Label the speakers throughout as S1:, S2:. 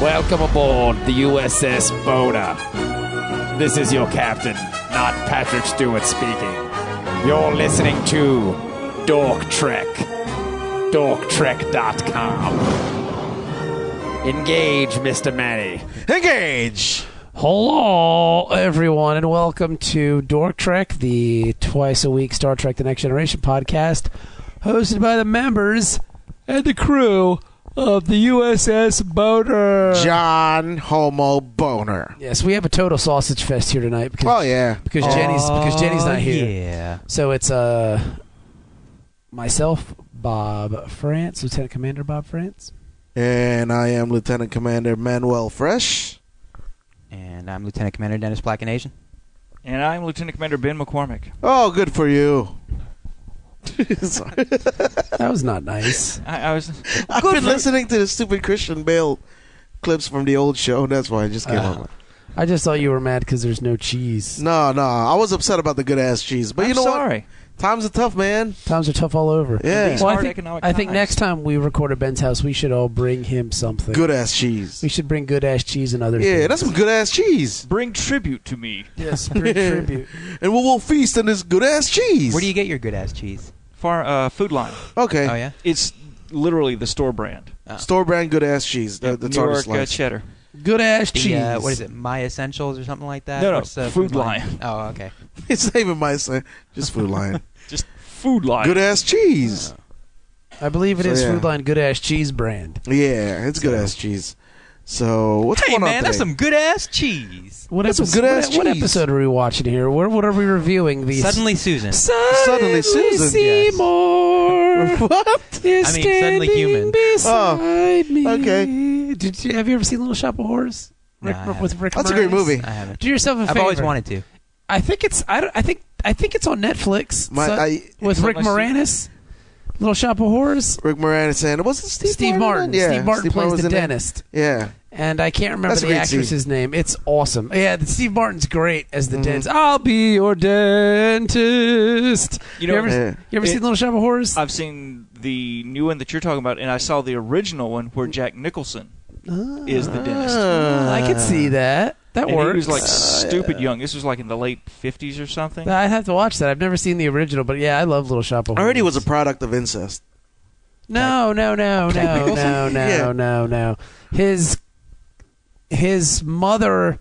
S1: Welcome aboard the USS Boda. This is your captain, not Patrick Stewart speaking. You're listening to Dork Trek. DorkTrek.com. Engage, Mr. Manny.
S2: Engage!
S3: Hello, everyone, and welcome to Dork Trek, the twice a week Star Trek The Next Generation podcast, hosted by the members and the crew of the USS Boater.
S2: John Homo Boner.
S3: yes, we have a total sausage fest here tonight because,
S2: Oh, yeah.
S3: because, Jenny's, because Jenny's not here.
S4: Yeah.
S3: So it's uh, myself, Bob France, Lieutenant Commander Bob France.
S2: And I am Lieutenant Commander Manuel Fresh.
S4: And I'm Lieutenant Commander Dennis Black and Asian.
S5: And I'm Lieutenant Commander Ben McCormick.
S2: Oh, good for you. Sorry.
S3: That was not nice.
S5: I, I was
S2: I've been listening to the stupid Christian Bale clips from the old show. That's why I just came
S3: Uh,
S2: up.
S3: I just thought you were mad because there's no cheese.
S2: No, no. I was upset about the good ass cheese. But
S5: I'm
S2: you know
S5: sorry.
S2: what? Times are tough, man.
S3: Times are tough all over.
S2: Yeah. These
S3: Well, I
S5: hard
S3: think,
S5: economic
S3: I think
S5: times.
S3: next time we record at Ben's house, we should all bring him something.
S2: Good ass
S3: We
S2: cheese.
S3: should bring good ass cheese and other
S2: Yeah,
S3: things.
S2: that's some good ass cheese.
S5: Bring tribute to me,
S3: yes, bring tribute.
S2: And we'll, we'll feast on this good ass cheese.
S4: Where do you get your good ass cheese?
S5: far uh, food line.
S2: Okay.
S4: Oh yeah.
S5: It's literally the store brand.
S2: Store brand good ass cheese. That, that's
S5: New
S2: hard to
S5: York uh,
S2: slice.
S5: cheddar.
S3: Good ass
S4: The,
S3: cheese.
S4: uh, what is it? My Essentials or something like that?
S5: No, no,
S4: What's the
S5: Food
S4: Oh, okay.
S2: It's not even my son. Just food line.
S5: Just food line.
S2: good ass cheese.
S3: I believe it
S2: So,
S3: is
S2: yeah.
S3: Food Line Good Ass Cheese brand.
S2: Yeah, it's good ass cheese. So what's
S4: hey
S2: going
S4: man,
S2: on
S4: that's
S2: today?
S4: some good ass cheese.
S3: What,
S2: That's some
S3: episode-
S2: good-ass
S3: what- what
S2: cheese.
S3: episode are we watching here? What, what are we reviewing? The
S4: Suddenly Susan.
S3: Suddenly,
S2: Suddenly Susan, yes.
S3: Seymour.
S2: what?
S3: Is
S4: I mean, Suddenly
S3: standing
S4: Human.
S3: Beside me.
S2: Oh, okay.
S3: Did you, have you ever seen Little Shop of Horrors?
S4: No, I haven't.
S3: with Rick
S2: That's a great
S3: Moranis?
S2: movie.
S4: I haven't.
S3: Do yourself a
S4: I've
S3: favor.
S4: always wanted to.
S3: I think it's. I, don't- I think. I think it's on Netflix.
S2: My,
S3: So-
S2: I,
S3: with
S5: It's
S3: Rick
S5: on my
S3: Moranis, Little Shop of Horrors.
S2: Rick Moranis and was it Steve,
S3: Steve Martin.
S2: in it? Yeah,
S3: Steve Martin plays
S2: was
S3: the
S2: in it.
S3: dentist,
S2: Yeah,
S3: and I can't remember
S2: That's a
S3: the
S2: great
S3: actress's name. It's awesome. Yeah, the- Steve Martin's great as
S2: Mm-hmm.
S3: the dentist. I'll be your dentist.
S5: You know,
S3: ever,
S2: Yeah.
S3: you ever
S5: it- uh,
S3: seen Little Shop of Horrors?
S5: I've seen the new one that you're talking about, and I saw the original one where Jack Nicholson is the dentist.
S3: Ah, I can
S2: uh,
S3: see that. That
S5: and
S3: works.
S5: he was like stupid young. This was like in the late 50s or something.
S3: I have to watch that. I've never seen the original, but yeah, I love Little Shop of Horrors.
S2: I heard he was a product of incest.
S3: No, no, no, no, no, no,
S2: Yeah.
S3: no, no. His his mother.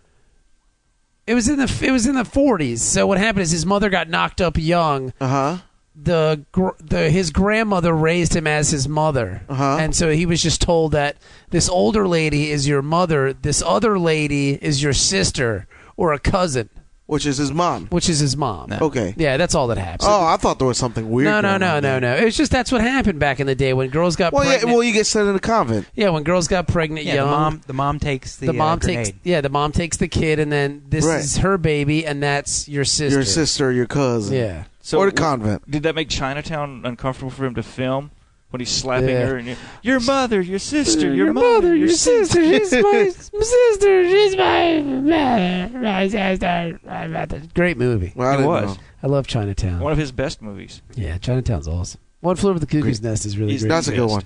S3: It was in the it was in the forties. So what happened is his mother got knocked up young.
S2: Uh huh.
S3: The gr- the his grandmother raised him as his mother,
S2: Uh-huh.
S3: and so he was just told that this older lady is your mother, this other lady is your sister or a cousin,
S2: Which is his mom.
S3: which is his mom.
S2: Okay.
S3: Yeah, that's all that happens.
S2: Oh, I thought there was something weird.
S3: no, no,
S2: going
S3: no,
S2: on
S3: no,
S2: there.
S3: no. It's just that's what happened back in the day when girls got
S2: Well, yeah.
S3: pregnant.
S2: Well, you get sent in a convent.
S3: Yeah, when girls got pregnant
S4: Yeah,
S3: young,
S4: the mom. The mom takes the,
S3: the
S4: uh,
S3: mom
S4: grenade.
S3: takes yeah, the mom takes the kid, and then this
S2: Right.
S3: is her baby, and that's your sister.
S2: Your sister, your cousin.
S3: Yeah.
S5: So
S2: or the
S5: w-
S2: convent.
S5: Did that make Chinatown uncomfortable for him to film when he's slapping
S3: Yeah.
S5: her? And you- your mother, your sister, your,
S3: mother, your sister, she's my sister, she's my mother, my sister, my mother. Great movie.
S2: Well, I
S5: It
S2: didn't
S5: was.
S2: know.
S3: I love Chinatown.
S5: One of his best movies.
S3: yeah, Chinatown's awesome. One flew over the cuckoo's nest is really
S5: He's
S3: great.
S2: That's a good
S5: Exist.
S2: one.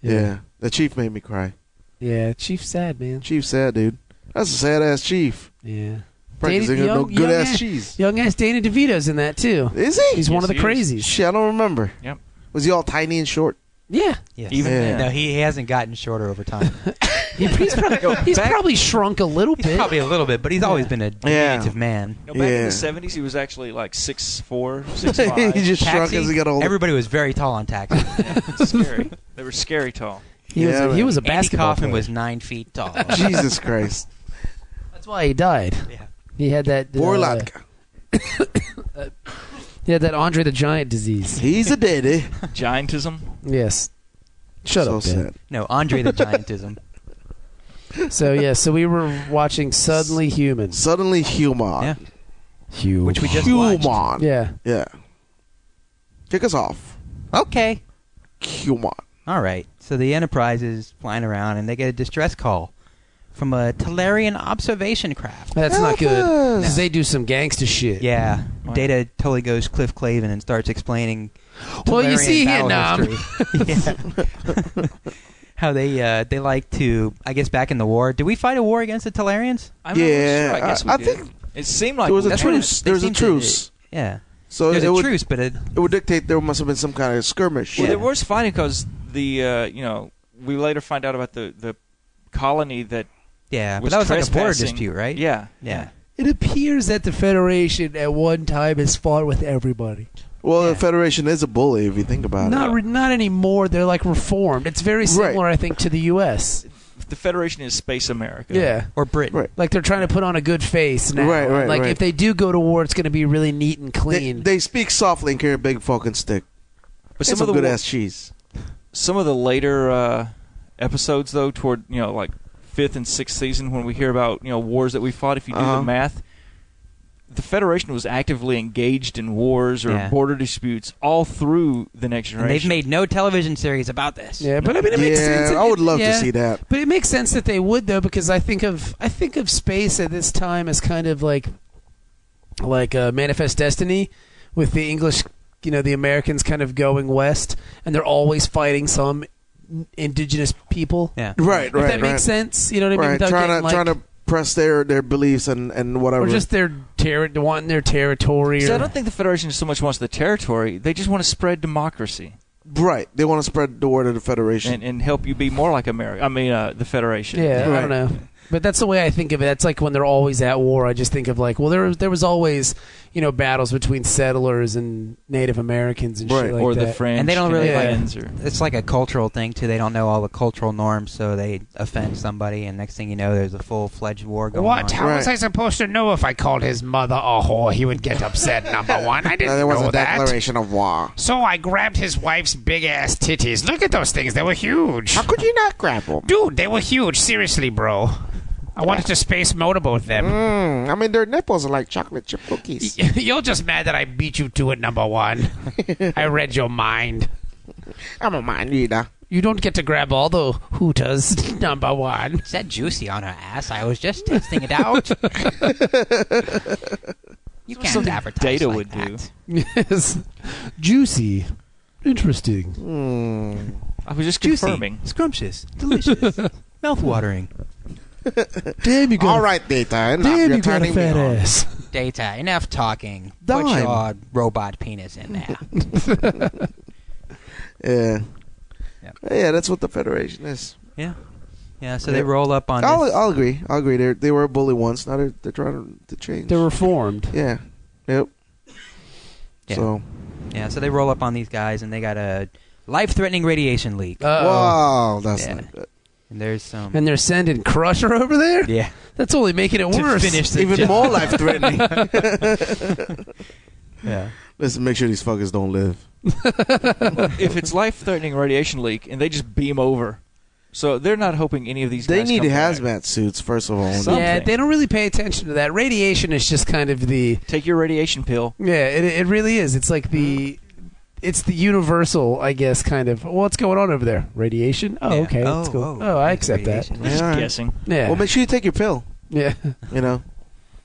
S2: Yeah. the chief made me cry.
S3: yeah, Chief sad man.
S2: Chief sad dude. That's a sad ass chief.
S3: Yeah,
S2: Frankie's
S3: Danny-
S2: ain't got no
S3: young-
S2: good
S3: young
S2: ass
S3: ass-
S2: cheese.
S3: young ass Danny DeVito's in that too.
S2: Is he?
S3: He's one of
S5: Yes,
S3: the
S5: he is.
S3: crazies.
S2: Shit, I don't remember.
S5: Yep.
S2: Was he all tiny and short?
S3: Yeah,
S4: Yes.
S5: Even
S2: Yeah.
S5: then.
S4: No, he, he hasn't gotten shorter over time.
S3: He- he's, probably, he's probably shrunk a little
S4: he's
S3: bit.
S4: probably a little bit, but he's always
S3: Yeah.
S4: been a
S2: Yeah.
S4: diminutive man.
S5: No, back in
S2: Yeah.
S5: the seventies, he was actually like six four, six five.
S2: he just shrunk
S4: Taxi,
S2: as he got older.
S4: Everybody was very tall on taxi.
S5: scary. They were scary tall.
S3: He was
S2: Yeah,
S3: a, he
S2: man.
S3: was a
S4: Andy
S3: basketball
S4: Kaufman
S3: player.
S4: was nine feet tall.
S2: Jesus Christ.
S3: That's why he died.
S4: Yeah.
S3: He had that. uh,
S2: Borlatka.
S3: he had that Andre the Giant disease.
S2: He's a daddy.
S5: Giantism.
S3: Yes. Shut
S2: so
S3: up, Ben.
S2: sad.
S4: No, Andre the Giantism.
S3: So yeah, so we were watching Suddenly Human.
S2: Suddenly human.
S4: Yeah.
S3: Human.
S4: Which we just
S2: Human.
S4: watched.
S3: yeah.
S2: Yeah. Kick us off.
S4: Okay.
S2: Human.
S4: All right. So the Enterprise is flying around, and they get a distress call from a Talarian observation craft.
S3: That's
S2: Help
S3: not good.
S2: us.
S3: 'Cause They do some gangster shit.
S4: Yeah. Data totally goes Cliff Clavin and starts explaining.
S3: Well, you
S4: Talarian
S3: see here,
S4: battle
S3: Nom.
S4: history. Yeah. how they uh, they like to. I guess back in the war, did we fight a war against the Talarians?
S5: I'm not really
S2: Yeah,
S5: sure. I guess
S2: I-
S5: we
S2: I
S5: did.
S2: think
S5: it seemed like
S2: there was a
S5: we did.
S4: what it-
S2: truce.
S4: they
S2: There was a
S4: seem to-
S2: truce.
S4: yeah,
S2: So
S4: there's
S2: it
S4: a
S2: would,
S4: truce, but it,
S2: it would dictate there must have been some kind of skirmish.
S5: Well, there was fighting because the uh, you know we later find out about the the colony that
S4: yeah,
S5: was
S4: but that was like a border
S5: trespassing.
S4: dispute, right?
S5: Yeah,
S4: yeah.
S3: It appears that the Federation at one time has fought with everybody.
S2: Well,
S4: Yeah.
S2: the Federation is a bully if you think about
S3: Not
S2: it.
S3: re- not anymore. They're like reformed. It's very similar, I think, to the U.S.
S5: The Federation is Space America.
S3: Yeah.
S4: Or Britain.
S2: Right.
S3: Like they're trying to put on a good face now.
S2: Right, right,
S3: like
S2: right.
S3: if they do go to war, it's going to be really neat and
S2: They,
S3: clean.
S2: they speak softly and carry a big fucking stick.
S5: but
S2: Some
S5: some of the
S2: good
S5: wa-
S2: ass cheese.
S5: some of the later uh, episodes though, toward you know like fifth and sixth season, when we hear about you know wars that we fought, if you do
S2: Uh-huh.
S5: the math. The Federation was actively engaged in wars or
S4: Yeah.
S5: border disputes all through the next
S4: And
S5: generation.
S4: they've made no television series about this.
S3: yeah, but I mean, it makes sense.
S2: Yeah, I would love to
S3: yeah.
S2: see that.
S3: But it makes sense that they would though, because I think of I think of space at this time as kind of like like uh, manifest destiny, with the English, you know, the Americans kind of going west, and they're always fighting some indigenous people.
S4: Yeah.
S2: Right,
S3: if
S2: right,
S3: that
S2: right.
S3: makes sense, you know what I mean.
S2: Right,
S3: Without
S2: trying
S3: getting,
S2: to
S3: like-
S2: trying to press their their beliefs and and whatever.
S3: or just their ter- wanting their territory.
S5: So I
S3: Or,
S5: don't think the Federation so much wants the territory; they just want to spread democracy
S2: right, they want to spread the word of the Federation.
S5: and, and help you be more like America. I mean, uh, the Federation.
S3: yeah, I
S2: Right.
S3: don't know. But that's the way I think of it. That's like when they're always at war. I just think of like, well, there there was always, you know, battles between settlers and Native Americans and
S2: Right,
S3: shit like
S5: or
S3: that.
S5: the French,
S4: And they don't really
S3: like-
S5: Canadians or
S4: It's like a cultural thing too. They don't know all the cultural norms, so they offend somebody, and next thing you know, there's a full-fledged war going
S3: What?
S4: on.
S3: How was
S2: Right.
S3: I supposed to know if I called his mother a whore? He would get upset, number one. I
S2: Uh,
S3: didn't
S2: there was
S3: know
S2: a
S3: that.
S2: declaration of war.
S3: So I grabbed his wife's big ass titties. Look at those things. They were huge.
S2: How could you not grab them?
S3: Dude, they were huge. Seriously, bro. I wanted to space motorboat them.
S2: Mm, I mean, their nipples are like chocolate chip cookies.
S3: You're just mad that I beat you to it, number one. I read your mind.
S2: I'm a mind reader.
S3: You don't get to grab all the hooters, number one.
S4: Is that juicy on her ass? I was just testing it out. you can't
S5: Something
S4: advertise
S5: data
S4: like
S5: would
S4: that.
S5: do.
S3: Yes. Juicy. Interesting.
S2: Mm.
S5: I was just
S4: Juicy,
S5: confirming.
S4: scrumptious, delicious, mouth-watering.
S3: Damn, you
S2: All right, Data. Enough. You're turning me on.
S3: ass.
S4: Data, enough talking. Put
S2: Dime.
S4: your robot penis in there.
S2: Yeah.
S4: Yep.
S2: Yeah, that's what the Federation is.
S4: yeah, yeah. So
S2: Yeah.
S4: they roll up on.
S2: I'll,
S4: this-
S2: I'll agree. I'll agree. They they were a bully once. Now they're, they're trying to change.
S3: They're reformed.
S2: yeah. Yep.
S4: Yeah.
S2: So
S4: yeah, so they roll up on these guys, and they got a life-threatening radiation leak.
S2: wow, that's
S4: Yeah.
S2: not good.
S4: and there's some.
S3: Uh, And they're sending Crusher over there?
S4: yeah.
S3: That's only making it
S4: To
S3: worse.
S4: finish the
S2: even
S4: job.
S2: more life threatening.
S4: Yeah.
S2: Listen, make sure these fuckers don't live.
S5: if it's life-threatening radiation leak and they just beam over, so they're not hoping any of these.
S2: They
S5: guys
S2: need
S5: come back.
S2: hazmat suits first of all.
S5: Some-
S3: Yeah,
S5: something.
S3: they don't really pay attention to that. Radiation is just kind of the
S5: Take your radiation pill.
S3: yeah. It it really is. It's like the it's the universal, I guess, kind of. What's going on over there? Radiation. Oh,
S4: Yeah.
S3: okay, that's cool. Oh, I accept that.
S4: radiation.
S2: Yeah, all right.
S5: Guessing.
S3: Yeah,
S2: Well, make sure you take your pill.
S3: yeah.
S2: You know.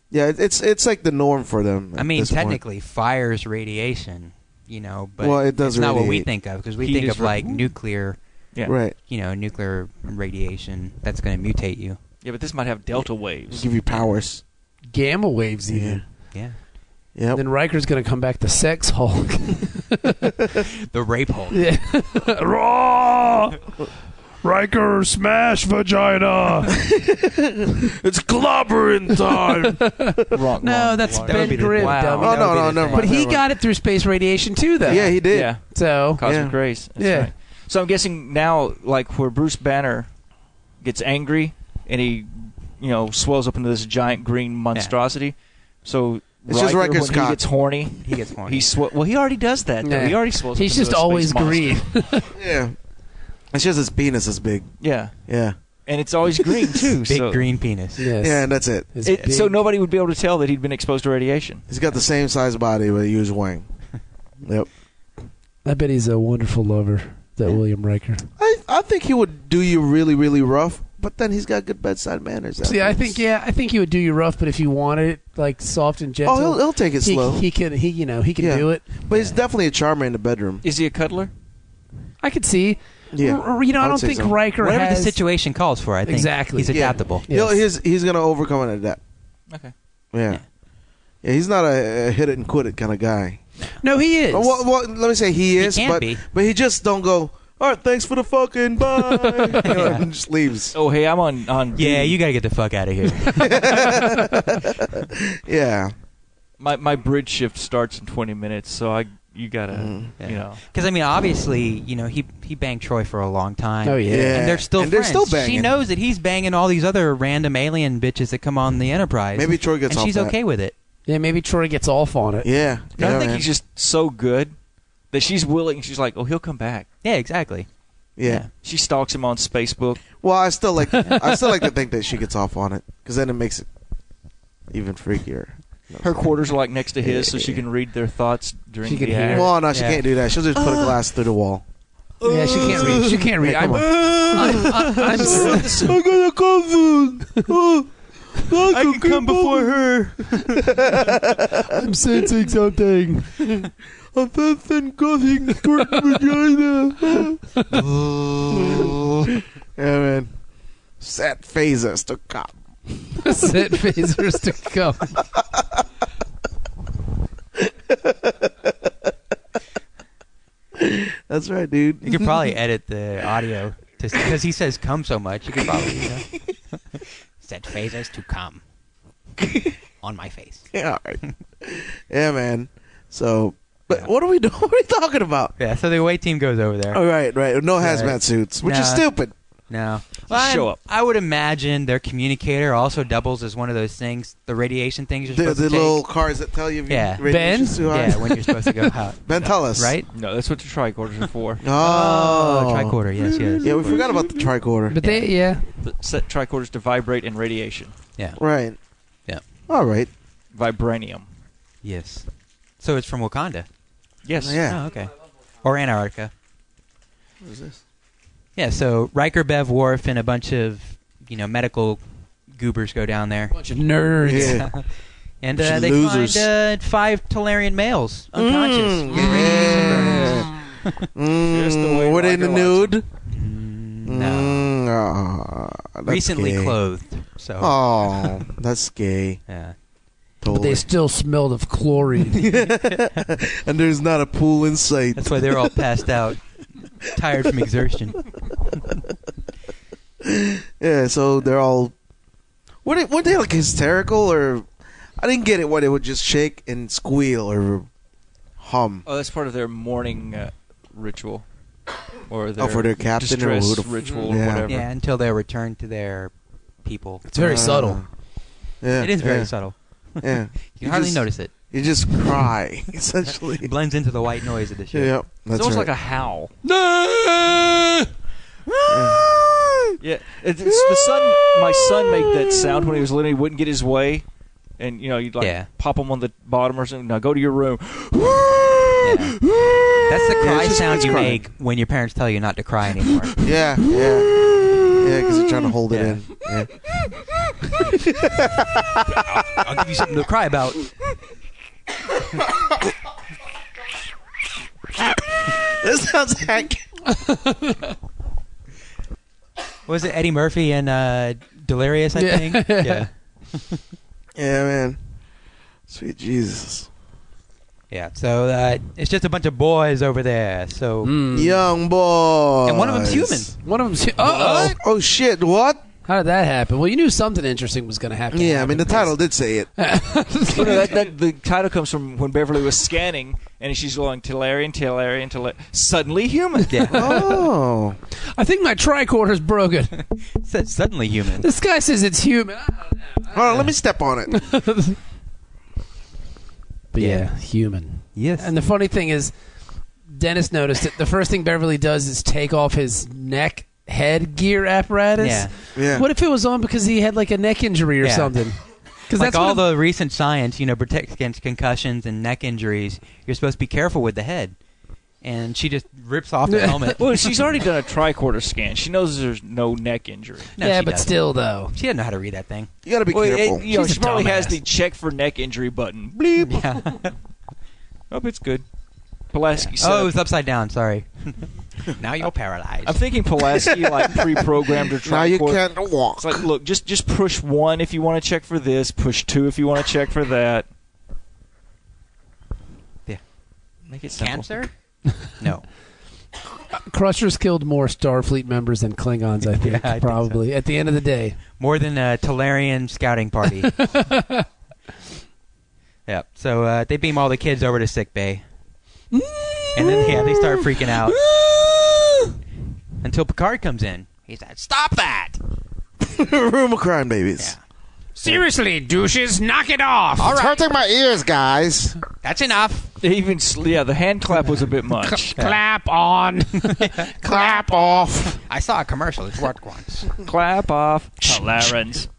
S2: Yeah, it- it's it's like the norm for them.
S4: I
S2: at
S4: mean,
S2: this point.
S4: technically, fire's radiation, you know, but
S2: Well, it does
S4: it's not what we
S2: radiate.
S4: think of because we
S5: Heat
S4: think
S5: is
S4: of
S5: ra-
S4: like nuclear,
S5: Yeah.
S2: right?
S4: you know, nuclear radiation that's going to mutate you.
S5: Yeah, but this might have delta waves.
S2: Give you powers.
S3: Gamma waves even.
S4: Yeah.
S2: Yep.
S3: Then Riker's gonna come back to sex Hulk.
S4: The rape hole.
S3: yeah. Raw. Riker smash vagina.
S2: It's clobbering time.
S5: wrong.
S3: no, that's
S4: That would
S3: Ben
S4: be the-
S3: Grimm.
S4: wow.
S3: dummy.
S2: Oh, no,
S4: That
S2: no,
S4: would be the
S2: never
S4: thing.
S2: mind.
S3: But he got it through space radiation too, though.
S2: yeah, he did.
S5: Yeah,
S3: So
S5: cosmic
S2: Yeah.
S5: rays. That's
S3: Yeah.
S5: right. So I'm guessing now, like where Bruce Banner gets angry and he, you know, swells up into this giant green monstrosity. So
S2: It's just
S5: Riker,
S2: Riker's
S5: when
S2: cock.
S5: he gets horny.
S4: He gets horny.
S5: He sw- well, he already does that. though.
S3: Yeah.
S5: He already swells.
S3: he's
S5: up into
S3: just always
S5: a space monster.
S3: green.
S2: Yeah. It's just his penis is big.
S5: Yeah,
S2: Yeah.
S5: and it's always green too.
S4: Big
S5: so.
S4: green penis.
S3: yes.
S2: Yeah, and that's it.
S3: His
S5: It,
S3: big-
S5: so nobody would be able to tell that he'd been exposed to radiation.
S2: He's got the same size body with a huge wang. Yep.
S3: I bet he's a wonderful lover, that William Riker.
S2: I, I think he would do you really, really rough, but then he's got good bedside manners.
S3: See, I
S2: afterwards.
S3: think yeah, I think he would do you rough, but if you wanted it like soft and gentle,
S2: Oh, he'll, he'll take it
S3: he,
S2: slow.
S3: he can he you know he can
S2: Yeah.
S3: do it.
S2: but he's definitely a charmer in the bedroom.
S5: Is he a cuddler?
S3: I could see
S2: Yeah,
S3: R- you know, I,
S2: I would
S3: don't
S2: say
S3: think
S2: so.
S3: Riker
S4: Whatever
S3: has
S4: the situation calls for, I think
S3: Exactly.
S4: he's
S3: Yeah.
S4: adaptable.
S3: Yeah.
S2: He'll-
S3: Yes.
S2: he's he's gonna overcome an adapt.
S5: Okay.
S2: Yeah.
S4: Yeah.
S2: yeah, He's not a, a hit it and quit it kind of guy.
S3: No, he is.
S2: Uh, Well, well, let me say he
S4: He
S2: is,
S4: can
S2: but
S4: be.
S2: but he just don't go. All right, thanks for the fucking bye. You know, and just leaves.
S5: Oh, hey, I'm on on.
S4: Yeah,
S5: B.
S4: you gotta get the fuck out of here.
S2: Yeah,
S5: My my bridge shift starts in 20 minutes, so I you gotta
S2: Mhm.
S4: Mm, Yeah.
S5: you know.
S4: Because I mean, obviously, you know, he he banged Troy for a long time.
S3: Oh, yeah.
S2: Yeah.
S4: and they're still
S2: And they're
S4: friends.
S2: still
S4: She
S2: banging.
S4: knows that he's banging all these other random alien bitches that come on the Enterprise.
S2: maybe Troy gets
S4: and
S2: off
S4: she's
S2: that.
S4: okay with it.
S3: yeah, maybe Troy gets off on it.
S2: Yeah,
S5: I
S2: yeah,
S5: think
S2: man.
S5: he's just so good that she's willing. She's like, oh, he'll come back.
S4: Yeah, exactly.
S2: yeah.
S5: She stalks him on Facebook.
S2: Well, I still like I still like to think that she gets off on it because then it makes it even freakier.
S5: Her quarters are like next to his, so she can read their thoughts during
S3: She
S5: the
S3: can hear.
S5: act.
S2: Well, no, she
S4: Yeah.
S2: can't do that. She'll just put a glass through the wall.
S3: Yeah, she can't read. She can't read.
S2: Yeah, come
S3: I'm, I'm, I'm, I'm s-
S2: I gotta come
S5: I can come before her.
S3: I'm sensing something.
S2: I'm sensing coming squirt vagina. yeah, man. Set phases to cop.
S3: Set phasers to come.
S2: That's right, dude.
S4: You could probably edit the audio because he says "come" so much. You could probably you know. set phasers to come on my face.
S2: Yeah, all right. yeah, man. So, but what are we doing? What are we talking about?
S4: Yeah, so the away team goes over there.
S2: All right, right. No
S4: Yeah.
S2: hazmat suits, which
S4: Nah.
S2: is stupid.
S4: No.
S5: Just show
S4: I'm-
S5: up.
S4: I would imagine their communicator also doubles as one of those things, the radiation things you're
S2: The,
S4: supposed
S2: the
S4: to take.
S2: little cars that tell you if
S4: Yeah.
S2: your
S3: Ben?
S2: radiation's too high.
S4: yeah, when you're supposed to go out.
S2: Ben, tell us.
S4: Right?
S5: No, that's what the tricorders are for.
S2: Oh.
S4: tricorder. Yes, yes.
S2: Yeah, we forgot about the tricorder.
S3: But they, yeah.
S5: The- Set tricorders to vibrate and radiation.
S4: Yeah.
S2: right.
S4: Yeah.
S2: All right.
S5: Vibranium.
S4: Yes. So it's from Wakanda.
S5: Yes.
S2: Yeah.
S4: Oh, okay. Or Antarctica.
S2: What is this?
S4: Yeah. So Riker, Bev, Worf, and a bunch of you know medical goobers go down there,
S3: Bunch of nerds.
S2: Yeah.
S4: and
S2: Bunch
S4: uh,
S2: of
S4: they
S2: losers.
S4: find uh, five Talarian males unconscious.
S2: Mm,
S4: getting ready to
S2: yeah. Mm,
S5: Just the way
S2: were they in the
S5: Riker likes
S2: nude?
S4: sunburn. Mm, No.
S2: Mm, aw, that's
S4: Recently
S2: gay.
S4: clothed. So.
S2: Oh, that's gay.
S4: Yeah.
S3: But
S2: Totally.
S3: they still smelled of chlorine.
S2: and there's not a pool in sight.
S4: That's why they're all passed out, tired from exertion.
S2: Yeah, so they're all. Were they, were they like hysterical or? I didn't get it. Why they would just shake and squeal or hum?
S5: Oh, that's part of their morning uh, ritual, or their
S2: Oh, for their captain or
S5: distress
S2: who the f-
S5: ritual or
S2: Yeah.
S5: whatever.
S4: Yeah, until they're returned to their people.
S3: It's very
S2: Uh,
S3: subtle.
S2: Yeah,
S4: it is very
S2: yeah,
S4: subtle.
S2: Yeah,
S4: You, hardly
S2: just,
S4: notice it.
S2: You just cry essentially.
S4: It blends into the white noise of the show.
S2: Yeah,
S5: It's
S2: that's
S5: almost
S2: right.
S5: like a howl.
S3: No.
S5: Yeah, it's, it's the son. My son made that sound when he was little. He wouldn't get his way, and you know you'd like
S4: Yeah.
S5: pop him on the bottom or something. Now go to your room.
S4: Yeah. That's the
S2: Yeah,
S4: cry
S2: it's just-
S4: sound
S2: it's
S4: you
S2: crying.
S4: make when your parents tell you not to cry anymore.
S2: yeah, yeah, yeah, because you're trying to hold it
S4: Yeah.
S2: in. Yeah.
S4: I'll give you something to cry about.
S2: That sounds like
S4: Was it Eddie Murphy and uh, Delirious? I
S3: Yeah.
S4: think. Yeah.
S2: yeah, man. Sweet Jesus,
S4: Yeah. So uh, it's just a bunch of boys over there. So
S3: Mm.
S2: young boy.
S4: and one of them's human.
S3: One of them's. Uh oh.
S2: Oh shit! What?
S3: How did that happen? Well, you knew something interesting was going to happen.
S2: Yeah, I mean the title did say it.
S5: You know, that, that, the title comes from when Beverly was scanning, and she's going Talarian, Talarian, Talarian. Suddenly human.
S4: Yeah.
S2: Oh.
S3: I think my tricorder's broken.
S4: Said suddenly human.
S3: This guy says it's human.
S2: Hold on, let me step on it.
S3: But
S4: Yeah.
S3: yeah, human.
S4: Yes.
S3: And the funny thing is, Dennis noticed it. The first thing Beverly does is take off his neck headgear apparatus.
S4: Yeah.
S2: Yeah.
S3: What if it was on because he had like a neck injury or
S4: Yeah.
S3: something? Because
S4: like
S3: that's
S4: all
S3: what
S4: the recent science, you know, protects against concussions and neck injuries. You're supposed to be careful with the head. And she just rips off the helmet.
S5: Well, she's already done a tricorder scan. She knows there's no neck injury.
S4: No,
S3: yeah,
S4: she
S3: but
S4: doesn't.
S3: still though.
S4: She doesn't know how to read that thing.
S2: you gotta be
S5: Well, it-
S2: careful.
S5: you know,
S3: She's a
S5: she probably
S3: dumbass.
S5: has
S3: Oh,
S5: the check for neck injury button. Bleep.
S4: Yeah.
S5: Hope it's good. Pulaski said.
S4: Oh, it was upside down. Sorry. Oh. now you're paralyzed.
S5: I'm thinking Pulaski like pre-programmed or
S2: now you
S5: tricorder.
S2: can't walk.
S5: It's like, look, just just push one if you want to check for this, push two if you want to check for that.
S4: Yeah.
S5: Make it simple.
S4: Cancer? no.
S3: Crushers killed more Starfleet members than Klingons, I think,
S4: I think so.
S3: probably. At the end of the day,
S4: More than a Talarian scouting party. yep. So uh, they beam all the kids over to sick bay, and then yeah, they start freaking out until Picard comes in. He's like, "Stop that!"
S2: Room of crime babies.
S4: Yeah.
S3: seriously, douches, knock it off.
S2: It's hurting my ears, guys.
S4: That's enough.
S5: Even s- yeah, the hand clap was a bit much.
S3: Clap on, clap off.
S4: I saw a commercial. It's worked once.
S5: clap off, Clarence.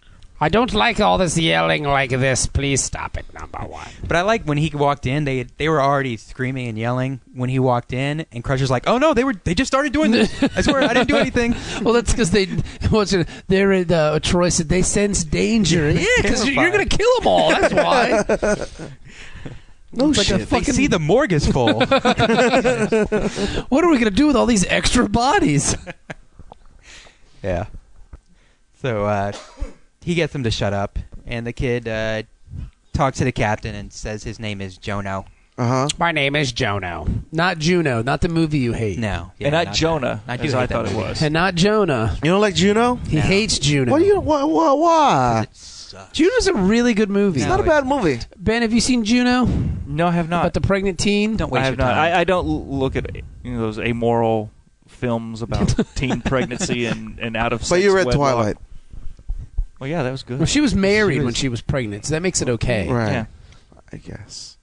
S3: I don't like all this yelling like this. Please stop it, number one.
S4: But I like when he walked in. They they were already screaming and yelling when he walked in. And Crusher's like, "Oh no, they were they just started doing this. I swear, I didn't do anything."
S3: Well, that's because they. What's it, they're in, uh, Troy said they sense danger. Yeah, because you're, you're gonna
S4: terrified.
S3: kill them all. That's why. No
S4: It's like
S3: shit.
S4: a fucking... They see the morgue is full.
S3: What are we gonna do with all these extra bodies?
S4: yeah. So uh, he gets them to shut up, and the kid uh, talks to the captain and says his name is Jono.
S2: Uh huh.
S3: My name is Jono, not Juno, not the movie you hate,
S4: No, yeah,
S5: and not, Jonah,
S4: that.
S5: as
S4: Juno,
S5: I
S4: that
S5: thought it
S4: movie.
S5: was.
S3: and not Jonah.
S2: You don't like Juno?
S3: He
S4: No.
S3: hates Juno.
S2: What do you? What? What? Why?
S4: It sucks.
S3: Juno's a really good movie.
S2: It's not a bad movie.
S3: Ben, have you seen Juno?
S5: No, I have
S3: About
S5: not.
S3: the pregnant teen?
S4: Don't waste
S5: I have
S4: your
S5: not.
S4: time.
S5: I, I don't l- look at you know, those amoral films about teen pregnancy and, and out of.
S2: But
S5: sex
S2: you read
S5: wedlock.
S2: Twilight,
S5: Well, yeah, that was
S3: Well,
S5: good.
S3: she was married
S5: She was-
S3: when she was pregnant, so that makes it okay.
S2: right?
S5: Yeah.
S2: I guess.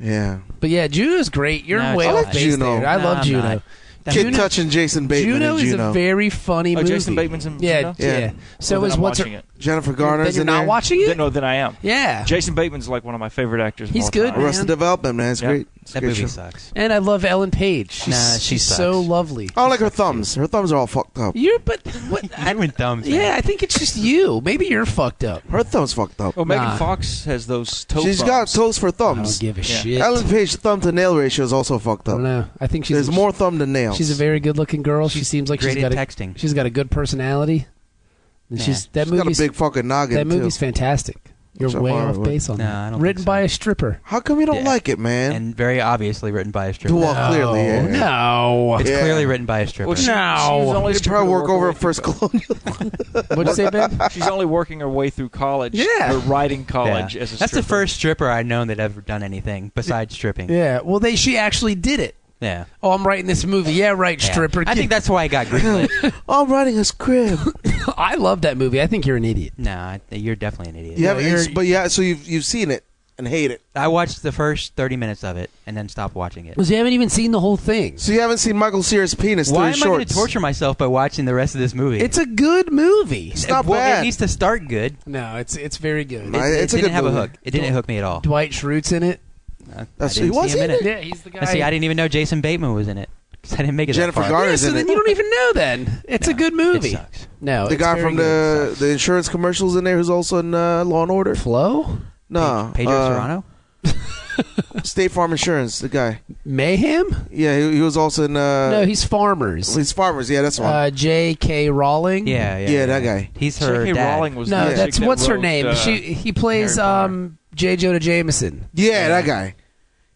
S2: Yeah.
S3: But yeah, Juno's great. You're
S4: No,
S3: way
S4: I
S3: off
S4: like
S3: base
S2: Juno.
S3: there. I
S4: No,
S3: love
S4: I'm
S3: Juno.
S4: not. That
S2: Kid
S3: Juno-
S2: touching Jason Bateman.
S3: Juno
S2: in
S3: is
S2: Juno.
S3: a very funny
S5: Oh,
S3: movie.
S5: Jason Bateman's in
S3: yeah,
S5: Juno?
S3: yeah,
S2: Yeah.
S3: So
S5: Well,
S3: is
S5: then I'm
S3: what's her?
S5: watching it.
S2: Jennifer
S3: Then
S2: Garner's
S3: you're
S2: in
S3: not
S2: there.
S3: watching
S5: Then-
S3: it?
S5: no, then I am.
S3: Yeah.
S5: Jason Bateman's like one of my favorite actors. of
S3: He's
S5: all
S3: good.
S5: time.
S2: Arrested Development, Oh, man. It's
S5: Yeah.
S2: great. It's a
S4: that
S2: great
S4: movie
S2: show.
S4: sucks.
S3: And I love Ellen Page. She's,
S4: Nah, she
S3: she's so
S4: sucks.
S3: lovely.
S2: I don't like her thumbs. Her thumbs are all fucked up.
S3: You're but what?
S4: I went thumbs. man.
S3: yeah, I think it's just you. Maybe you're fucked up.
S2: Her thumbs fucked up.
S5: Oh, Megan
S3: Nah.
S5: Fox has those toe
S2: She's got
S5: bumps.
S2: toes for
S3: I don't
S2: thumbs.
S3: give a
S5: Yeah.
S3: shit.
S2: Ellen Page's thumb to nail ratio is also fucked
S3: I don't
S2: up.
S3: know. I think she's
S2: There's more thumb to nail.
S3: She's a very good-looking girl. She seems like
S4: Great
S3: she's got
S4: at
S3: a,
S4: texting.
S3: she's got a good personality. And
S4: Nah.
S3: She's that
S2: She's got a
S3: movie's
S2: big fucking noggin
S3: that
S2: too.
S3: movie's fantastic. You're
S2: Which I'm
S3: way
S2: all
S3: off
S2: right
S3: base on
S4: No,
S3: that.
S4: I don't
S3: Written
S4: think so.
S3: by a stripper.
S2: How come you don't
S4: Yeah.
S2: like it, man?
S4: and very obviously written by a stripper. Uh,
S2: Well, clearly, yeah.
S3: no.
S4: It's
S2: Yeah.
S4: clearly written by a stripper.
S5: Well, she-
S3: No.
S5: she's only
S2: They probably work over at
S5: first.
S2: First Colonial.
S3: What'd you say, Ben?
S5: She's only working her way through college.
S3: Yeah.
S5: Or riding
S4: Yeah.
S5: college as a
S4: That's the
S5: stripper.
S4: first stripper I've known that ever done anything besides stripping. Yeah.
S3: yeah. Well, they she actually did it. Oh, I'm writing this movie. Yeah, right,
S4: Yeah.
S3: stripper.
S4: I think that's why I got greenlit.
S2: I'm writing a script.
S3: I love that movie. I think you're an idiot.
S4: no, I- you're definitely an idiot.
S2: You haven't,
S3: you're-
S2: but yeah, so you've you've seen it and hate it.
S4: I watched the first 30 minutes of it and then stopped watching it.
S3: Because you haven't even seen the whole thing.
S2: So you haven't seen Michael Cera's penis
S4: Why
S2: through
S4: am
S2: his
S4: I going
S2: shorts.
S4: to torture myself by watching the rest of this movie?
S3: It's a good movie.
S2: It's not
S4: well,
S2: bad.
S4: It needs to start good.
S3: No, it's it's very good.
S2: No,
S4: It-
S2: it's
S4: it
S2: a
S4: didn't
S2: good
S4: have a
S2: movie.
S4: hook. It didn't hook me at all.
S3: Dwight Schrute's in it.
S4: I
S2: That's-
S4: didn't
S2: he was
S4: see him
S2: in
S4: in it.
S3: Yeah, he's the guy.
S4: I see. I didn't even know Jason Bateman was in it. 'Cause I didn't make it.
S2: Jennifer
S4: that far.
S2: Garner-
S3: yeah,
S2: Garner's
S3: so
S2: in
S3: then
S2: it.
S3: you don't even know. Then it's a
S4: No,
S3: good
S4: It
S3: movie.
S4: sucks.
S3: No,
S2: the
S3: it's
S2: guy
S3: very
S2: from
S3: good.
S2: the the insurance commercials in there who's also in uh, Law and Order.
S3: Flo
S2: No,
S4: Pedro
S2: uh,
S4: Serrano.
S2: State Farm Insurance. The guy.
S3: Mayhem.
S2: Yeah, he, he was also in. Uh,
S3: no, he's Farmers.
S2: he's farmers. Yeah, that's the one.
S3: Uh, J.K. Rowling.
S4: Yeah, yeah,
S2: Yeah, that guy.
S4: He's her
S5: J.K.
S4: dad.
S5: Rowling was
S3: No,
S5: the chick
S3: that's
S5: that
S3: what's her
S5: wrote,
S3: name.
S5: uh,
S3: she he plays
S5: Harry Potter.
S3: um J. Jonah Jameson.
S2: yeah, that guy.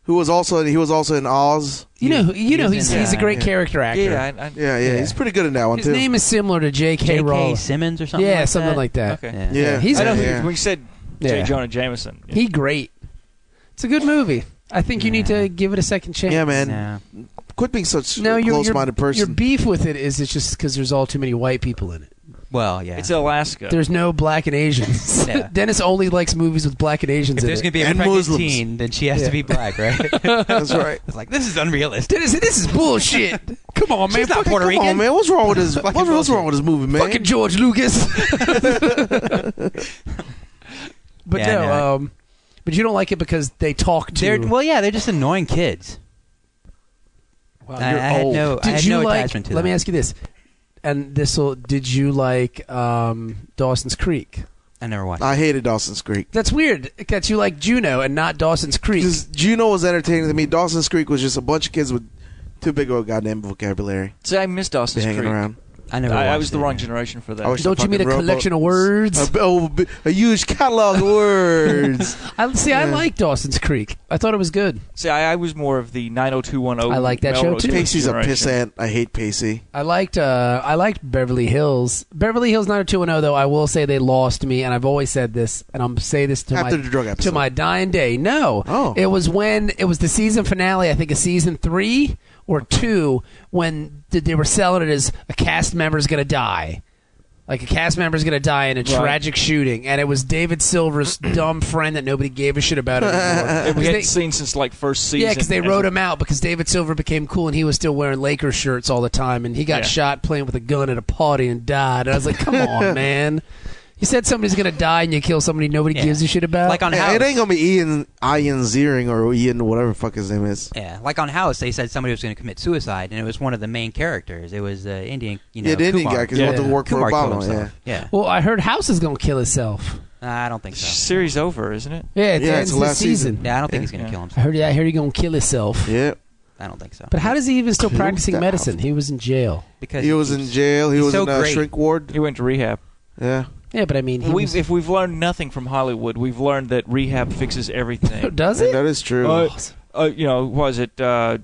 S2: Who was also he was also in Oz.
S3: You know, you know,
S4: he's
S3: he's
S4: in uh,
S3: he's a
S4: that,
S3: great
S2: yeah.
S3: character actor.
S5: Yeah. I, I,
S2: Yeah, yeah, he's pretty good in that one
S3: His
S2: too.
S3: name is similar to J.K.
S4: J.K.
S3: Rowling.
S4: Simmons or something.
S3: Yeah,
S4: like
S3: something
S4: that?
S3: like that.
S5: Okay.
S4: Yeah.
S2: yeah,
S3: He's
S5: I
S3: a-
S5: don't
S2: yeah.
S5: think we said
S3: Yeah.
S5: J. Jonah Jameson.
S3: He great. It's a good movie. I think you need to give it a second chance.
S2: Yeah, man.
S4: No.
S2: Quit being such
S3: No,
S2: a
S3: your,
S2: close-minded
S3: your, your
S2: person.
S3: beef with it is it's just because there's all too many white people in it.
S4: Well, yeah.
S5: It's Alaska.
S3: There's no black and Asians.
S4: Yeah.
S3: Dennis only likes movies with black and Asians
S4: if
S3: in
S4: there's
S3: it.
S4: gonna be a
S2: And
S4: pregnant
S2: Muslims.
S4: teen, then she has to be black, right?
S2: That's right.
S4: it's like this is unrealistic.
S3: Dennis, this is bullshit. Come on, man.
S4: She's not
S3: Fucking-
S4: Puerto
S2: Come
S4: Rican.
S2: on, man. What's wrong with this? what's, what's wrong with this movie, man?
S3: fucking George Lucas. but
S4: Yeah,
S3: no,
S4: no.
S3: um, but you don't like it because they talk to.
S4: They're, well, yeah, they're just annoying kids.
S3: Wow,
S4: I, I
S3: you're
S4: had
S3: old.
S4: no, I
S3: Did
S4: had
S3: you
S4: no
S3: like?
S4: attachment to
S3: let me
S4: them.
S3: ask you this, and this will. Did you like um, Dawson's Creek?
S4: I never watched. it.
S2: I hated Dawson's Creek.
S3: That's weird. That you like Juno and not Dawson's Creek.
S2: Because Juno was entertaining to me. Dawson's Creek was just a bunch of kids with too big of a goddamn vocabulary
S5: See, I missed Dawson's
S2: hanging
S5: Creek.
S2: around.
S4: I never.
S5: I, I
S4: watched
S5: was the
S4: it,
S5: wrong
S4: yeah.
S5: generation for that.
S2: I was
S3: Don't you mean a
S2: fucking
S3: collection of
S2: rowboat.
S4: Uh,
S3: words?
S2: A, oh, b- a huge catalog of words.
S3: I, see, I
S2: Yeah.
S3: like Dawson's Creek. I thought it was good.
S5: See, I, I was more of the 90210.
S3: I like that show,
S5: Melrose
S3: too.
S2: Pacey's a
S5: generation.
S2: pissant. I hate Pacey.
S3: I liked uh, I liked Beverly Hills. Beverly Hills 90210 though I will say they lost me and I've always said this and I'm say this to
S2: After
S3: my
S2: the drug episode.
S3: to my dying day. No.
S2: Oh.
S3: It was when it was the season finale, I think of season 3 or 2 when th- they were selling it as a cast member's going to die. Like a cast member's going to die in a tragic shooting and it was David Silver's dumb friend that nobody gave a shit about anymore.
S5: And we
S3: His
S5: hadn't
S3: name-
S5: seen since like first season.
S3: yeah, because they
S5: as
S3: wrote
S5: a-
S3: him out because David Silver became cool and he was still wearing Lakers shirts all the time and he got
S5: Yeah.
S3: shot playing with a gun at a party and died. And I was like, come on, man. You said somebody's gonna die and you kill somebody nobody
S4: Yeah.
S3: gives a shit about.
S4: Like on
S2: Yeah,
S4: House.
S2: it ain't gonna be Ian Ian Ziering or Ian whatever the fuck his name is.
S4: yeah, like on House, they said somebody was going to commit suicide, and it was one of the main characters. It was the Indian, you know,
S2: yeah, the Indian
S4: Kumar.
S2: guy because he wanted to
S3: Yeah.
S2: work for
S4: Kumar killed
S2: Obama. Yeah.
S4: himself. Yeah, Uh,
S3: well, I heard House is gonna kill itself.
S4: I don't think
S5: The
S4: so.
S5: series over, isn't it?
S3: Yeah, it
S2: Yeah,
S3: ends
S2: it's the
S3: this
S2: last
S3: season.
S2: season.
S4: Yeah, I don't think he's going to
S5: Yeah.
S4: kill
S3: I
S4: himself.
S3: heard. Yeah, I heard he gonna kill himself.
S2: Yeah,
S4: I don't think so.
S3: But how does he even still
S2: Killed
S3: practicing
S2: himself.
S3: medicine? He was in jail.
S4: because
S2: he was in
S4: keeps-
S2: jail. He
S4: he's
S2: was
S4: so
S2: in a
S4: great.
S2: shrink ward.
S5: He went to rehab.
S2: Yeah,
S3: Yeah, but I mean, he
S5: We,
S3: was,
S5: if we've learned nothing from Hollywood, we've learned that rehab fixes everything.
S3: does
S2: that
S3: it?
S2: is true.
S5: Uh, uh, you know, was it uh,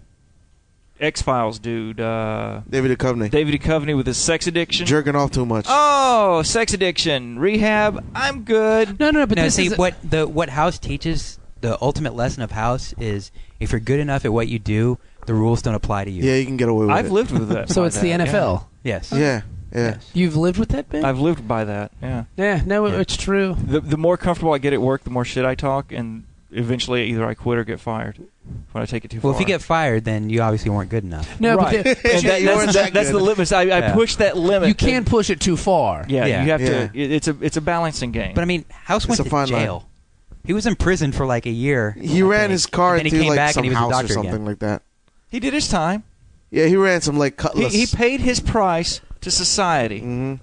S5: X Files dude? Uh,
S2: David Duchovny
S5: David Duchovny with his sex addiction.
S2: jerking off too much.
S5: Oh, sex addiction, rehab. I'm good.
S3: No, no, no. But
S4: no,
S3: this
S4: see
S3: is
S4: what the what House teaches. The ultimate lesson of House is if you're good enough at what you do, the rules don't apply to you.
S2: yeah, you can get away with
S5: I've
S2: it.
S5: lived with that.
S3: So
S5: by
S3: it's the
S5: that,
S3: NFL.
S4: Yes.
S2: yeah, yeah.
S4: Yes.
S3: You've lived with that,
S5: yeah.
S3: Ben?
S5: I've lived by that. Yeah.
S3: yeah. No, it-
S4: Yeah.
S3: it's true.
S5: The the more comfortable I get at work, the more shit I talk, and eventually either I quit or get fired when I take it too far.
S4: Well, if you get fired, then you obviously weren't good enough.
S3: No,
S5: Right.
S3: but the,
S5: And that-
S2: you
S5: that's
S2: weren't
S5: that-
S2: that
S5: that's the
S2: good.
S5: limit. I, I
S4: Yeah.
S5: push that limit.
S3: you can't push it too far.
S5: Yeah,
S4: Yeah.
S5: you have
S2: Yeah.
S5: to. It, it's a it's a balancing game.
S4: But I mean, House
S2: It's
S4: went
S2: a
S4: to
S2: fine line.
S4: jail. He was in prison for like a year.
S2: He
S4: I
S2: ran
S4: think.
S2: his car
S4: And then he
S2: into
S4: came
S2: like
S4: back and
S2: some
S4: he was a
S2: house or
S4: doctor
S2: something
S4: again.
S2: like that.
S5: he did his time.
S2: Yeah, he ran some like
S5: He,
S2: cutlass.
S5: he paid his price to society.
S2: hmm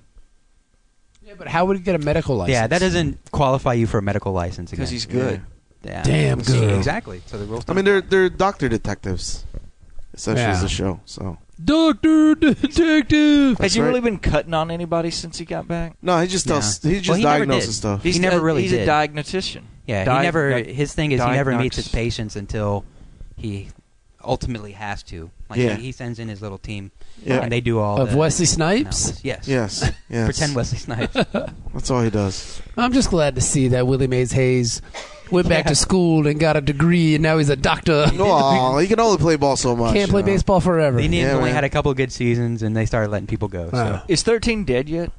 S3: Yeah, but how would he get a medical license?
S4: Yeah, that doesn't qualify you for a medical license
S5: Because he's
S4: again.
S5: good.
S4: Yeah.
S3: Damn good.
S4: Exactly. So the rules.
S2: I mean, they're they're doctor detectives. Essentially, is
S3: Yeah.
S2: the show. So
S3: Doctor Detective.
S5: Has
S2: That's
S5: he
S2: right.
S5: really been cutting on anybody since he got back?
S2: no, he just tells
S4: Yeah.
S2: he just
S4: Well, he never did.
S2: diagnoses stuff.
S4: He never really
S5: He's a
S4: did.
S5: diagnostician.
S4: Yeah,
S5: Diag-
S4: he never.
S5: di-
S4: his thing is he never meets
S5: diagnosis.
S4: his patients until he ultimately has to. Like
S2: Yeah.
S4: he, he sends in his little team,
S2: Yeah.
S4: and they do all
S3: Of
S4: the
S3: Wesley Snipes?
S4: analysis. Yes.
S2: Yes, yes.
S4: Pretend Wesley Snipes.
S2: That's all he does.
S3: I'm just glad to see that Willie Mays Hayes went back to school and got a degree, and now he's a doctor.
S2: No, he can only play ball so much. uh,
S3: Can't
S2: you
S3: play
S2: know.
S3: baseball forever.
S4: the Indians
S2: Yeah,
S4: only
S2: man.
S4: had a couple good seasons, and they started letting people go. So
S3: Wow.
S5: Is thirteen dead yet?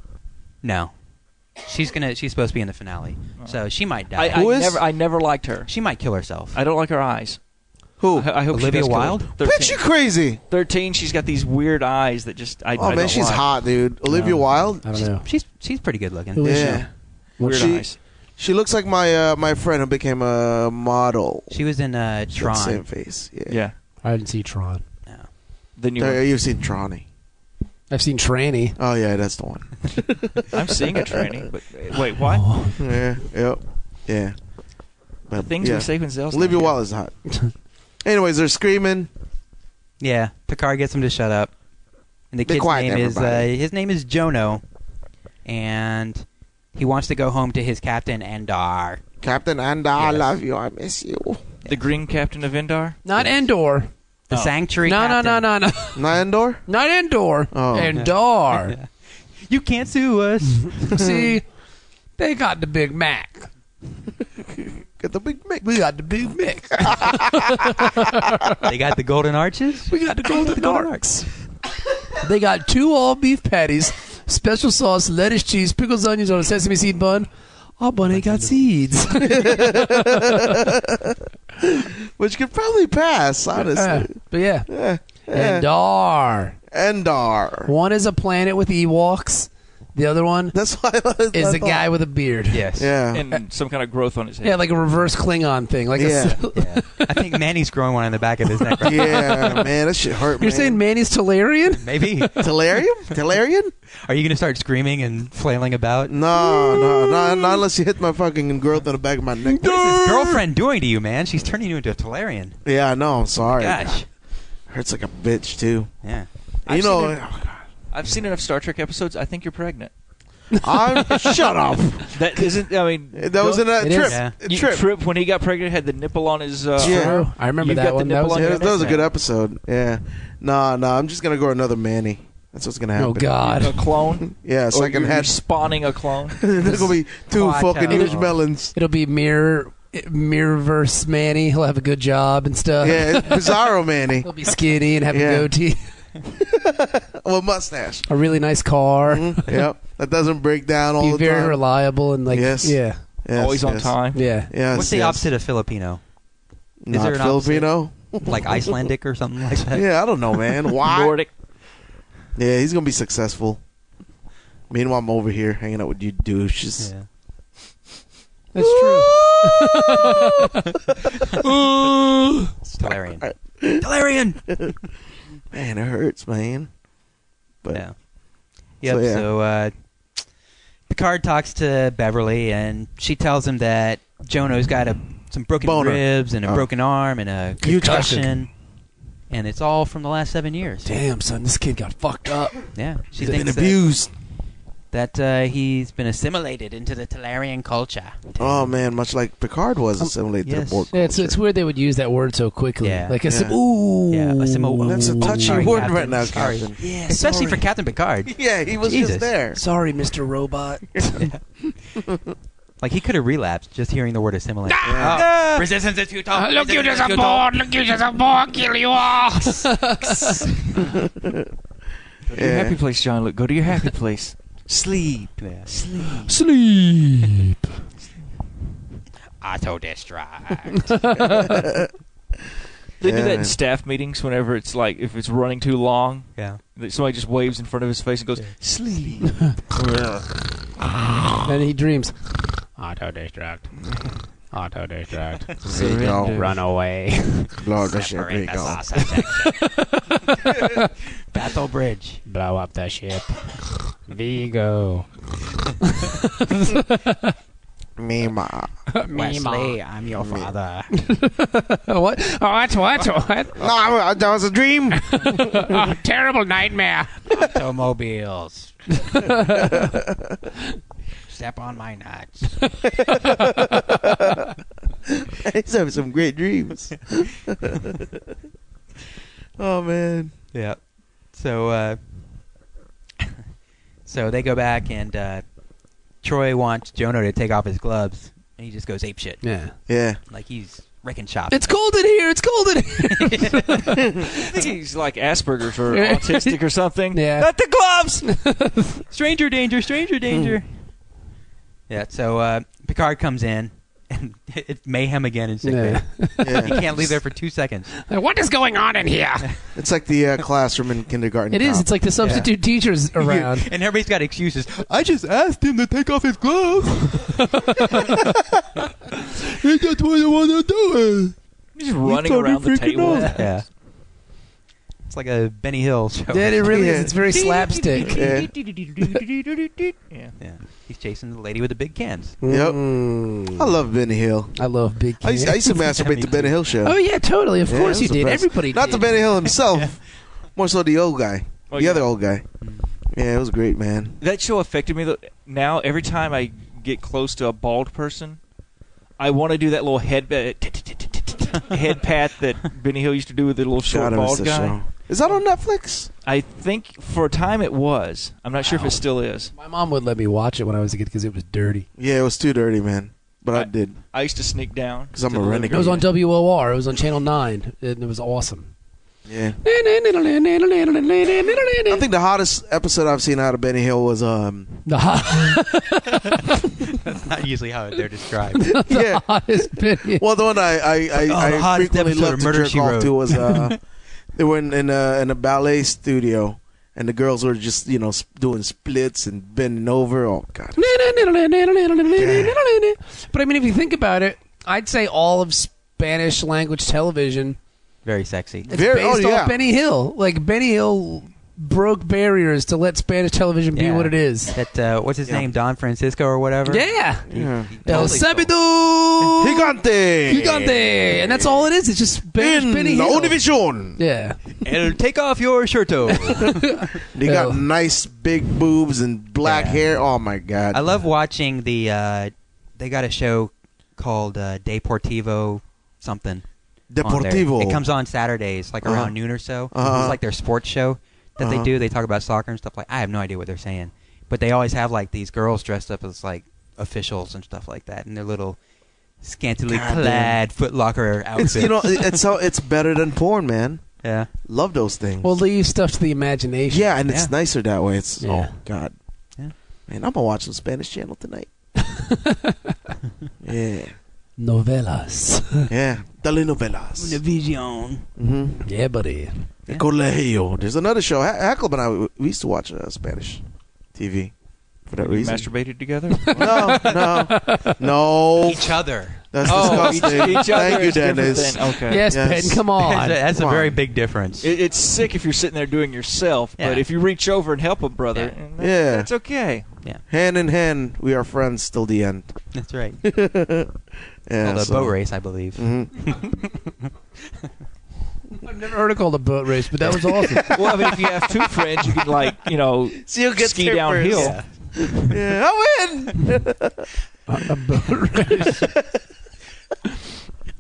S4: no, she's gonna. She's supposed to be in the finale, so she might die.
S5: I, I
S2: Who is-
S5: never I never liked her.
S4: she might kill herself.
S5: I don't like her eyes.
S2: Who?
S5: I, I hope she
S4: Olivia
S5: does kill her.
S4: Wilde?
S5: 13.
S2: Bitch, you crazy!
S5: 13, she's got these weird eyes that just I
S2: Oh
S5: I
S2: man,
S5: don't
S2: she's
S5: like.
S2: hot, dude. Olivia
S5: No.
S2: Wilde.
S3: I don't
S4: she's,
S3: know.
S4: she's she's pretty good
S3: Who
S4: looking.
S3: is
S2: Yeah,
S5: Weird
S2: She-
S5: eyes.
S2: she looks like my uh, my friend who became a model.
S4: She was in uh,
S2: She got the Same
S4: Tron.
S2: face. Yeah.
S5: Yeah.
S3: I didn't see Tron.
S4: No.
S5: The new
S2: There-
S5: one.
S2: you've seen Tronny.
S3: I've seen Tranny.
S2: Oh yeah, that's the one.
S5: I'm seeing a training, but uh, wait, what?
S2: yeah. Yep. Yeah.
S5: The
S2: But,
S5: things
S2: yeah.
S5: we say when Zell's
S2: Olivia
S5: not here.
S2: Wilde is hot. Anyways, they're screaming.
S4: Yeah, Picard gets him to shut up, and the
S2: Be
S4: kid's
S2: quiet,
S4: name is uh,
S2: everybody.
S4: his name is Jono, and he wants to go home to his captain Andar.
S2: Captain Andor, I
S4: Yes.
S2: love you. I miss you.
S5: The Green Captain of Endar.
S3: Not Endor.
S4: The
S5: Oh.
S4: sanctuary.
S3: No, no, no,
S4: captain.
S3: no, no.
S2: Not Andor.
S3: Not Endor.
S2: Oh.
S3: Endor.
S4: You can't sue us.
S3: see, they got the Big Mac.
S2: Get the big mic.
S3: We got the Big Mac.
S4: they got the golden arches.
S3: We got to go to the darks. they got two all beef patties, special sauce, lettuce, cheese, pickles, onions on a sesame seed bun. Our bun ain't got seeds.
S2: Which could probably pass, honestly.
S3: Uh, but yeah.
S2: Yeah. Yeah.
S3: And Dar.
S2: Andor.
S3: One is a planet with Ewoks. The other one
S2: That's why I was-
S3: is
S2: I
S3: a
S2: thought-
S3: guy with a beard.
S4: Yes.
S2: Yeah.
S5: and some kind of growth on his head.
S3: Yeah, like a reverse Klingon thing. Like a s-
S4: Yeah. I think Manny's growing one on the back of his neck. Right?
S2: yeah, man, that shit hurt.
S3: you're saying Manny's Talarian?
S4: Maybe.
S2: Telarium? Telarian?
S4: Are you going to start screaming and flailing about?
S2: No, no, no, not unless you hit my fucking growth on the back of my neck.
S4: What is his girlfriend doing to you, man? She's turning you into a Talarian.
S2: Yeah, I know. I'm sorry.
S4: Gosh.
S2: Hurts like a bitch too.
S4: Yeah.
S2: you
S5: I've
S2: know,
S5: seen I've seen enough Star Trek episodes. I think you're pregnant.
S2: I'm shut up.
S5: That isn't. I mean,
S2: That was in a
S3: It
S2: trip.
S3: is.
S4: Yeah.
S2: A
S5: you-
S2: trip.
S5: trip when he got pregnant had the nipple on his. Uh,
S2: Yeah.
S5: arm.
S3: I remember
S5: You've
S3: that
S5: got the
S3: one. That
S5: nipple
S3: was
S5: on
S2: Yeah,
S5: your
S2: that was a
S5: neck.
S2: good episode. Yeah. Nah, nah. I'm just gonna grow another Manny. That's what's gonna happen.
S3: oh god.
S5: A clone.
S2: Yeah,
S5: Or
S2: second
S5: you're- you're
S2: head.
S5: spawning a clone.
S2: There's gonna be two
S4: Quite
S2: fucking
S4: terrible.
S2: huge melons.
S3: It'll be mirror mirror verse Manny. He'll have a good job and stuff.
S2: Yeah, it's Bizarro Manny.
S3: He'll be skinny and have
S2: Yeah.
S3: a goatee,
S2: Well, mustache.
S3: a really nice car,
S2: Mhm, Yep. That doesn't break down all
S3: be
S2: the
S3: very
S2: time.
S3: reliable and like
S2: Yes.
S3: yeah,
S2: Yes,
S5: Always on
S2: yes.
S5: time.
S3: yeah.
S2: Yes,
S4: What's the
S2: yes.
S4: opposite of Filipino?
S2: Not
S4: there an opposite?
S2: Filipino?
S4: Like Icelandic or something like that?
S2: Yeah, I don't know, man. Why?
S5: Nordic.
S2: Yeah, he's gonna be successful. Meanwhile, I'm over here hanging out with you douches.
S4: Yeah.
S3: That's true.
S4: It's Talarian. Talarian!
S2: Man, it hurts, man. But
S4: Yeah. Yep.
S2: So,
S4: So,
S2: yeah.
S4: uh, Picard talks to Beverly, and she tells him that Jono's got a some broken
S2: Boner.
S4: ribs and a
S2: Oh.
S4: broken arm and a
S2: Huge
S4: concussion, and it's all from the last seven years.
S3: Damn son, this kid got fucked up.
S4: Yeah, she
S2: he's
S4: thinks
S2: been
S4: that-
S2: abused.
S4: that, uh, he's been assimilated into the Talarian culture.
S2: Oh man, much like Picard was
S3: Um,
S2: assimilated to
S4: yes.
S2: the Borg.
S3: Yeah, it's
S2: culture.
S3: it's weird they would use that word so quickly.
S4: Yeah.
S3: Like a sim-
S2: Yeah.
S3: ooh,
S4: Yeah, a sim- oh,
S2: That's a
S4: I'm
S2: touchy
S4: sorry,
S2: word
S4: Captain.
S2: right now,
S4: Sorry.
S2: Captain.
S3: Yeah,
S4: Especially
S3: sorry.
S4: for Captain Picard.
S2: Yeah, he was
S4: Jesus.
S2: just there.
S3: Sorry, Mr. Robot.
S4: Like he could have relapsed just hearing the word assimilate.
S2: Yeah.
S4: Oh, resistance is futile.
S6: Look, you
S4: resistance
S6: just
S4: is
S6: a
S4: futile.
S6: board. Look, you just a board. Kill you all.
S5: Go to your
S2: Yeah.
S5: happy place, John. Luke. Go to your happy place.
S4: Sleep. Sleep.
S3: Sleep.
S6: Auto destruct.
S5: They
S2: Yeah,
S5: do that
S2: man.
S5: in staff meetings whenever it's like if it's running too long.
S4: Yeah.
S5: that Somebody just waves in front of his face and goes, "Sleep."
S3: and he dreams.
S6: Auto destruct. Auto destruct.
S2: There you go.
S5: Surrender.
S6: Run away.
S2: Lord, that shit, there you
S6: Separate the
S2: go.
S6: sausage.
S4: Battle Bridge.
S6: Blow up the ship. Vigo.
S2: Mima.
S6: Wesley, I'm your
S2: Mima.
S6: father.
S3: what?
S6: what? Oh, What? What?
S2: No, I- that was a dream.
S6: Oh, terrible nightmare. Automobiles. Step on my nuts.
S2: He's having some great dreams. oh man.
S4: Yeah. So uh so they go back and uh Troy wants Jono to take off his gloves and he just goes ape shit.
S3: Yeah.
S2: Yeah.
S4: Like he's wrecking shop.
S3: It's cold in here. It's cold in here.
S5: I think he's like Asperger's or
S3: Yeah.
S5: autistic or something.
S3: Yeah.
S5: Not the gloves.
S4: stranger danger, stranger danger. Hmm. Yeah, so uh Picard comes in and it's mayhem again in sick
S3: Yeah.
S4: bay.
S2: yeah.
S4: He can't leave there for two seconds.
S6: What is going on in here?
S2: It's like the uh, classroom in kindergarten.
S3: It is.
S2: cop.
S3: It's like the substitute teachers around.
S4: And everybody's got excuses. I just asked him to take off his gloves. he just wasn't want to do it.
S5: He's running around the table.
S4: Yeah. It's like a Benny Hill show.
S3: That it really is.
S2: Yeah.
S3: It's very slapstick.
S2: Yeah.
S5: Yeah.
S4: Yeah. He's chasing the lady with the big cans.
S2: Yep.
S3: Mm.
S2: I love Benny Hill.
S3: I love big.
S2: I used, I used to masturbate
S4: Me
S2: to
S4: too.
S2: Benny Hill show.
S3: Oh yeah, totally. Of
S2: Yeah,
S3: course you
S2: that was the
S3: did.
S2: best.
S3: Everybody
S2: Not
S3: did.
S2: the Benny Hill himself, more so the old guy,
S5: Oh,
S2: the
S5: yeah.
S2: other old guy. Yeah, it was great, man.
S5: That show affected me. Though. Now every time I get close to a bald person, I want to do that little head ba- head pat that Benny Hill used to do with the little
S2: God,
S5: short
S2: I miss
S5: bald
S2: this
S5: guy.
S2: show. Is that on Netflix?
S5: I think for a time it was. I'm not sure if
S3: Wow.
S5: it still is.
S3: My mom would let me watch it when I was a kid because it was dirty.
S2: Yeah, it was too dirty, man. But I,
S5: I-
S2: did.
S5: I used to sneak down
S2: 'Cause I'm
S5: to
S2: a
S5: the living
S2: renegade.
S3: It was on
S5: room.
S3: WOR. It was on Channel Nine, and it was awesome.
S2: Yeah. I
S3: The
S2: think the hottest episode I've seen out of Benny Hill was um
S3: hot-
S4: That's not usually how they're described.
S2: yeah.
S3: hottest video.
S2: Well, the one I I I,
S4: Oh, the
S2: I
S4: hottest
S2: frequently loved
S4: episode of
S2: to uh,
S4: Murder,
S2: jerk
S4: She
S2: off
S4: Wrote.
S2: to was uh they were in in a, in a ballet studio and the girls were just you know s- doing splits and bending over. Oh god,
S3: But I mean, if you think about it, I'd say all of Spanish language television
S4: Very sexy.
S3: It's
S2: Very-
S3: based
S2: oh,
S3: off
S2: yeah.
S3: Benny Hill. Like Benny Hill broke barriers to let Spanish television
S4: Yeah.
S3: be what it is.
S4: That uh, what's his name, Don Francisco or whatever.
S3: Yeah.
S2: yeah.
S3: El
S4: Totally
S3: Sabido
S2: gigante,
S3: Gigante. And that's all it is. It's just Spanish
S2: in
S3: Benny
S2: La
S3: Hill.
S2: Univision.
S3: Yeah.
S4: And take off your shirt.
S2: They got
S3: Oh.
S2: nice big boobs and black
S4: Yeah.
S2: hair. Oh my god,
S4: I love watching the. Uh, they got a show called uh, Deportivo something. on there.
S2: Deportivo.
S4: It comes on Saturdays, like
S2: Uh-huh.
S4: around noon or so.
S2: Uh-huh.
S4: It's like their sports show that
S2: Uh-huh.
S4: they do. They talk about soccer and stuff like. I have no idea what they're saying, but they always have like these girls dressed up as like officials and stuff like that, in their little scantily
S2: God
S4: clad Footlocker outfits.
S2: It's you know it- it's how it's better than porn, man.
S4: yeah.
S2: Love those things.
S3: Well, leave stuff to the imagination.
S2: yeah, and it's
S4: yeah.
S2: nicer that way. It's
S3: Yeah.
S2: oh god,
S4: Yeah.
S2: man, I'm gonna watch some Spanish channel tonight. yeah,
S3: Novelas.
S2: yeah, telenovelas. Mm-hmm.
S3: yeah, buddy.
S4: Yeah.
S2: Colegio. There's another show. Ha- Hackleb and I we- we used to watch uh, Spanish TV for that
S5: We
S2: reason.
S5: masturbated together.
S2: no, no, no.
S4: Each other.
S2: That's
S4: Oh,
S5: Oh,
S2: disgusting. Thank you, Dennis.
S5: Okay.
S3: Yes,
S2: Yes.
S3: Ben, come
S4: That's a,
S3: on.
S4: that's a
S2: Oh, Come
S4: very
S2: on.
S4: big difference.
S5: It, it's sick if you're sitting there doing yourself,
S4: Yeah.
S5: but if you reach over and help a brother,
S4: Yeah.
S5: and that-
S2: Yeah.
S5: that's okay.
S2: Hand in hand, we are friends till the end.
S4: That's right.
S2: Yeah,
S4: Called a
S2: so-
S4: boat race, I believe.
S2: Mhm.
S3: I've never heard it called a boat race, but that was awesome.
S5: well, I mean, if you have two friends, you can like you know
S2: So you'll get
S5: ski
S2: there
S5: downhill.
S2: first. Yeah, I win.
S3: a boat race.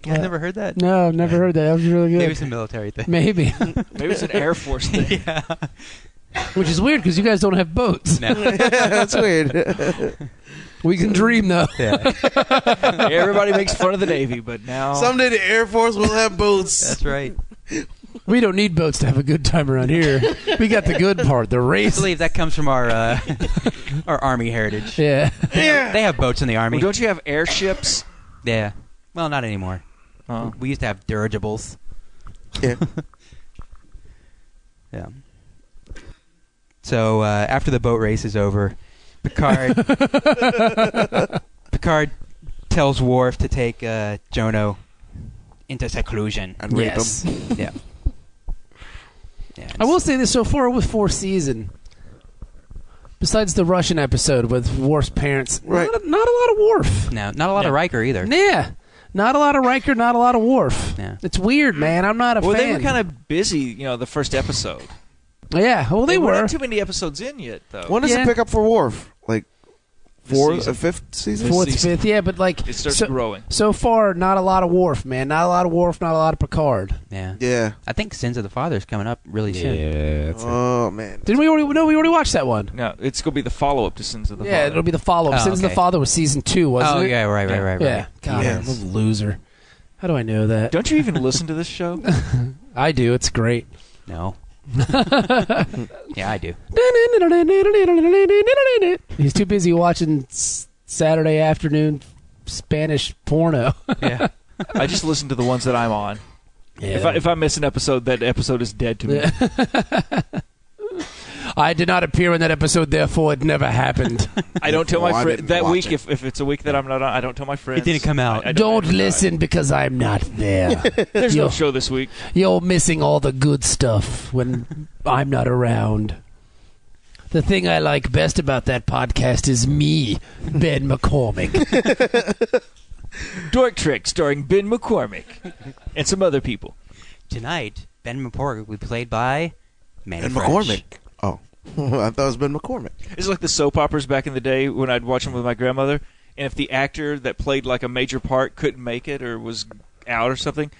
S4: I never heard that.
S3: No, I've never heard that. That was really
S4: Maybe
S3: good.
S4: it's a military thing.
S3: Maybe.
S5: Maybe it's an Air Force thing.
S4: yeah.
S3: Which is weird because you guys don't have boats.
S4: No.
S2: That's weird.
S3: We can dream, though.
S4: Yeah.
S5: Everybody makes fun of the Navy, but now
S2: Someday the Air Force will have boots.
S4: That's right.
S3: We don't need boats to have a good time around here. We got the good part, the
S4: I
S3: race.
S4: believe that comes from our uh, our army heritage.
S3: Yeah.
S2: Yeah.
S4: They have boats in the army.
S5: Well, don't you have airships?
S4: yeah. Well, not anymore.
S5: Oh.
S4: We used to have dirigibles.
S2: Yeah.
S4: yeah. So uh, after the boat race is over, Picard Picard tells Worf to take uh, Jono into seclusion.
S2: And rape
S3: Yes.
S2: them.
S4: yeah. Yeah.
S3: I will say this so far with fourth season, besides the Russian episode with Worf's parents,
S2: Right.
S3: not, a, not a lot of Worf.
S4: No, not a lot of Riker either.
S3: Yeah. Not a lot of Riker, not a lot of Worf.
S4: Yeah.
S3: It's weird, man. I'm not a
S5: Well,
S3: fan.
S5: they were kind of busy, you know, the first episode.
S3: of. Yeah, well, they,
S5: weren't
S3: were.
S5: too many episodes in yet, though.
S2: When does
S3: Yeah.
S2: it pick up for Worf? Like
S5: This
S2: fourth,
S5: season.
S2: uh, fifth season.
S3: Fourth,
S5: season.
S3: fifth, yeah, but like.
S5: it starts
S3: so,
S5: growing.
S3: so far, not a lot of Worf, man. Not a lot of Worf, not a lot of Picard.
S4: Yeah.
S2: Yeah.
S4: I think Sins of the Father is coming up really soon.
S2: Oh man.
S3: Didn't we already? No, we already watched that one.
S5: No, it's gonna be the follow up to Sins of the
S3: Yeah,
S5: Father.
S3: it'll be the follow up.
S4: Oh,
S3: Since the
S4: okay.
S3: Father was season two, wasn't
S4: oh
S3: it?
S4: yeah, right, right, right, right.
S3: Yeah. God,
S2: Yes.
S3: I'm a loser. How do I know that?
S5: Don't you even listen to this show?
S3: I do. It's great.
S4: No. yeah, I do.
S3: He's too busy watching s- Saturday afternoon Spanish porno.
S4: Yeah.
S5: I just listen to the ones that I'm on. If, I, if I miss an episode, that episode is dead to me.
S3: Yeah. I did not appear in that episode, therefore it never happened.
S5: I don't tell my
S2: Oh, I
S5: friend
S2: didn't
S5: that
S2: watch
S5: week.
S2: it.
S5: If, if it's a week that I'm not on, I don't tell my friends.
S4: It didn't come out.
S5: I- I
S3: Don't
S5: I I-
S3: listen because I'm not there.
S5: There's no
S3: You're-
S5: show this week.
S3: You're missing all the good stuff when I'm not around. The thing I like best about that podcast is me, Ben McCormick.
S5: Dork Trick starring Ben McCormick and some other people.
S4: Tonight, Ben McCormick will be played by Manny
S2: Ben
S4: French.
S2: McCormick. Oh, I thought it was Ben McCormick.
S5: It's like the soap operas back in the day when I'd watch them with my grandmother, and if the actor that played like a major part couldn't make it or was out or something,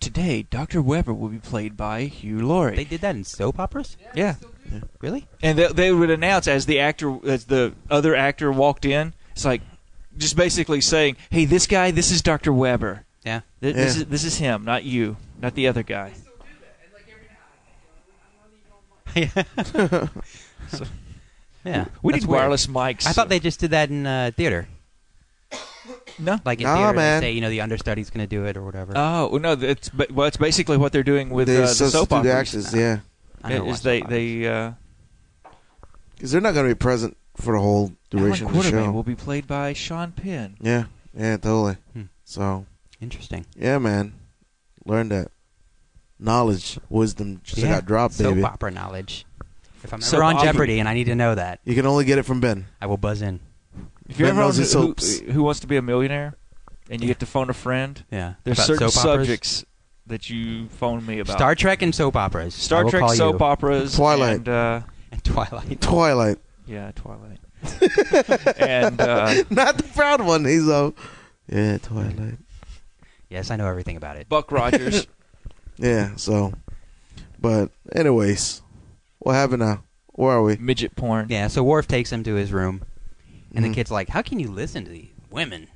S5: today Dr. Weber will be played by Hugh Laurie.
S4: They did that in soap operas?
S5: yeah,
S4: Really?
S5: and they, they would announce as the actor, as the other actor walked in. It's like just basically saying, "Hey, this guy, this is Dr. Weber.
S4: Yeah.
S5: Th- This
S2: Yeah.
S5: is this is him, not you, not the other guy."
S4: Yeah.
S5: We
S4: That's
S5: need
S4: weird.
S5: wireless mics.
S4: I thought they just did that in uh, theater.
S5: no.
S4: Like in
S2: Nah,
S4: theater,
S2: man.
S4: they say, you know, the understudy's
S5: Uh,
S4: going to do it or whatever.
S5: Oh well, no, it's ba- well, it's basically what they're doing with
S2: they
S5: uh, the
S2: substitute
S5: soap operas.
S2: actors. Yeah.
S4: I never
S5: is
S4: watched that
S5: they
S4: podcast.
S5: they uh,
S2: because they're not going to be present for the whole
S5: Alan
S2: duration of the
S5: Quartermain
S2: show.
S5: will be played by Sean Penn.
S2: yeah, yeah, totally.
S4: Hmm.
S2: So
S4: Interesting.
S2: yeah, man, learn that knowledge, wisdom just
S4: Yeah,
S2: got dropped,
S4: soap
S2: baby.
S4: opera knowledge. If I'm
S5: Soap
S4: ever on
S5: opera.
S4: Jeopardy and I need to know that,
S2: You can only get it from Ben.
S4: I will buzz in.
S5: If you're
S2: Ben
S5: ever on
S2: knows his
S5: who,
S2: soaps.
S5: who wants to be a millionaire, and you get to phone a friend,
S4: Yeah.
S5: there's
S4: About
S5: certain
S4: soap operas?
S5: subjects that you phone me about.
S4: Star Trek and soap operas. I
S5: Star
S4: will
S5: Trek
S4: call
S5: soap
S4: you.
S5: operas,
S2: Twilight.
S5: and uh,
S4: and Twilight.
S2: Twilight,
S5: yeah, Twilight, and uh,
S2: not the proud one. He's uh, yeah, Twilight.
S4: Yes, I know everything about it.
S5: Buck Rogers.
S2: Yeah. So, but anyways, what happened now? Where are we?
S5: midget porn.
S4: Yeah, so Worf takes him to his room, and
S2: Mhm.
S4: the kid's like, "How can you listen to these women?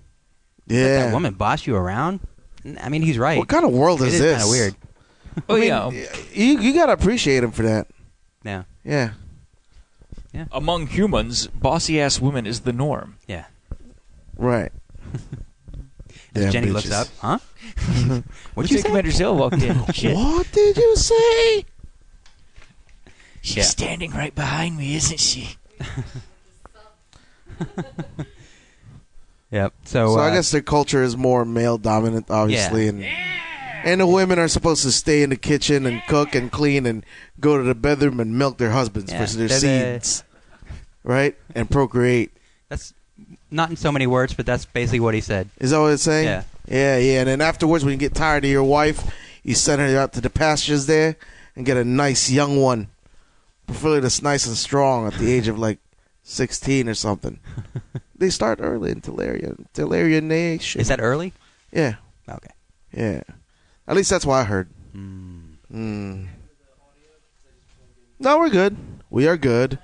S4: Let
S2: Yeah.
S4: that woman boss you around." N- I mean, he's right.
S2: What kind of world
S4: It
S2: is,
S4: is
S2: this?
S4: kind of weird.
S5: Oh
S2: I mean,
S5: yeah,
S2: You you gotta appreciate him for that.
S4: Yeah,
S2: Yeah.
S5: among humans, bossy ass women is the norm.
S4: yeah.
S2: Right.
S4: As
S2: Damn
S4: Jenny
S2: bitches.
S4: looks up, huh? What'd
S5: What's
S4: you
S5: your
S4: say?
S5: Commander Zell walked in? Shit.
S2: What did you say?
S5: She's
S4: Yeah.
S5: standing right behind me, isn't she?
S4: Yep. So,
S2: so I
S4: uh,
S2: guess their culture is more male dominant, obviously, and and the women are supposed to stay in the kitchen and cook and clean and go to the bedroom and milk their husbands
S4: Yeah,
S2: for their
S4: they're the-
S2: seeds, right? And procreate.
S4: that's not in so many words, but that's basically what he said.
S2: Is that what it's saying?
S4: Yeah.
S2: Yeah, yeah. And then afterwards, when you get tired of your wife, you send her out to the pastures there and get a nice young one, preferably that's nice and strong at the age of like sixteen or something. they start early in Teleria, Teleria Nation.
S4: Is that early?
S2: Yeah,
S4: Okay.
S2: yeah. At least that's what I heard.
S4: Mm.
S2: Mm. No, we're good. We are good.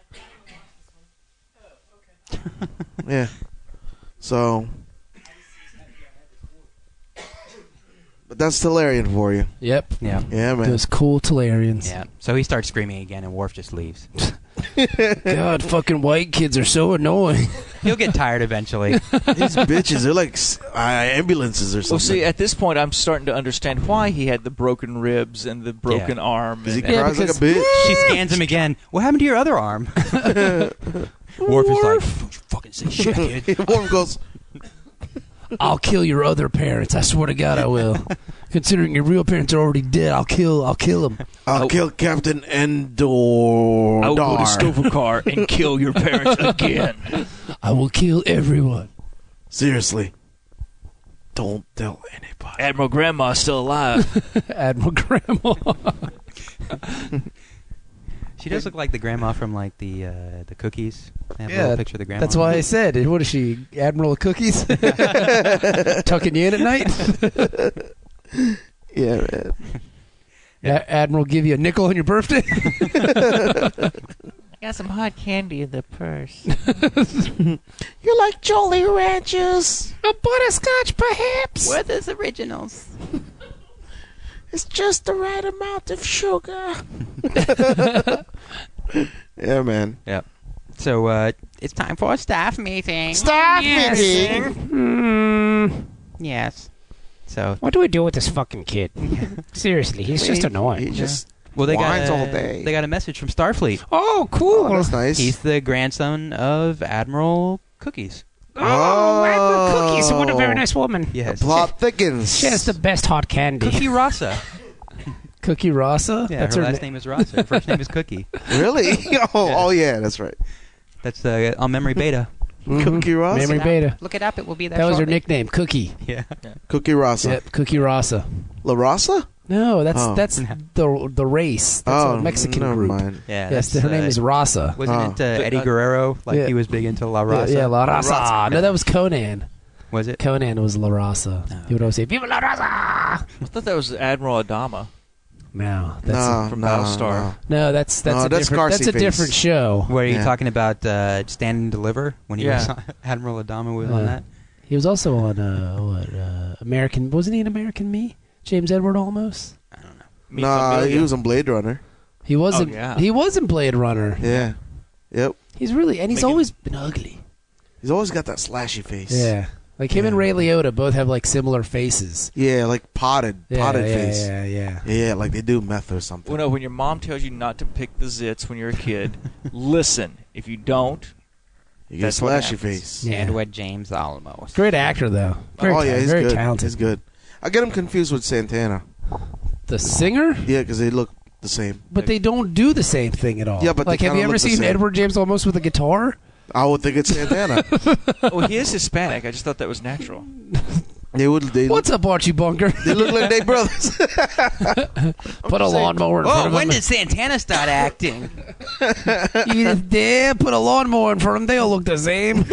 S2: yeah. So. But that's Telerian for you.
S3: Yep.
S4: Yeah.
S2: Yeah, man.
S3: Those cool Talarians.
S4: Yeah. So he starts screaming again, and Worf just leaves.
S3: God, fucking white kids are so annoying.
S4: He'll get tired eventually.
S2: These bitches, they're like s- uh, ambulances or
S5: Well,
S2: something.
S5: see, at this point, I'm starting to understand why he had the broken ribs and the broken arm.
S2: Because he
S5: and-
S3: Yeah,
S2: cries like a
S3: because-
S2: bitch.
S4: she scans him again. What happened to your other arm? Worf is like, "Don't you fucking say shit, kid."
S2: Worm goes,
S3: I'll kill your other parents. I swear to God, I will. Considering your real parents are already dead, I'll kill. I'll kill them.
S2: I'll kill Captain Endor.
S5: I'll go to
S2: Dar.
S5: Stovacar and kill your parents again.
S3: I will kill everyone.
S2: Seriously. Don't tell anybody.
S5: Admiral Grandma's still alive.
S3: Admiral Grandma.
S4: She does look like the grandma from like the uh, the cookies. They have a
S3: Yeah,
S4: little picture of the grandma.
S3: That's why I said, what is she, Admiral of Cookies? Tucking you in at night?
S2: Yeah, man.
S3: A- Admiral give you a nickel on your birthday?
S6: got some hot candy in the purse.
S2: You like Jolly Ranchers?
S3: a butterscotch, perhaps?
S6: Where those originals?
S2: It's just the right amount of sugar. yeah, man.
S4: So uh, it's time for a stop.
S6: Staff meeting.
S2: Stop
S6: Yes.
S2: meeting.
S6: Hmm. Yes.
S4: So
S7: What do we do with this fucking kid? Seriously, he's just
S2: He
S7: annoying.
S2: just.
S4: well, they got
S2: Wines
S4: a,
S2: all day.
S4: They got a message from Starfleet.
S7: Oh,
S2: Oh,
S7: cool.
S2: that's nice.
S4: He's the grandson of Admiral Cookies.
S7: Oh, Admiral Cookies. What a
S2: Oh.
S7: very nice woman.
S4: Yes.
S2: Plot thickens.
S7: She has the best hot candy.
S4: Cookie Rasa.
S3: Cookie Rasa?
S4: Yeah,
S3: That's
S4: her,
S3: her,
S4: last
S3: na-
S4: name is Rasa. Her first name is Cookie.
S2: Really? oh, oh, yeah, that's right.
S4: That's uh, on memory beta.
S3: Mm-hmm.
S2: Cookie Rasa.
S3: Memory Beta.
S6: Look it up. It will be there.
S3: That was her
S6: shortly.
S3: nickname, Cookie.
S4: Yeah.
S2: Cookie Rasa.
S3: Yep, Cookie Rasa.
S2: La Rasa?
S3: No, that's
S2: Oh.
S3: that's the the race. That's
S2: oh,
S3: a Mexican
S2: never
S3: group.
S2: mind.
S4: Yeah.
S3: Yes,
S4: that's,
S3: her name
S4: uh,
S3: is Rasa.
S4: Wasn't
S2: Oh.
S4: it uh, Eddie Guerrero? Like
S3: Yeah.
S4: he was big into La Rasa.
S3: Yeah, yeah, La Rasa.
S2: Rasa.
S3: No, that was Conan.
S4: Was it?
S3: Conan was La Rasa.
S4: Oh,
S3: He would always say, Viva La Rasa!
S5: I thought that was Admiral Adama.
S3: No, that's
S2: No,
S5: from
S2: no,
S5: Battlestar.
S2: no.
S3: no, that's that's
S2: No,
S3: a
S2: that's
S3: different, that's a
S2: Scarface.
S3: different show.
S4: Where are you
S2: Yeah.
S4: talking about uh, Stand and Deliver when he
S5: Yeah.
S4: was on, Admiral Adama was on
S3: Yeah.
S4: that?
S3: He was also on uh, what uh, American? Wasn't he an American Me? James Edward Olmos.
S5: Me
S2: nah,
S5: familia.
S2: he was on Blade Runner.
S3: He wasn't.
S5: Oh, yeah.
S3: He was in Blade Runner.
S2: Yeah. Yep.
S3: He's really and he's
S5: Making-
S3: always been ugly.
S2: He's always got that slashy face.
S3: Yeah, Like him and Ray Liotta both have like similar faces.
S2: Yeah, like potted,
S3: Yeah,
S2: potted
S3: yeah,
S2: face. Yeah,
S3: Yeah, yeah.
S2: like they do meth or something.
S5: Well, no, when your mom tells you not to pick the zits when you're a kid, listen. If you don't,
S2: you get a
S5: that's what
S2: slashy
S5: happens.
S2: face.
S3: Yeah.
S6: Edward James Olmos.
S3: Great actor though. Very
S2: oh
S3: ta-
S2: yeah, he's
S3: very
S2: good.
S3: talented.
S2: He's good. I get him confused with Santana.
S3: The singer?
S2: Yeah, because they look the same.
S3: But they don't do the same thing at all.
S2: Yeah, but they
S3: like, have
S2: kinda
S3: you ever
S2: look the
S3: seen
S2: same.
S3: Edward James almost with a guitar?
S2: I would think it's Santana.
S5: well, oh, he is Hispanic. I just thought that was natural.
S2: they would. They,
S3: What's up, Archie Bunker?
S2: they look like they brothers.
S3: put a lawnmower in front
S4: Oh,
S3: of
S4: when
S3: him.
S4: did Santana start acting?
S3: Edith there, put a lawnmower in front of them. They all look the same.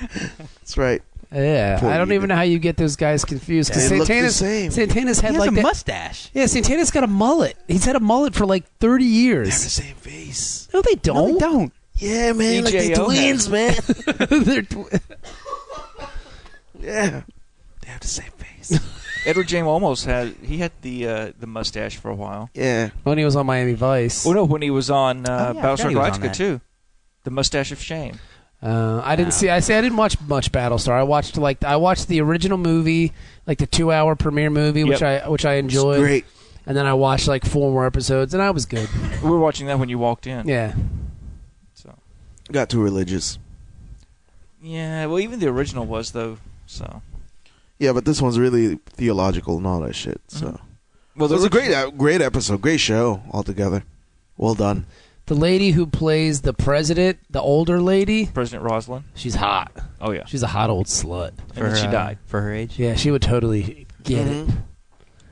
S2: That's right.
S3: yeah,
S2: Poor
S3: I don't even
S2: Edith.
S3: know how you get those guys confused because
S2: They look the
S3: Santana's
S2: same.
S3: Santana's
S4: He
S3: had
S4: has
S3: like
S4: a
S3: that-
S4: mustache.
S3: Yeah, Santana's got a mullet. He's had a mullet for like thirty
S2: They have the
S3: years.
S2: same face.
S3: No, they
S4: No,
S3: don't.
S4: they don't.
S2: Yeah, man. Like they
S5: EJO
S2: twins, man.
S3: They're tw-
S2: Yeah. They have the same face.
S5: Edward James almost had he had the uh, the mustache for a while.
S2: Yeah.
S3: when he was on Miami Vice,
S5: Oh no, when he was on uh,
S4: Oh, yeah, I
S5: Battlestar
S4: forgot he was on
S5: Galactica
S4: that.
S5: too, the mustache of shame.
S3: uh, I didn't see. I say I didn't watch much Battlestar. I watched like I watched the original movie, like the two-hour premiere movie, which I which I
S2: It's
S3: enjoyed.
S2: great.
S3: And then I watched like four more episodes, and I was good.
S5: We were watching that when you walked in.
S3: Yeah,
S5: So
S2: Got too religious.
S5: yeah, well, even the original was though. So
S2: Yeah, but this one's really theological and all that shit. So
S3: Mm-hmm.
S5: well,
S2: it was
S5: the
S2: a great,
S5: original-
S2: uh, great episode, great show altogether. Well done.
S3: the lady who plays the president, the older lady,
S5: President Roslin.
S3: she's hot.
S5: Oh yeah,
S3: She's a hot old slut.
S5: and then she
S4: uh,
S5: died.
S4: for her age.
S3: Yeah, she would totally get it.
S2: Mhm.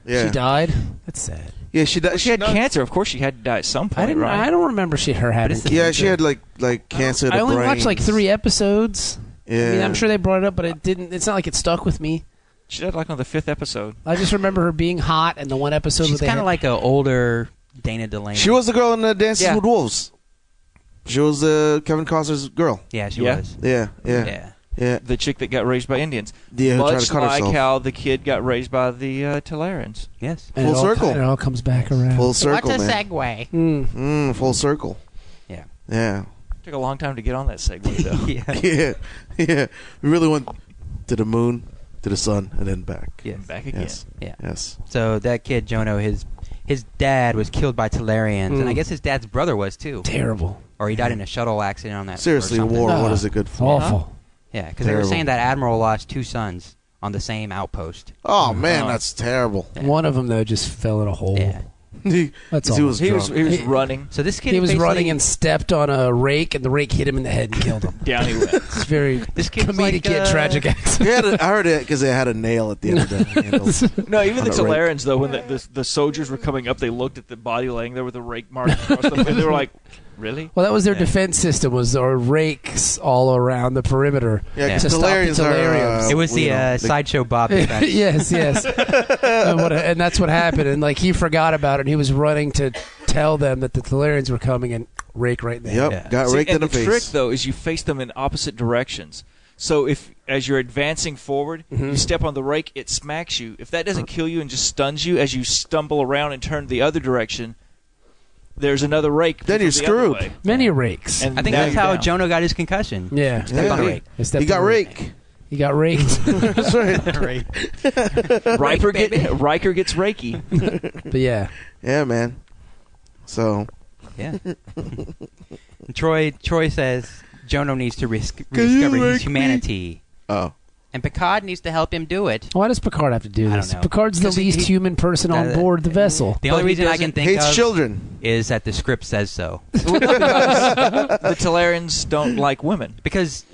S2: Yeah,
S3: She died. That's sad.
S2: yeah, she died.
S5: She had
S2: died-
S5: cancer. Of course, she had to die at some point.
S3: I didn't.
S5: Right?
S3: I don't remember she her having.
S4: it's-
S2: Yeah, she had like like cancer. of
S3: I
S2: the
S3: only
S2: brain.
S3: watched like three episodes.
S2: Yeah,
S3: I mean, I'm sure they brought it up, but it didn't. It's not like it stuck with me.
S5: she died like on the fifth episode.
S3: I just remember her being hot and the one episode.
S4: She's
S3: where they
S4: kind of
S3: had-
S4: like an older Dana Delaney.
S2: she was the girl in the Dances
S4: Yeah.
S2: with Wolves. She was uh, Kevin Costner's girl.
S4: Yeah, she
S5: Yeah.
S4: was.
S2: Yeah, yeah, yeah,
S4: Yeah.
S2: yeah.
S5: The chick that got raised by Indians,
S2: who tried
S5: much
S2: to cut
S5: like
S2: herself.
S5: how the kid got raised by the uh, Telerans.
S4: Yes.
S3: And it
S2: full
S3: all-
S2: circle.
S3: and it all comes back around.
S2: full circle,
S6: what a
S2: man.
S6: segue.
S3: Mm.
S2: Mm, full circle.
S4: Yeah.
S2: Yeah.
S5: Took a long time to get on that segue though.
S4: yeah.
S2: yeah, yeah. We really went to the moon, to the sun, and then back.
S4: Yes.
S5: Back again.
S2: Yes.
S4: Yeah.
S2: Yes.
S4: So that kid Jono, his his dad was killed by Talarians, and I
S3: Mm.
S4: guess his dad's brother was too,
S3: Terrible.
S4: or he died in a shuttle accident on that. or
S2: Seriously,
S4: something.
S2: war. what
S3: Ah,
S2: is it good for?
S3: Awful.
S4: Yeah, because they were
S2: Terrible.
S4: saying that Admiral lost two sons on the same outpost.
S2: Oh man,
S5: Oh.
S2: that's terrible.
S4: Yeah.
S3: One of them though just fell in a hole.
S4: Yeah.
S2: he,
S3: That's all.
S2: he was
S5: He
S2: drunk.
S5: was he was running
S4: So this kid
S3: he was
S4: basically-
S3: running and stepped on a rake, and the rake hit him in the head and killed him.
S5: down. He went.
S3: It's very
S4: This kid was
S3: comedic
S4: like,
S3: yet
S4: uh,
S3: tragic accident.
S2: He had a, I heard it because they had a nail at the end of the handle.
S5: No, even
S2: On
S5: the
S2: a rake.
S5: Telerans though, when the, the the soldiers were coming up, they looked at the body laying there with a rake mark across the and they were like, "Really?"
S3: Well, that was their
S5: Yeah.
S3: defense system was there were rakes all around the perimeter.
S2: Yeah,
S4: Yeah.
S2: because
S3: To stop the Talarians.
S4: It was the uh, sideshow Bob defense.
S3: yes, yes, and, what, and that's what happened. And like he forgot about it, and he was running to tell them that the Talarians were coming and rake right there.
S2: Yep,
S4: Yeah.
S2: got
S5: See,
S2: raked in
S5: and
S2: the,
S5: the
S2: face.
S5: trick though is you face them in opposite directions. So if as you're advancing forward,
S2: Mm-hmm.
S5: you step on the rake, it smacks you. If that doesn't kill you and just stuns you as you stumble around and turn the other direction, there's another rake.
S2: Then you're
S5: from the other
S2: screwed.
S5: way.
S3: Many rakes.
S5: And
S4: I think
S5: now
S4: that's
S5: you're
S4: how
S5: down.
S4: Jono got his concussion.
S3: yeah,
S2: Yeah.
S4: on a rake.
S3: He stepped
S2: He got
S3: on a
S2: raked.
S3: He got raked,
S2: That's right.
S5: Riker, get, Riker gets reiki.
S3: but yeah,
S2: Yeah, man. So
S4: Yeah. Troy Troy says Jono needs to risk, rediscover his humanity,
S2: oh,
S6: And Picard needs to help him do it.
S3: why does Picard have to do
S4: I don't
S3: this?
S4: know.
S3: Picard's the
S4: 'Cause he-
S3: least
S4: he-
S3: human person on
S4: Uh,
S3: board the vessel.
S4: The
S5: But
S4: only
S5: he
S4: reason I can
S5: doesn't-
S4: think
S2: hates
S4: of
S2: children.
S4: is that the script says so.
S5: the Talarians don't like women.
S4: Because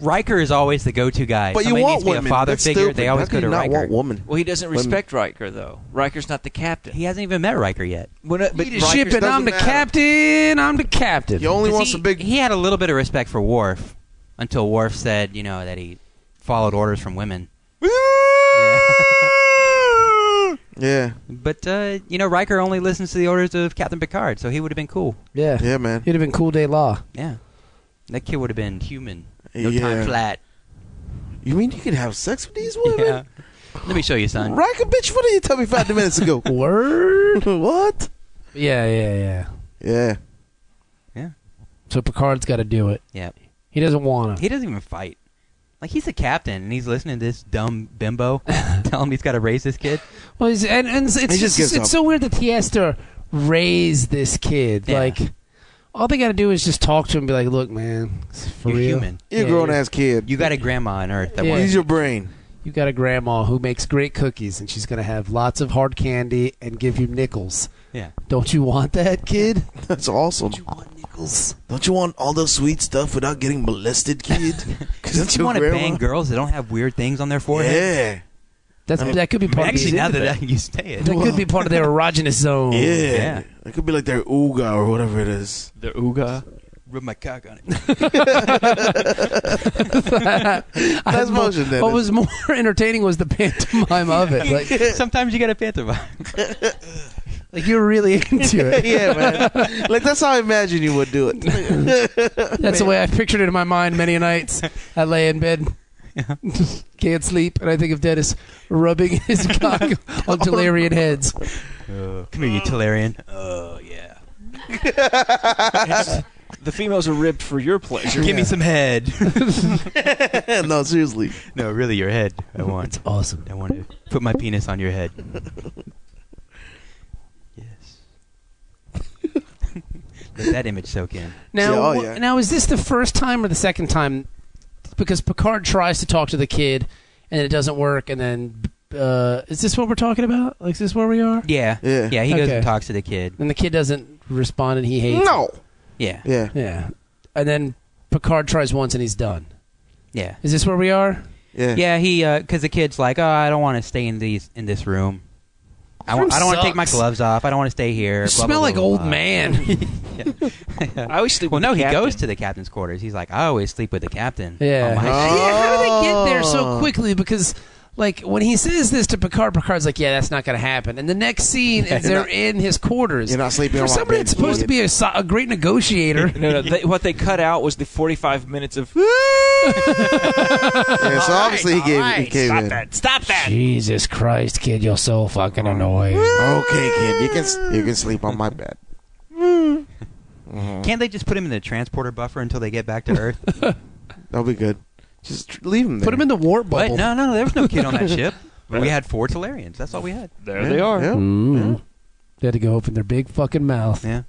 S4: Riker is always the go-to guy.
S2: But you
S4: Somebody
S2: want
S4: needs to be
S2: women.
S4: a father
S2: That's
S4: figure.
S2: Stupid.
S4: They always
S2: How
S4: go
S2: can
S4: to
S2: you not
S4: Riker.
S2: want woman.
S5: Well, he doesn't
S2: Women-
S5: respect Riker though. Riker's not the captain.
S4: He hasn't even met Riker yet.
S5: Well, no, but
S3: Lead a ship,
S5: Riker's-
S3: and I'm the
S2: doesn't matter.
S3: captain. I'm the captain.
S2: He only
S4: 'Cause
S2: wants
S4: he,
S2: a big.
S4: He had a little bit of respect for Worf until Worf said, you know, that he followed orders from women. Yeah.
S2: Yeah,
S4: but uh, you know, Riker only listens to the orders of Captain Picard, so he would have been cool.
S3: Yeah,
S2: yeah, man.
S3: it'd have been cool day law.
S4: Yeah, that kid would have been human. No
S2: Yeah.
S4: time flat.
S2: You mean you can have sex with these women?
S4: Yeah. Let me show you, son.
S2: Riker, bitch, what did you tell me five minutes ago?
S3: Word.
S2: what?
S3: Yeah, yeah, yeah.
S2: Yeah.
S3: So Picard's got to do it.
S4: Yeah.
S3: He doesn't want to.
S4: He doesn't even fight. Like he's a captain, and he's listening to this dumb bimbo tell him he's got to raise this kid.
S3: Well, he's, and, and it's, it's,
S2: just
S3: just,
S2: gives
S3: it's
S2: up.
S3: so weird that he has to raise this kid.
S4: Yeah.
S3: Like, all they got to do is just talk to him and be like, look, man, it's for
S4: You're
S3: real.
S4: human.
S2: You're
S3: Yeah,
S2: a grown
S3: you're-
S2: ass kid.
S4: You got a grandma on Earth that
S3: Yeah.
S4: works.
S2: Use your brain.
S3: You got a grandma who makes great cookies, and she's going to have lots of hard candy and give you nickels.
S4: Yeah.
S3: Don't you want that, kid?
S2: That's awesome.
S3: You want nickels?
S2: Don't you want all the sweet stuff without getting molested, kid? Because
S4: Don't you want to bang girls that don't have weird things on their forehead?
S2: Yeah.
S3: That's, that could be part
S4: Actually,
S3: of the,
S4: now that I- you say it,
S3: that could be part of their erogenous zone.
S2: yeah,
S4: Yeah.
S2: It could be like their ooga or whatever it is.
S5: The Ooga.
S4: rub my cock on it.
S3: That's
S2: motion, then.
S3: What was more entertaining was the pantomime of it. Like,
S4: Sometimes you got to pantomime.
S3: like you're really into it.
S2: yeah, man. like that's how I imagine you would do it.
S3: That's the way I pictured it in my mind many nights. I lay in bed, can't sleep, and I think of Dennis rubbing his cock on Delirian heads.
S4: Come here, you Talarian. Uh. Oh yeah.
S5: The females are ribbed for your pleasure.
S4: Give me some head.
S2: no, seriously.
S4: no, really, your head. I want.
S3: Awesome.
S4: I want to put my penis on your head. yes. Let that image soak in.
S3: Now,
S2: Yeah, oh,
S3: wha-
S2: yeah.
S3: now is this the first time or the second time? Because Picard tries to talk to the kid, and it doesn't work. And then, uh, is this what we're talking about? Like, is this where we are?
S4: Yeah.
S2: Yeah.
S4: Yeah. He goes
S3: Okay.
S4: and talks to the kid.
S3: And the kid doesn't respond, and he hates. it.
S2: No.
S4: Yeah.
S2: Yeah.
S3: Yeah. And then Picard tries once, and he's done.
S4: Yeah.
S3: Is this where we are?
S2: Yeah.
S4: Yeah. He because the kid's like, oh, I don't want to stay in these in this room. I, wa-
S3: Room
S4: I don't want to take my
S3: sucks.
S4: gloves off. I don't want to stay here.
S3: You
S4: blah, blah,
S3: smell
S4: blah,
S3: like
S4: blah,
S3: old
S4: blah.
S3: man.
S5: I always sleep
S4: Well,
S5: with
S4: no,
S5: the
S4: he
S5: captain.
S4: goes to the captain's quarters. He's like, I always sleep with the captain.
S3: Yeah.
S4: On Oh, my-
S3: Yeah, how do they get there so
S2: Oh.
S3: quickly? Because like when he says this to Picard, Picard's like, "Yeah, that's not going to happen." And the next scene is they're in his quarters.
S2: You're not sleeping
S3: For
S2: on my
S3: somebody
S2: bed,
S3: that's supposed to
S2: kid.
S3: be a, so- a great negotiator,
S5: No, no. They, what they cut out was the 45 minutes of.
S2: Yeah, so obviously he gave he came in.
S6: Stop that.
S7: Jesus Christ, kid, you're so fucking annoying.
S3: Oh,
S2: Okay, kid, you can s- you can sleep on my bed.
S3: Oh.
S4: Can't they just put him in the transporter buffer until they get back to Earth?
S2: That'll be good. Just tr- leave him there.
S3: put him in the warp
S4: Wait,
S3: bubble.
S4: no, no, there was no kid on that ship. We had four Talarians. That's all we had.
S5: there they are.
S2: Yeah.
S3: Mm. They had to go open their big fucking mouth.
S4: Yeah.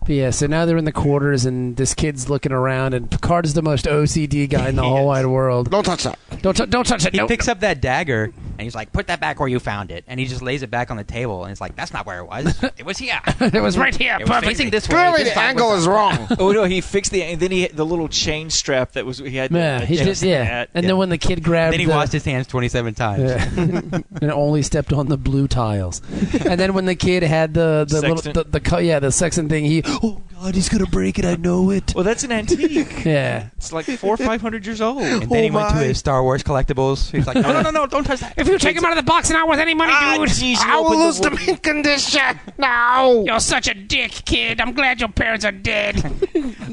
S3: But yeah, so now they're in the quarters, and this kid's looking around, and Picard is the most OCD guy in the whole wide world.
S2: Don't touch that.
S3: Don't, t- don't touch it.
S4: He
S3: Nope.
S4: picks up that dagger and he's like, "Put that back where you found it," and he just lays it back on the table and it's like, "That's not where it was. It was here. It
S7: It was right here,
S4: was
S7: perfect.
S4: facing this way. This time was up."
S2: wrong.
S5: Oh no, he fixed the and then he the little chain strap that was he had. to
S3: Yeah, he did.
S5: adjust
S3: Yeah,
S5: that.
S3: and
S5: Yeah.
S3: then when the kid grabbed,
S4: Then he
S3: the,
S4: washed his hands twenty-seven times.
S3: Yeah. and only stepped on the blue tiles. and then when the kid had the the
S5: Sextant.
S3: little the, the cu- yeah the sexton thing, he oh god, he's gonna break it. I know it.
S5: well, that's an antique.
S3: Yeah.
S5: it's like four or five hundred years old.
S4: And then he
S2: Oh
S4: went to
S2: my.
S4: his Star Wars collectibles. He's like, "No, no, no, no, don't touch that."
S7: If you take him out of the box and I want any money,
S2: Ah,
S7: dude,
S5: I will lose the.
S2: in condition. No.
S7: you're such a dick, kid. I'm glad your parents are dead.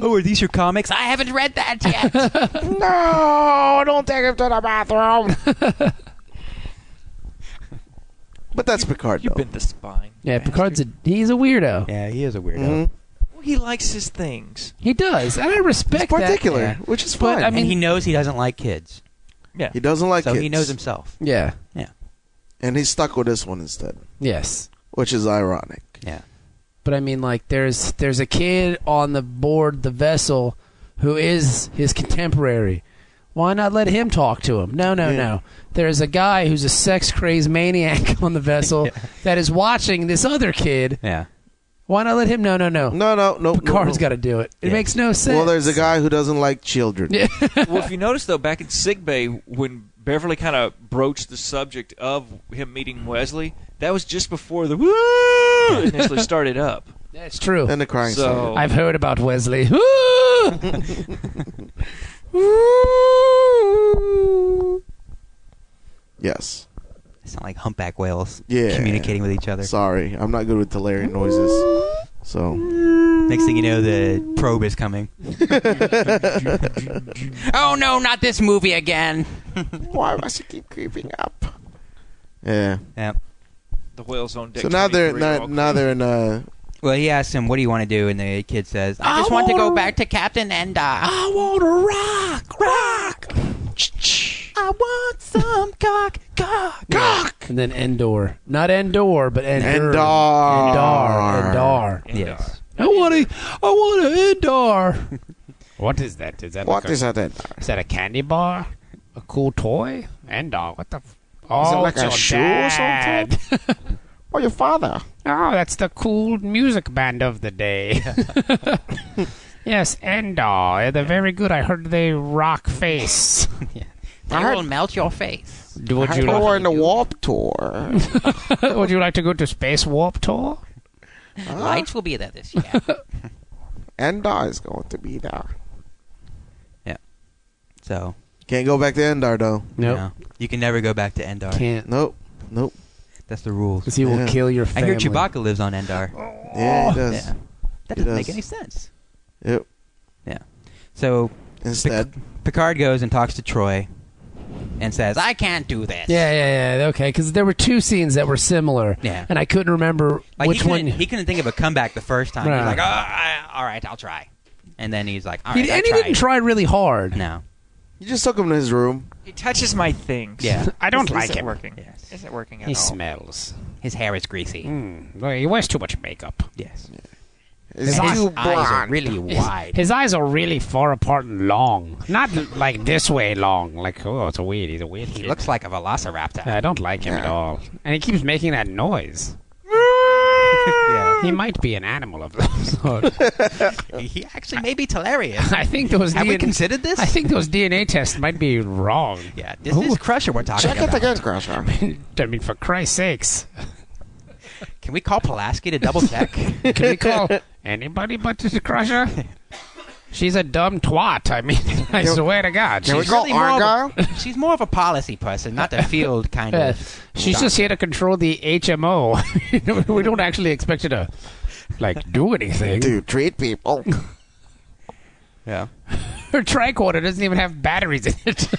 S4: Oh, are these your comics? I haven't read that yet.
S2: No. Don't take him to the bathroom. but that's Picard,
S5: You
S2: though.
S5: bent the spine.
S3: Yeah, Picard's a he's a weirdo.
S4: yeah, he is a weirdo.
S2: Mhm.
S5: Well, he likes his things.
S3: He does, and I respect
S2: He's particular,
S4: yeah.
S2: which is
S3: But,
S2: fine.
S3: I mean-
S4: Mm-hmm. and he knows he doesn't like kids,
S2: he doesn't like
S4: so
S2: kids,
S4: he knows himself.
S3: that. Yeah.
S2: and he's stuck with this one instead,
S3: Yes.
S2: which is ironic.
S4: Yeah.
S3: But I mean, like, there's there's a kid on the board the vessel who is his contemporary. Why not let him talk to him? No, no,
S2: Yeah.
S3: no. There's a guy who's a sex crazed maniac on the vessel that is watching this other kid.
S4: Yeah.
S3: Why not let him? No, no, no.
S2: No, no, no.
S3: Picard's
S2: no, no.
S3: got to do it. It
S4: Yeah.
S3: makes no sense.
S2: Well, there's a guy who doesn't like children.
S3: Yeah.
S5: well, if you notice though, back in sick bay when Beverly kind of broached the subject of him meeting Wesley, that was just before the woo initially started up.
S3: That's true.
S2: And the crying
S5: So-
S2: so,
S3: I've heard about Wesley. Ooh!
S2: Yes.
S4: They sound like humpback whales
S2: Yeah.
S4: communicating with each other.
S2: Sorry, I'm not good with Talarian noises. So
S4: Next thing you know, the probe is coming.
S6: Oh no, not this movie again.
S2: why must it keep creeping up? Yeah.
S4: Yeah.
S5: The whales on deck.
S2: So now they're
S5: 23
S2: now,
S5: all
S2: now they're in uh
S4: Well, he asks him, "What do you want to do?" And the kid says,
S6: I
S4: "I
S6: just
S4: just
S6: want to go
S4: wanna-
S6: back to Captain and uh,
S4: I want to rock, rock. I want some cock, cock.
S3: And then Endor. Not Endor, but Endor.
S2: Endor.
S3: Endor. Endor.
S4: Yes.
S3: I want to. I want to Endor.
S8: What is that? Is that
S2: What
S8: like
S2: is
S8: a,
S2: that? then?
S8: is that a candy bar? A cool toy? And uh, what the? F- oh,
S2: it like
S8: it's
S2: a
S8: your
S2: shoe or
S8: dad.
S2: Oh, your father.
S8: Oh, that's the cool music band of the day. yes, Endor. They're very good. I heard they rock face.
S6: they will melt your face.
S8: Would you,
S2: Or
S8: like,
S2: in the warp tour.
S8: would you like to go to Space Warp Tour?
S6: Lights will be there this year.
S2: Endar is going to be there.
S4: So
S2: Can't go back to Endar though.
S3: Nope.
S4: no, you can never go back to Endar.
S3: Can't.
S2: Nope. Nope.
S4: That's the rules.
S3: Because he will
S2: Yeah.
S3: kill your
S4: I
S3: family.
S4: hear Chewbacca lives on Endar.
S2: Yeah,
S8: Oh.
S2: it does.
S4: Yeah. That
S2: He
S4: doesn't make
S2: does.
S4: any sense.
S2: Yep.
S4: So
S2: Instead,
S4: Picard goes and talks to Troy, and says, "I
S6: I can't do this.
S3: Yeah, yeah, yeah. Okay, because there were two scenes that were similar.
S4: Yeah.
S3: And I couldn't remember
S4: like
S3: which
S4: he couldn't,
S3: one.
S4: He couldn't think of a comeback the first time. He's
S3: Right.
S4: like, oh, I, all right, I'll try. And then he's like, all
S3: He-
S4: right, I
S3: and he didn't try really hard.
S4: No.
S2: you just took him to his room.
S5: He touches my things.
S4: Yeah.
S8: I don't
S5: This
S8: like
S5: isn't
S8: him.
S5: working.
S4: Yes.
S5: Isn't working at
S8: He
S5: all.
S8: smells.
S4: His hair is greasy.
S8: Mm, well, he wears too much makeup.
S4: Yes.
S2: It's
S8: eyes-
S2: too
S8: eyes are
S2: blonde.
S8: really wide. His eyes are really far apart and long. Not like this way long. Like oh, it's a weird. He's a weird.
S4: He
S8: kid.
S4: looks like a velociraptor.
S8: I don't like him at all. And he keeps making that noise.
S4: yeah.
S8: He might be an animal of some sort.
S4: He, he actually may be Telerian.
S8: I think those
S4: Have we
S8: DNA,
S4: considered this?
S8: I think those DNA tests might be wrong.
S4: yeah. This is Crusher we're talking
S2: Check
S4: about.
S2: out the gun crusher.
S8: I mean, for Christ's sakes,
S4: Can we call Pulaski to double check?
S8: can we call anybody but the Crusher? She's a dumb twat. I mean, I swear to God,
S2: Can we
S8: she's,
S2: call
S4: more of a-
S2: Argyle?
S4: She's more of a policy person, not a field kind
S8: uh,
S4: of.
S8: she's just here to control the HMO. we don't actually expect her to like do anything.
S2: to treat people.
S4: Yeah.
S8: Her tricorder doesn't even have batteries in it.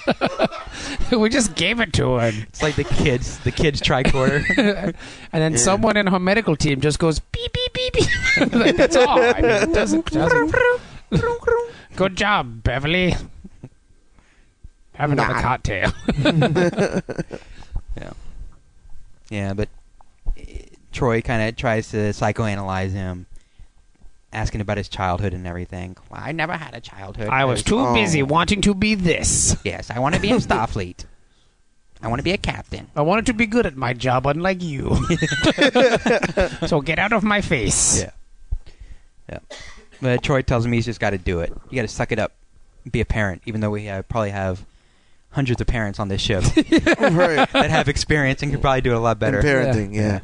S8: we just gave it to her.
S4: It's like the kids, the kids tricorder.
S8: And then someone in her medical team just goes beep beep beep beep. like, that's all. I mean, it doesn't, doesn't. Good job, Beverly. Have another cocktail.
S4: yeah, but uh, Troy kind of tries to psychoanalyze him, asking about his childhood and everything. Well, I never had a childhood.
S8: I was too
S2: Oh.
S8: busy wanting to be this.
S4: Yes, I want to be in Starfleet. I want to be a captain.
S8: I wanted to be good at my job, unlike you. so get out of my face.
S4: Yeah. Yeah. But Troy tells him he's just got to do it. You got to suck it up, be a parent, even though we uh, probably have hundreds of parents on this ship
S2: right.
S4: that have experience and could probably do it a lot
S2: And
S4: better.
S2: parenting, yeah.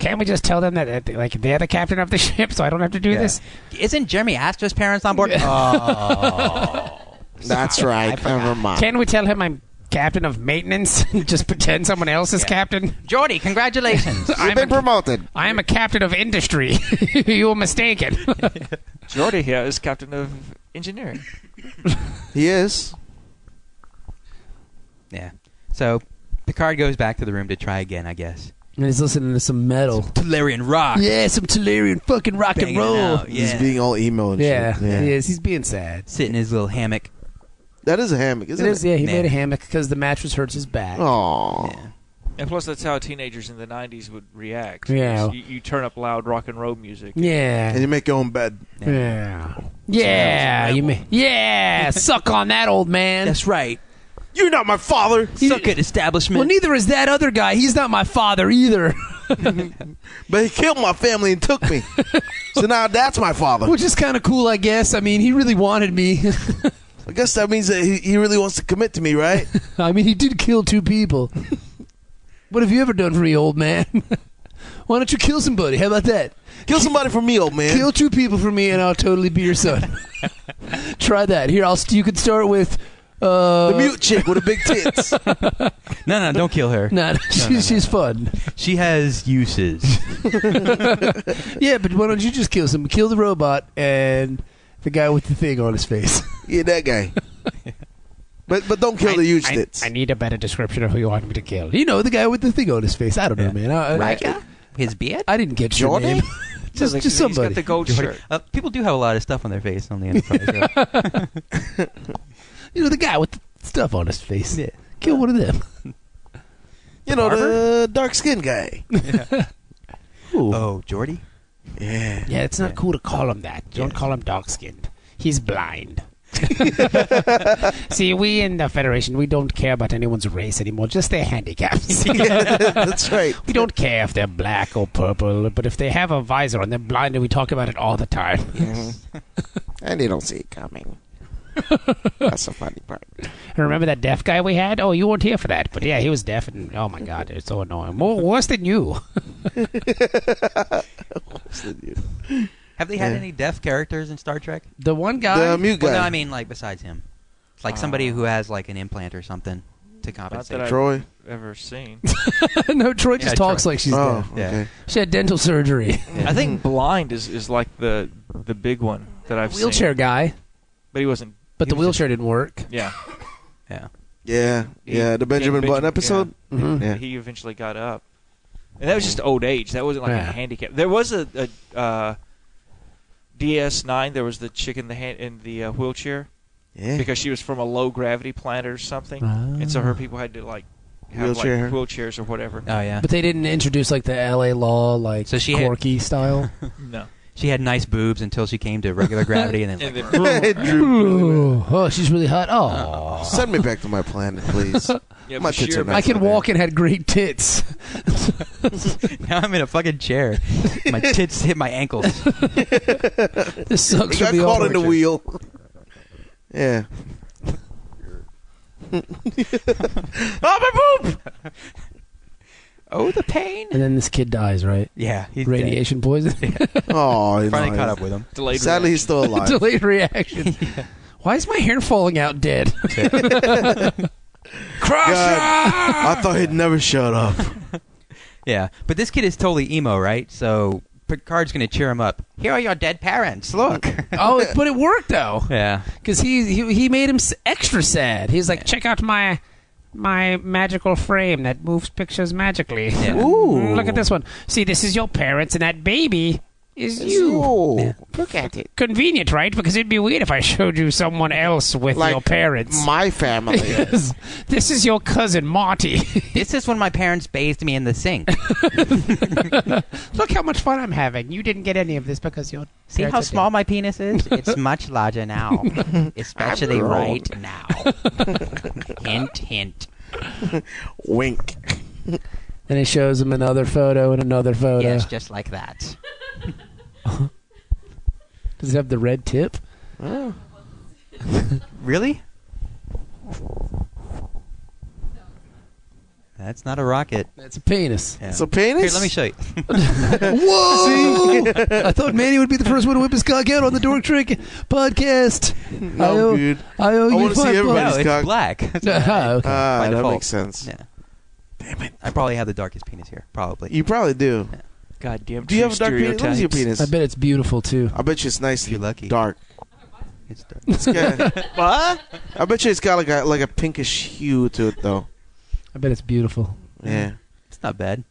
S8: Can't we just tell them that uh, like they're the captain of the ship, so I don't have to do
S4: Yeah.
S8: this?
S4: Isn't Jeremy Astor's parents on board? oh.
S2: That's right. Never mind.
S8: Can we tell him I'm captain of maintenance and just pretend someone else is captain?
S4: Jordy, congratulations.
S2: You've been promoted.
S8: I am a captain of industry. you were mistaken.
S5: Jordy here is captain of engineering.
S2: He is.
S4: yeah. So Picard goes back to the room to try again, I guess.
S3: And he's listening to some metal.
S4: Telerian rock.
S3: Yeah, some Telerian fucking rock
S4: Banging
S3: and roll.
S4: out, yeah.
S2: He's being all emo and
S3: Yeah,
S2: shit. Yeah.
S3: he is. He's being sad.
S4: Sit in his little hammock.
S2: That is a hammock,
S3: It
S2: isn't it?
S3: is, yeah, he
S4: Man.
S3: made a hammock because the mattress hurts his back.
S4: Oh.
S2: Aw.
S4: Yeah.
S5: And plus, that's how teenagers in the '90s would react.
S3: Yeah.
S5: you, you turn up loud rock and roll music.
S2: And
S3: Yeah.
S2: you make your own bed.
S8: yeah.
S3: Yeah. You may, yeah. Suck on that, old man.
S4: That's right.
S2: You're not my father.
S4: Suck it, establishment.
S3: well, neither is that other guy. He's not my father either.
S2: But he killed my family and took me. so now that's my father.
S3: Which is kind of cool, I guess. I mean, he really wanted me.
S2: I guess that means that he, he really wants to commit to me, right?
S3: I mean, he did kill two people. what have you ever done for me, old man? Why don't you kill somebody? How about that?
S2: Kill somebody for me, old man.
S3: Kill two people for me, and I'll totally be your son. Try that. Here, I'll. St- you could start with. Uh,
S2: the mute chick with the big tits.
S4: no, no, don't kill her.
S3: Nah, she's, she's fun.
S4: She has uses.
S3: Yeah, but why don't you just kill some? Kill the robot and the guy with the thing on his face.
S2: yeah, that guy. But but don't kill the huge
S8: I,
S2: tits.
S8: I need a better description of who you want me to kill.
S3: You know, the guy with the thing on his face. I don't know, man. I, I,
S4: His beard?
S3: I didn't get your
S2: Jordy?
S3: name. Just-
S5: like,
S3: just
S5: he's
S3: somebody.
S5: got the gold shirt.
S4: Uh, people do have a lot of stuff on their face on the Enterprise. right?
S3: You know, the guy with the stuff on his face.
S4: Yeah.
S3: Kill one of them.
S2: You know, the dark skinned guy.
S3: Ooh.
S4: Oh, Jordy.
S2: Yeah.
S8: Yeah, it's not
S4: Yeah.
S8: cool to call him that. Don't call him dark skinned. He's blind. See, we in the Federation, we don't care about anyone's race anymore, just their handicaps.
S2: That's right.
S8: we don't care if they're black or purple, but if they have a visor and they're blind, and we talk about it all the time.
S2: And they don't see it coming. That's the funny part.
S8: And remember that deaf guy we had? Oh, you weren't here for that, but yeah, he was deaf, and oh my god, it's so annoying. More worse than you.
S4: Have they had
S2: Yeah.
S4: any deaf characters in Star Trek?
S3: The one guy.
S2: The mute
S4: Well, no,
S2: guy.
S4: I mean like besides him, It's like somebody who has like an implant or something to compensate.
S5: that I-
S2: Troy.
S5: Ever seen?
S3: no, Troy just
S4: Yeah,
S3: talks
S4: Troy.
S3: like she's
S2: oh,
S3: deaf.
S4: Yeah.
S2: okay.
S3: She had dental surgery.
S5: I think blind is, is like the the big one that I've
S3: wheelchair
S5: seen.
S3: guy,
S5: But he wasn't.
S3: but
S5: He
S3: the
S5: was a-
S3: wheelchair didn't work.
S5: Yeah.
S2: Yeah.
S5: He-
S2: Yeah. The Benjamin
S5: Benjamin-
S2: Button episode. Mm.
S3: Mhm.
S2: Yeah.
S5: He eventually got up, and that was just old age. That wasn't like
S3: Yeah.
S5: a handicap. There was a, a uh, DS9. There was the chick in the hand in the uh, wheelchair
S2: Yeah.
S5: because she was from a low gravity planet or something, and
S3: Ah.
S5: so her people had to like have
S2: Wheelchair.
S5: like wheelchairs or whatever.
S4: Oh yeah,
S3: But they didn't introduce like the LA law, like
S4: So she had-
S3: Corky style.
S5: No,
S4: she had nice boobs until she came to regular gravity, and then
S5: and
S4: like,
S5: then
S3: Ooh, oh, she's really hot. Oh,
S2: Send me back to my planet, please.
S5: yeah,
S2: My
S5: for
S2: tits
S5: sure,
S2: are
S5: man.
S3: I
S2: nice.
S3: could walk and had great tits.
S4: now I'm in a fucking chair. my tits hit my ankles.
S3: This sucks for
S2: He got
S3: the
S2: caught in the
S3: audience.
S2: wheel. Yeah.
S4: Oh, the pain.
S3: And then this kid dies, right?
S4: Yeah, he's dead.
S3: Radiation poisoning,
S2: Oh, you
S4: Finally
S2: know,
S4: caught up with him.
S5: Delayed
S2: Sadly, he's still
S5: reaction.
S2: alive.
S3: delayed reaction. Why is my hair falling out dead?
S2: God, I thought he'd never shut up.
S4: Yeah, but this kid is totally emo, right? So Picard's gonna cheer him up. Here are your dead parents. Look.
S3: oh, it- but it worked though,
S4: yeah.
S3: because he, he he made him s- extra sad. He's like,
S8: Check out my my magical frame that moves pictures magically.
S4: Yeah.
S8: Ooh. Look at this one. See, this is your parents, and that baby is you.
S2: Look at it.
S8: Convenient, right? Because it'd be weird if I showed you someone else with
S2: Like
S8: your parents.
S2: My family.
S8: Yes. This is your cousin Marty.
S4: This is when my parents bathed me in the sink.
S8: Look how much fun I'm having. You didn't get any of this because you're.
S4: See how small my penis is? It's much larger now, especially
S2: wrong.
S4: right now. hint, hint.
S2: Wink.
S3: and it shows him another photo and another photo.
S4: uh,
S6: Yes, just like that.
S3: Does it have the red tip?
S4: Really? That's not a rocket.
S3: That's a penis.
S4: Yeah.
S2: It's a penis.
S4: Here, let me show you.
S3: Whoa! I thought Manny would be the first one to whip his cock out on the Dork Trick podcast. I
S2: No,
S3: owe,
S2: dude.
S3: I owe
S2: I
S3: you
S2: wanna see
S3: five
S4: No,
S2: everybody's-
S3: bucks.
S4: it's
S2: cock.
S4: black.
S3: Ah, okay.
S2: Ah,
S4: By
S2: that
S4: default.
S2: makes sense.
S4: Yeah.
S2: Damn it.
S4: I probably have the darkest penis here. Probably.
S2: You probably do.
S5: goddamn.
S2: Do you
S5: true
S2: have a dark penis? What is your
S5: stereotypes.
S2: penis?
S3: I bet it's beautiful too.
S2: I bet you it's nice.
S4: If you're lucky.
S2: Dark.
S4: It's dark.
S2: It's got, what? I bet you it's got like a like a pinkish hue to it though.
S3: I bet it's beautiful.
S2: Yeah.
S4: It's not bad.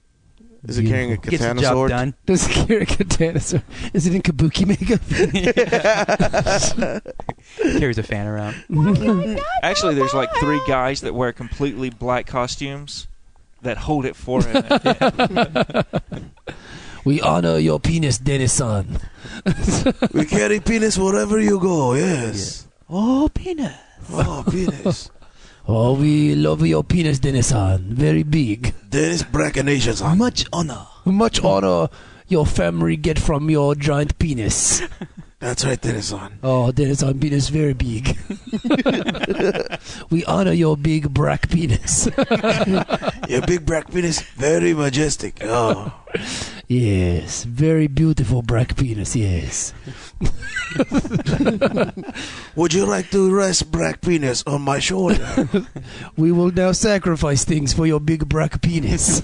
S2: Is it carrying a
S4: Gets the
S2: katana
S4: job
S2: sword?
S4: done.
S3: Does Kira Katana is it in kabuki makeup?
S4: Carries a fan around.
S5: Actually, there's like three guys that wear completely black costumes that hold it for him.
S3: we honor your penis, Denison.
S2: We carry penis wherever you go. Yes.
S4: Oh, penis.
S2: Oh, penis.
S3: Oh, we love your penis, Denison. Very big.
S2: Dennis Brackenations on.
S4: Much honor.
S3: Much honor your family get from your giant penis.
S2: That's right, Dennis on.
S3: Oh, Denison penis very big. we honor your big brack penis.
S2: Your big brack penis, very majestic. Oh.
S3: Yes, very beautiful black penis. Yes,
S2: Would you like to rest brack penis on my shoulder?
S3: we will now sacrifice things for your big black penis.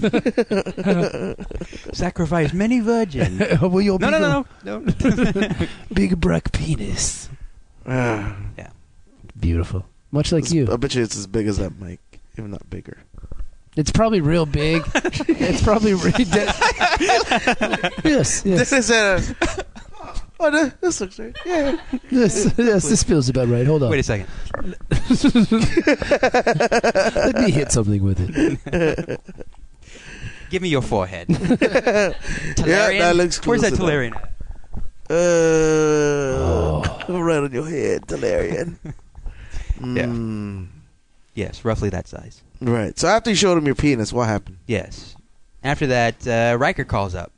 S4: Sacrifice many virgins.
S3: for your
S4: no,
S3: big,
S4: no, no, no, no.
S3: big black penis.
S2: Ah.
S3: Beautiful, much like
S2: It's-
S3: you.
S2: I bet you it's as big as that mic, if not bigger.
S3: It's probably real big. it's probably re- yes, yes,
S2: This is a. Oh, this, this looks right. Yeah.
S3: yes, yes. This feels about right. Hold on.
S4: Wait a second.
S3: Let me hit something with it.
S4: Give me your forehead.
S2: Yeah, that looks
S4: Where's that
S2: close enough.
S4: Telerian? at?
S2: Uh, Right on your head, Delirian.
S4: Yeah.
S2: Mm,
S4: Yes, roughly that size.
S2: Right. So after you showed him your penis, what happened?
S4: Yes. After that, uh, Riker calls up.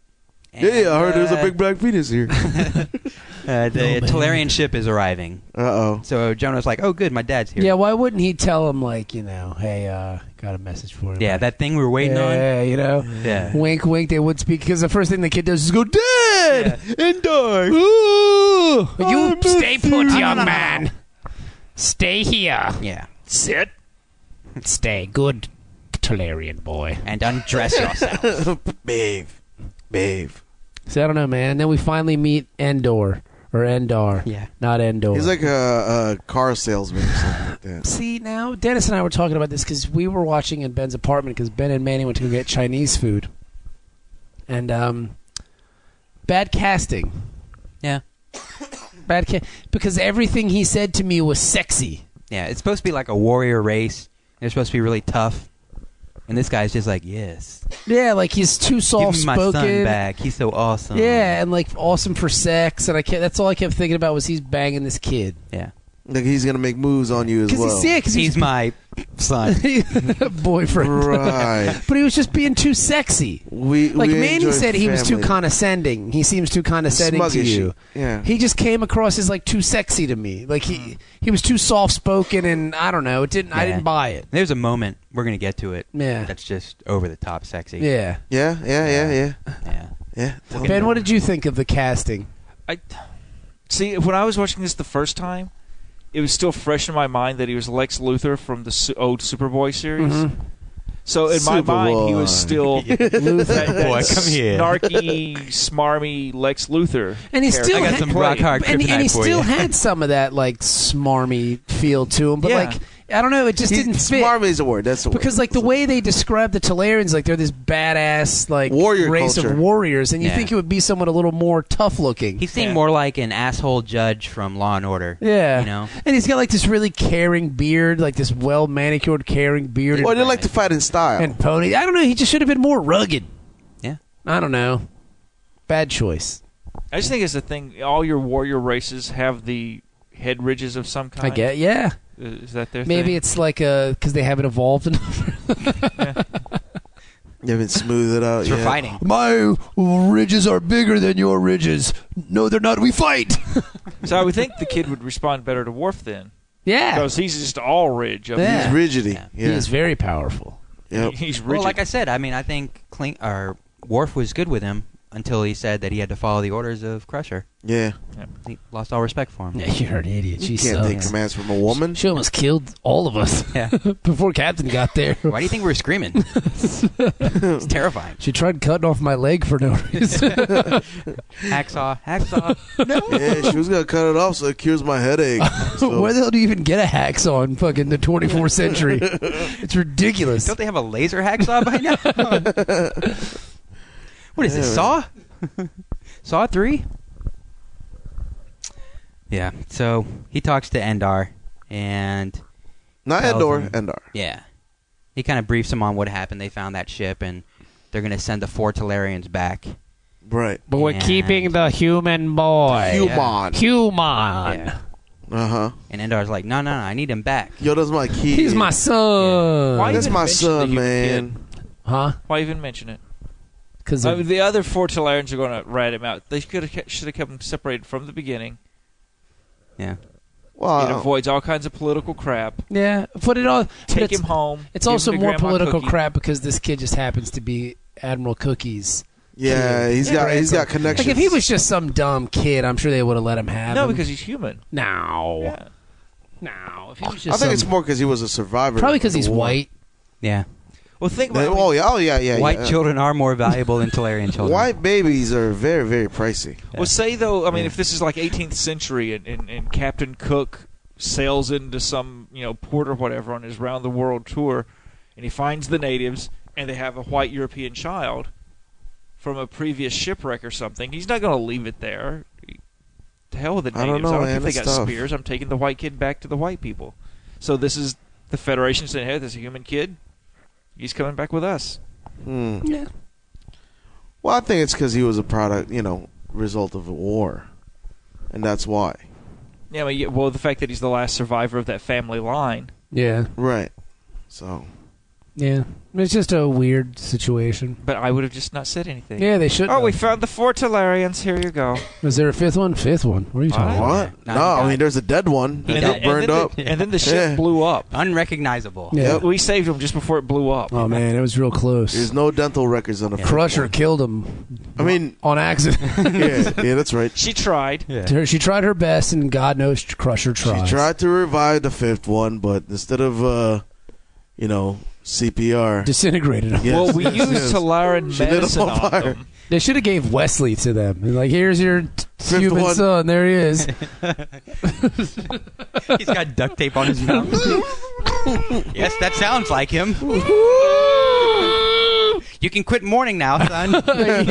S4: And,
S2: yeah, I heard there's a
S4: uh,
S2: big black penis here. uh
S4: Uh, the
S3: No, man.
S4: Talarian ship is arriving.
S2: oh.
S4: So Jonah's like, "Oh, good, my dad's here."
S3: Yeah. Why wouldn't he tell him like you know, hey, uh, got a message for him?
S4: Yeah, that thing we were waiting
S3: Yeah, you know.
S4: on. Yeah.
S3: Wink, wink. They would speak because the first thing the kid does is go dead and die.
S7: You stay put, young
S4: no, no.
S7: man. Stay here.
S4: Yeah.
S7: Sit. Stay. Good Talarian boy.
S4: And undress yourself.
S2: Babe. Babe.
S3: So I don't know, man. And then we finally meet Endor or Endar,
S4: yeah.
S3: not Endor.
S2: He's like a, a car salesman or something like that.
S3: See now, Dennis and I were talking about this because we were watching in Ben's apartment because Ben and Manny went to go get Chinese food, and um, bad casting.
S4: Yeah.
S3: bad ca- because everything he said to me was sexy.
S4: Yeah. It's supposed to be like a warrior race. They're supposed to be really tough. And this guy's just like, "Yes,
S3: Yeah, like he's too
S4: give
S3: soft
S4: me my son
S3: spoken.
S4: back. He's so
S2: Um,
S4: awesome."
S3: Yeah, and like awesome for sex, and I can't, that's all I kept thinking about was he's banging this kid
S4: Yeah.
S2: Like he's gonna make moves on you as
S3: because
S2: well.
S3: he's sick. Cause
S4: He's my son.
S3: he's boyfriend,
S2: Right.
S3: but he was just being too sexy.
S2: We
S3: Like
S2: we
S3: Manny
S2: enjoy
S3: said, he was too
S2: family.
S3: condescending. He seems too condescending to
S2: Smuggish.
S3: you.
S2: Yeah. Mm.
S3: He just came across as like too sexy to me. Like he he was too soft spoken, and I don't know. It didn't. I
S4: Yeah.
S3: didn't buy it.
S4: There's a moment we're gonna get to it.
S3: Yeah.
S4: That's just over the top sexy.
S3: Yeah.
S2: yeah, yeah, yeah, yeah,
S4: Yeah.
S2: yeah.
S3: Ben, what did you think of the casting?
S5: I see when I was watching this the first time, it was still fresh in my mind that he was Lex Luthor from the su- old Superboy series.
S3: Mm-hmm.
S5: So in my mind, he was still that, that
S4: Boy, come here.
S5: snarky, smarmy Lex Luthor.
S3: And he
S5: character.
S3: still
S4: I got
S3: had-
S4: some rock hard
S3: And,
S4: kryptonite
S3: and he
S4: for
S3: still
S4: you.
S3: had some of that like smarmy feel to him, but
S5: Yeah.
S3: like I don't know. It just
S2: He-
S3: didn't fit.
S2: Smarmy is a word. That's the word.
S3: because like the way they describe the Talarians, like they're this badass like
S2: Warrior
S3: race
S2: culture.
S3: of warriors, and you
S4: Yeah.
S3: think it would be someone a little more tough looking.
S4: He seemed
S5: Yeah.
S4: more like an asshole judge from Law and Order.
S3: Yeah.
S4: You know?
S3: And he's got like this really caring beard, like this well manicured caring beard
S2: Or
S3: and,
S2: they like to fight in style.
S3: and pony. I don't know. He just should have been more rugged.
S4: Yeah.
S3: I don't know. Bad choice,
S5: I just think it's the thing. All your warrior races have the head ridges of some kind.
S3: I get. Yeah.
S5: Is that their
S3: Maybe
S5: thing?
S3: it's like a because they haven't evolved enough.
S2: you haven't smoothed it out.
S4: It's
S2: yet.
S4: for fighting.
S3: My ridges are bigger than your ridges. No, they're not. We fight.
S5: so I would think the kid would respond better to Worf then,
S3: Yeah.
S5: because he's just all ridge. I mean,
S3: Yeah.
S2: He's rigidity.
S4: Yeah.
S2: Yeah.
S3: He is very powerful.
S2: Yep.
S5: He's rigid.
S4: Well, like I said, I mean, I think Clink or Worf was good with him until he said that he had to follow the orders of Crusher.
S2: Yeah.
S4: He lost all respect for him.
S3: Yeah, you're an idiot. She
S2: You can't take
S3: sucks.
S2: commands from a woman.
S3: She almost killed all of us
S4: Yeah.
S3: before Captain got there.
S4: Why do you think we were screaming? it's terrifying.
S3: She tried cutting off my leg for no reason.
S4: Hacksaw, hacksaw.
S2: yeah, she was gonna cut it off so it cures my headache. So-
S3: Where the hell do you even get a hacksaw in fucking the 24th century? It's ridiculous.
S4: Don't they have a laser hacksaw by now? what is this? Saw? saw three? Yeah. So he talks to Endar, and
S2: Not
S4: Tells
S2: Endor.
S4: him.
S2: Endor.
S4: Yeah. He kind of briefs him on what happened. They found that ship, and they're going to send the four Talarians back.
S2: Right.
S8: But we're
S4: And-
S8: keeping the human boy.
S2: Human.
S8: Human.
S4: Yeah.
S2: Uh huh.
S4: And Endar's like, no, no, no, I need him back.
S2: Yo, that's my key.
S3: He's my son.
S5: Why
S2: That's
S5: even
S2: my
S5: mention the
S2: son,
S5: human
S2: man.
S5: kid?
S3: Huh?
S5: Why even mention it?
S3: Because
S5: I mean, the other four Talarians are going to rat him out. They could have should have kept him separated from the beginning.
S4: Yeah.
S5: it
S2: Well,
S5: avoids all kinds of political crap.
S3: yeah, but it all. but
S5: Take
S3: it's,
S5: him home.
S3: It's
S5: give
S3: also
S5: him to
S3: more
S5: Grandma
S3: political
S5: Cookie.
S3: crap because this kid just happens to be Admiral Cookies.
S2: yeah, he's got he's got connections.
S3: Like if he was just some dumb kid, I'm sure they would have let him have
S5: No,
S3: him.
S5: because he's human.
S3: now,
S5: Yeah.
S3: now, if he was just
S2: I think
S3: some-
S2: it's more because he was a survivor.
S3: probably because
S2: of
S3: he's
S2: the war.
S3: white.
S4: Yeah.
S5: Well, think
S2: They-
S5: about it.
S2: oh yeah, oh yeah, yeah.
S4: White
S2: yeah.
S4: children are more valuable than Talarian children.
S2: White babies are very, very pricey.
S5: Well, say though, I mean,
S4: Yeah.
S5: if this is like 18th century and, and, and Captain Cook sails into some you know port or whatever on his round the world tour, and he finds the natives, and they have a white European child from a previous shipwreck or something. He's not going to leave it there. To hell with the
S2: I
S5: natives.
S2: don't know,
S5: care
S2: man.
S5: if they
S2: It's
S5: got
S2: tough.
S5: spears. I'm taking the white kid back to the white people. So this is the Federation saying, "Hey, this is a human kid. He's coming back with us."
S2: Hmm.
S3: Yeah.
S2: Well, I think it's because he was a product, you know, result of a war, and that's why.
S5: Yeah, but yeah, well, the fact that he's the last survivor of that family line.
S3: Yeah.
S2: Right. So
S3: Yeah. It's just a weird situation.
S5: But I would have just not said anything.
S3: Yeah, they should.
S5: Oh, we found the four Talarians. Here you go.
S3: Was there a fifth one? Fifth one. What are you talking about?
S2: what?
S6: Nah,
S2: No,
S6: he
S2: I
S6: died.
S2: mean there's a dead one that got burned
S5: then
S2: up.
S5: The, and then the ship
S2: Yeah.
S5: blew up.
S6: Unrecognizable.
S3: Yeah.
S5: We saved him just before it blew up.
S3: Oh man, it was real
S2: There's
S3: close.
S2: no dental records on the. front.
S3: Crusher killed him
S2: I mean,
S3: on accident.
S2: yeah, yeah, that's right.
S5: She tried.
S3: Her- she tried her best, and God knows Crusher tried.
S2: She tried to revive the fifth one, but instead of, uh, you know, CPR.
S3: Disintegrated him.
S2: Yes,
S5: well, we
S2: yes,
S5: used
S2: yes.
S5: Talaran
S2: She lit him
S5: medicine
S2: on
S5: on
S2: fire.
S5: them.
S3: They should have gave Wesley to them. And like, here's your t-
S2: Fifth
S3: human
S2: one.
S3: son. There he is.
S4: He's got duct tape on his mouth. yes, that sounds like him. you can quit mourning now, son.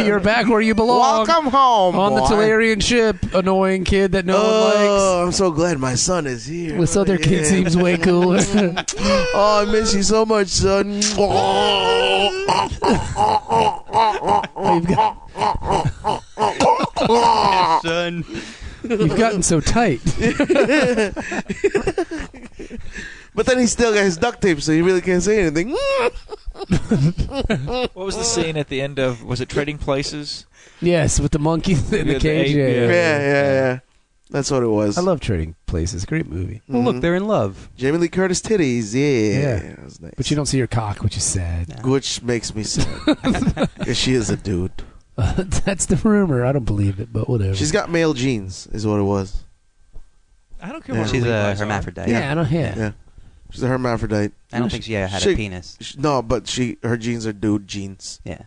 S3: You're back where you belong.
S2: Welcome home,
S3: on the
S2: boy.
S3: Talarian ship, annoying kid that no
S2: Oh, I'm so glad my son is here.
S3: one likes. This other
S2: yeah.
S3: kid seems way cooler.
S2: Oh, I miss you so much, son.
S3: you've, got,
S4: son.
S3: you've gotten so tight.
S2: but then he still got his duct tape, so he really can't say anything.
S5: What was the scene at the end of? Was it Trading Places?
S3: yes, with the monkey in the
S5: the
S3: cage.
S5: ape,
S3: yeah,
S5: yeah.
S2: Yeah,
S3: yeah.
S2: yeah, yeah. That's what it was. Mm-hmm.
S3: I love Trading Places. Great movie.
S4: Well, look, they're in love.
S2: Jamie Lee Curtis titties. Yeah,
S3: Yeah.
S2: That was nice.
S3: But you don't see your cock, which is sad.
S2: which makes me sad. 'Cause she is a dude.
S3: That's the rumor. I don't believe it, but whatever.
S2: She's got male genes, is what it was.
S5: I don't care
S2: Yeah.
S5: what
S4: She's
S5: her
S4: a
S5: Levi's are.
S4: hermaphrodite.
S3: yeah, I don't. Yeah.
S2: Yeah. She's a hermaphrodite.
S4: I don't think she had
S2: She-
S4: a penis.
S2: She- No, but she her genes are dude genes,
S4: Yeah.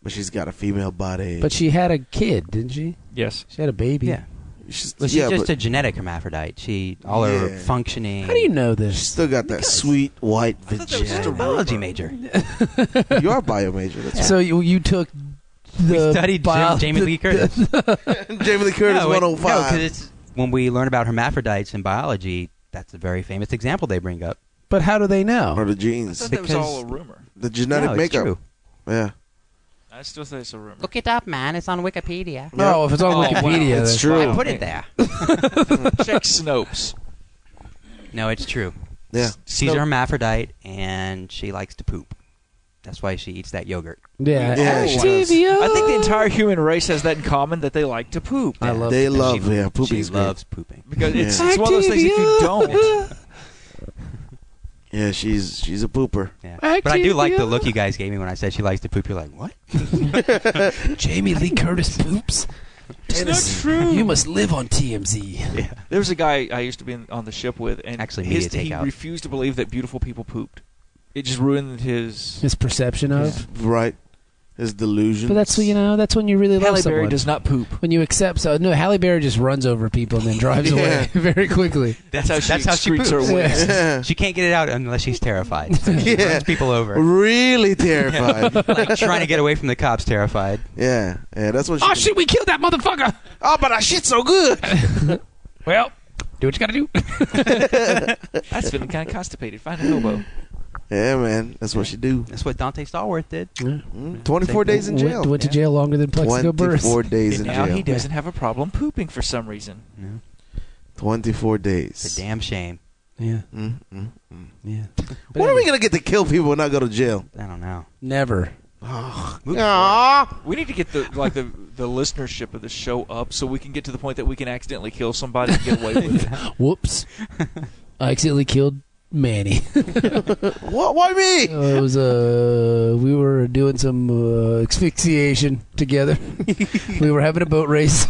S2: but she's got a female body.
S3: But she had a kid, didn't she?
S5: Yes.
S3: She had a baby.
S4: Yeah.
S2: she's,
S4: Well, she's
S2: yeah,
S4: just
S2: but
S4: a genetic hermaphrodite. She all
S2: Yeah.
S4: her functioning.
S3: How do you know
S2: she's
S3: this?
S2: still got that sweet white
S4: She's a
S2: vagina.
S4: biology major.
S2: you are bio major. That's
S3: So you you took the
S4: we studied
S3: bio-
S4: Jamie Lee Curtis.
S2: right. Jamie Lee Curtis,
S4: no, it- no, 'cause
S2: 105.
S4: it's when we learn about hermaphrodites in biology. That's a very famous example they bring up.
S3: But how do they know?
S2: or the
S5: I
S2: genes,
S5: thought that was
S4: Because-
S5: all a rumor.
S2: the genetic
S4: no, it's
S2: makeup.
S4: true.
S2: Yeah,
S5: I still think it's a rumor.
S6: Look it up, man. It's on Wikipedia.
S3: No, if it's on
S5: Oh, wow.
S3: Wikipedia,
S2: it's
S3: then-
S2: true.
S4: I put it there.
S5: Check Snopes.
S4: No, it's true.
S2: yeah,
S4: She's a hermaphrodite and she likes to poop. That's why she eats that yogurt.
S3: Yeah.
S2: Yeah, she does.
S3: TVO.
S5: I think the entire human race has that in common that they like to poop.
S3: I love
S2: they
S3: it.
S2: love
S4: she,
S2: yeah.
S4: she
S2: Poopy's great.
S4: loves pooping.
S5: Because it's,
S2: Yeah.
S5: it's one of those things if you don't.
S2: Yeah, she's she's a pooper.
S4: Yeah. But I do
S3: Activia.
S4: like the look you guys gave me when I said she likes to poop. You're like, what?
S3: Jamie Lee Curtis poops.
S5: It's
S3: Dennis,
S5: not true.
S3: You must live on TMZ.
S5: There was a guy I used to be in, on the ship with, and
S4: Actually,
S5: his,
S4: media
S5: he
S4: takeout.
S5: refused to believe that beautiful people pooped. It just ruined his.
S3: His perception of.
S2: Right, his delusion.
S3: But that's you know. That's when you really love
S5: Halle Berry
S3: someone.
S5: does not poop.
S3: when you accept so no, Halle Berry just runs over people and then drives away very quickly.
S5: That's how she
S4: that's how she
S5: excretes her
S4: poops.
S5: waste.
S2: Yeah.
S4: She can't get it out unless she's terrified. So she
S2: Yeah.
S4: runs people over.
S2: really terrified.
S4: like trying to get away from the cops, terrified.
S2: yeah, yeah, that's what she.
S8: Oh
S2: can-
S8: shit, we killed that motherfucker.
S2: Oh, but I shit so good.
S8: Well, do what you gotta do.
S5: That's feeling kind of constipated. Find a hobo.
S2: Yeah, man, that's what she do.
S4: That's what Dante Stallworth did.
S2: Mm, Twenty-four days in
S3: Went-
S2: jail.
S3: Went, to jail longer than Plexico Burris.
S2: Twenty-four days in
S5: And now he
S2: jail.
S5: doesn't have a problem pooping for some reason.
S2: Twenty-four
S4: It's
S2: days.
S4: a damn shame.
S3: Yeah.
S2: Mm, mm, mm.
S4: Yeah.
S3: But
S2: When are we
S3: anyway,
S2: gonna get to kill people and not go to jail?
S4: I don't know.
S3: Never.
S4: Move
S5: We need to get the like the the listenership of the show up so we can get to the point that we can accidentally kill somebody and get away with it.
S3: Whoops. I accidentally killed Manny.
S2: What? Why me?
S3: Uh, it was uh, we were doing some uh, asphyxiation together. we were having a boat race.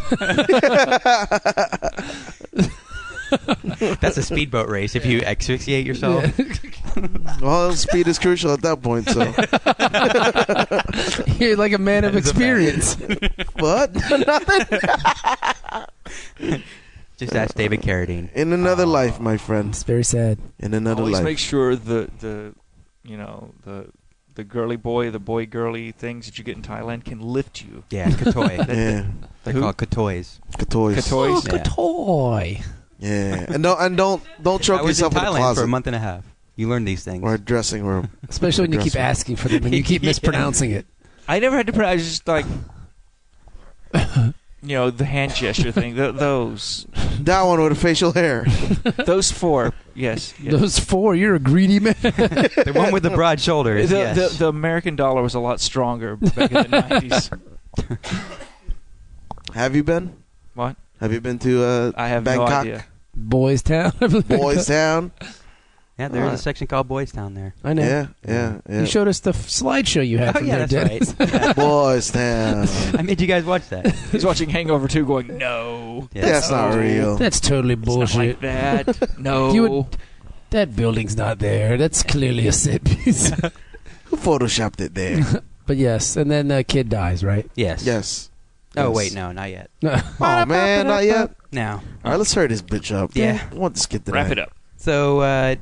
S4: forward. That's a speedboat race. If you asphyxiate yourself,
S2: Well, speed is crucial at that point. So
S3: You're like a man of
S4: That is a fact.
S3: experience.
S2: what? Nothing.
S4: just ask David Carradine.
S2: In another life, my friend.
S3: It's very sad.
S2: In another
S5: Always
S2: life.
S5: make sure the the you know the the girly boy, the boy girly things that you get in Thailand can lift you.
S4: Yeah, Katoy.
S2: Yeah,
S4: They're
S5: Who?
S4: called Katoys.
S2: Katoys.
S5: Katoys.
S4: Yeah.
S3: toy.
S2: Yeah, and don't and don't don't choke
S4: I was in
S2: yourself in, the
S4: Thailand
S2: closet
S4: for a month and a half. You learn these things.
S2: or a dressing room.
S3: Especially when you keep
S2: Dress-
S3: asking for them and you keep
S4: Yeah.
S3: mispronouncing it.
S5: I never had to put. I was just like, you know, the hand gesture thing. Th- those,
S2: that one with the facial hair.
S5: those four. Yes. yes.
S3: Those four, you're a greedy man.
S4: the one with the broad
S5: The,
S4: shoulders. yes.
S5: the the American dollar was a lot stronger back in the nineties.
S2: Have you been?
S5: What?
S2: Have you been to uh,
S5: I have
S2: Bangkok,
S5: no idea.
S3: Boys Town.
S2: Boys Town?
S4: yeah, there is a
S2: Alright.
S4: section called Boys Town there.
S3: I know.
S2: Yeah, yeah, yeah.
S3: You showed us the f- slideshow you had
S4: oh
S3: from
S4: yeah,
S3: there,
S4: that's
S3: Dennis.
S4: right. Yeah.
S2: Boys Town.
S4: I made you guys watch that.
S5: He's watching Hangover Two, going, "No,
S4: Yes.
S2: That's not real.
S3: That's totally
S5: it's not
S3: bullshit.
S5: like that. No,
S3: You would- that building's not there. That's clearly a set piece.
S2: Who photoshopped it there?
S3: but yes, and then the kid dies, right?
S4: Yes.
S2: yes.
S4: Oh
S2: Yes.
S4: wait, no, not yet.
S2: Oh man, not yet.
S4: No.
S2: All right, let's hurry this bitch up.
S4: Yeah.
S2: I want this kid to
S5: wrap it up."
S4: So uh,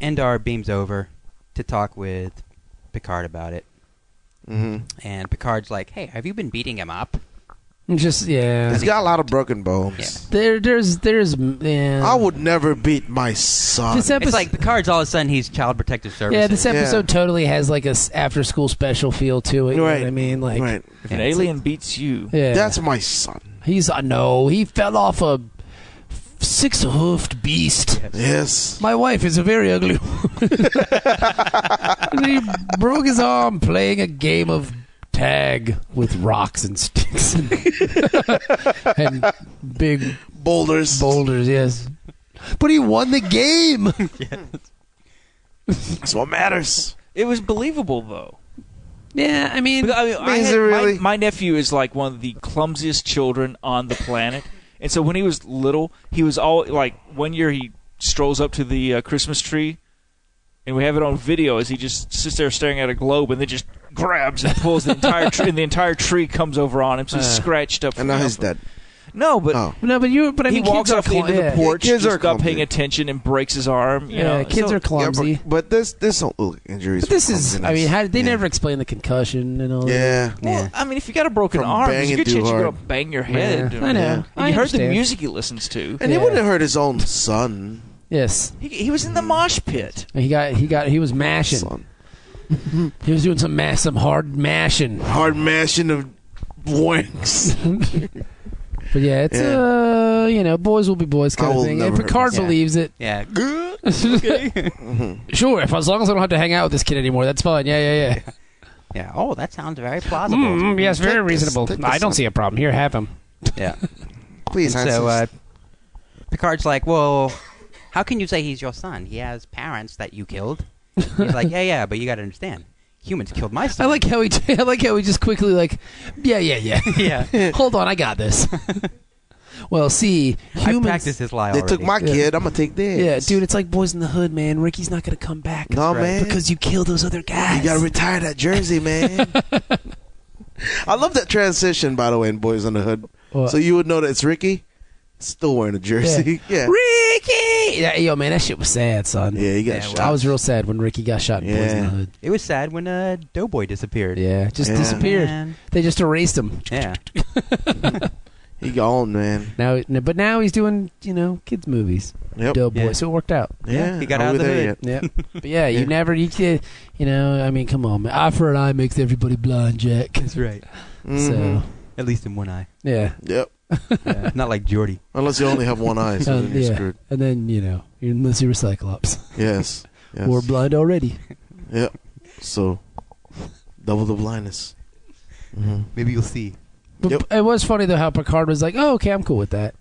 S4: Endar beams over to talk with Picard about it,
S2: hmm
S4: and Picard's like, "Hey, have you been beating him up?"
S3: Just yeah.
S2: He's got a lot of broken bones.
S3: There, there's, there's. Yeah.
S2: I would never beat my son.
S3: This episode,
S4: It's like Picard's all of a sudden he's Child Protective Services.
S3: yeah, this
S2: Yeah.
S3: episode totally has like a after school special feel to it. You know
S2: Right.
S3: what I mean? Like,
S2: right.
S5: If an alien beats you,
S3: yeah,
S2: That's my son.
S3: he's. I know he fell off a six-hoofed beast.
S2: Yes.
S3: My wife is a very ugly woman. And he broke his arm playing a game of tag with rocks and sticks and, and big
S2: Boulders.
S3: boulders, yes. But he won the game.
S2: That's what matters.
S5: it was believable though.
S3: yeah, I mean,
S5: Because, I mean, I
S2: Is
S5: had-
S2: it
S5: my-
S2: really?
S5: my, nephew is like one of the clumsiest children on the planet, and so when he was little, he was all like one year he strolls up to the uh, Christmas tree, and we have it on video as he just sits there staring at a globe, and then just grabs and pulls the entire tree, and the entire tree comes over on him, so he's scratched up.
S2: Uh, And now
S5: from
S2: he's
S5: the-
S2: dead.
S5: No, but.
S2: Oh.
S3: no, but you, but I
S5: He
S3: mean,
S5: walks
S3: kids are
S5: off the
S3: clumsy.
S5: end of the porch,
S2: Kids are
S5: just not
S2: clumsy.
S5: paying attention, and breaks his arm. You
S3: Yeah,
S5: know?
S3: kids
S5: So-
S3: are clumsy.
S2: Yeah, but, but this this don't look like injuries.
S3: but this
S2: for
S3: is, I
S2: clumsiness.
S3: mean, how did they
S2: Yeah.
S3: never explain the concussion and all that?
S2: Yeah.
S5: Well,
S4: Yeah.
S5: I mean, if you got a broken
S2: From
S5: arm, there's a
S2: banging
S5: good
S2: too
S5: chance you're
S2: hard.
S5: gonna bang your
S3: Yeah.
S5: head.
S3: I know.
S2: Yeah.
S5: And
S3: I
S5: you heard the
S3: understand.
S5: music he listens to.
S2: And he
S3: Yeah.
S2: wouldn't hurt his own son.
S3: Yes,
S5: He, he was in the mosh pit.
S3: he got, he got, he was mashing.
S2: Son.
S3: He was doing some mash, some hard mashing.
S2: Hard mashing of wanks.
S3: But yeah, it's uh you know, boys will be boys
S2: I
S3: kind
S2: will
S3: of thing. And
S2: never
S3: Picard
S4: hurt myself.
S3: believes it.
S4: Yeah.
S3: Sure, if as long as I don't have to hang out with this kid anymore, that's fine. Yeah, yeah, yeah.
S6: Yeah. Oh, that sounds very plausible.
S8: Mm, yes, very reasonable.
S2: take
S8: I
S2: this
S8: don't
S2: one.
S8: see a problem. Here, have him.
S4: Yeah.
S2: Please,
S4: And
S2: Hanson.
S4: so uh, Picard's like, "Well, how can you say he's your son? He has parents that you killed." He's like, "Yeah, yeah, but you got to understand, humans killed my
S3: I
S4: son."
S3: like how he I like how he just quickly like yeah, yeah, yeah.
S4: yeah.
S3: Hold on, I got this. well, see,
S4: I
S3: humans
S4: practiced this lie
S2: they
S4: already.
S2: took my
S3: uh, Yeah.
S2: kid. I'm gonna take theirs.
S3: Yeah, dude, it's like boys in the hood, man. Ricky's not going to come back
S2: No
S4: right.
S2: man,
S3: because you kill those other guys.
S2: you gotta retire that jersey, man. I love that transition, by the way, in Boys on the Hood.
S3: What?
S2: So you would know that it's Ricky, still wearing a jersey. Yeah,
S3: Ricky! Yeah, yo, man, that shit was sad, son.
S2: yeah, he got
S4: Yeah,
S2: shot.
S3: I was real sad when Ricky got shot in Boys in
S2: Yeah.
S3: the Hood.
S4: It was sad when uh, Doughboy disappeared.
S3: Yeah, just
S2: Yeah.
S3: disappeared.
S4: Man.
S3: They just erased him.
S4: Yeah.
S2: he gone, man.
S3: Now, n- but now he's doing you know kids movies,
S2: Yep.
S3: Doughboy.
S4: Yeah.
S3: So it worked out.
S2: Yeah,
S4: He got
S2: are
S4: out
S2: we
S4: of the
S2: there
S4: hood.
S2: yet?
S3: Yeah, but yeah, you
S2: Yeah.
S3: never you can't, you know. I mean, come on, man. Eye for an eye makes everybody blind, Jack.
S4: That's right.
S3: So
S2: Mhm.
S4: At least in one eye.
S3: yeah,
S2: Yep.
S4: Yeah. Not like Geordi.
S2: Unless you only have one eye, so
S3: Um,
S2: then you're
S3: yeah.
S2: screwed.
S3: and then you know, unless you're a Cyclops,
S2: Yes. yes.
S3: we're blind already.
S2: Yep. So, double the blindness. Mhm.
S4: Maybe you'll see.
S3: But
S2: Yep.
S3: it was funny though how Picard was like, "Oh, okay, I'm cool with that."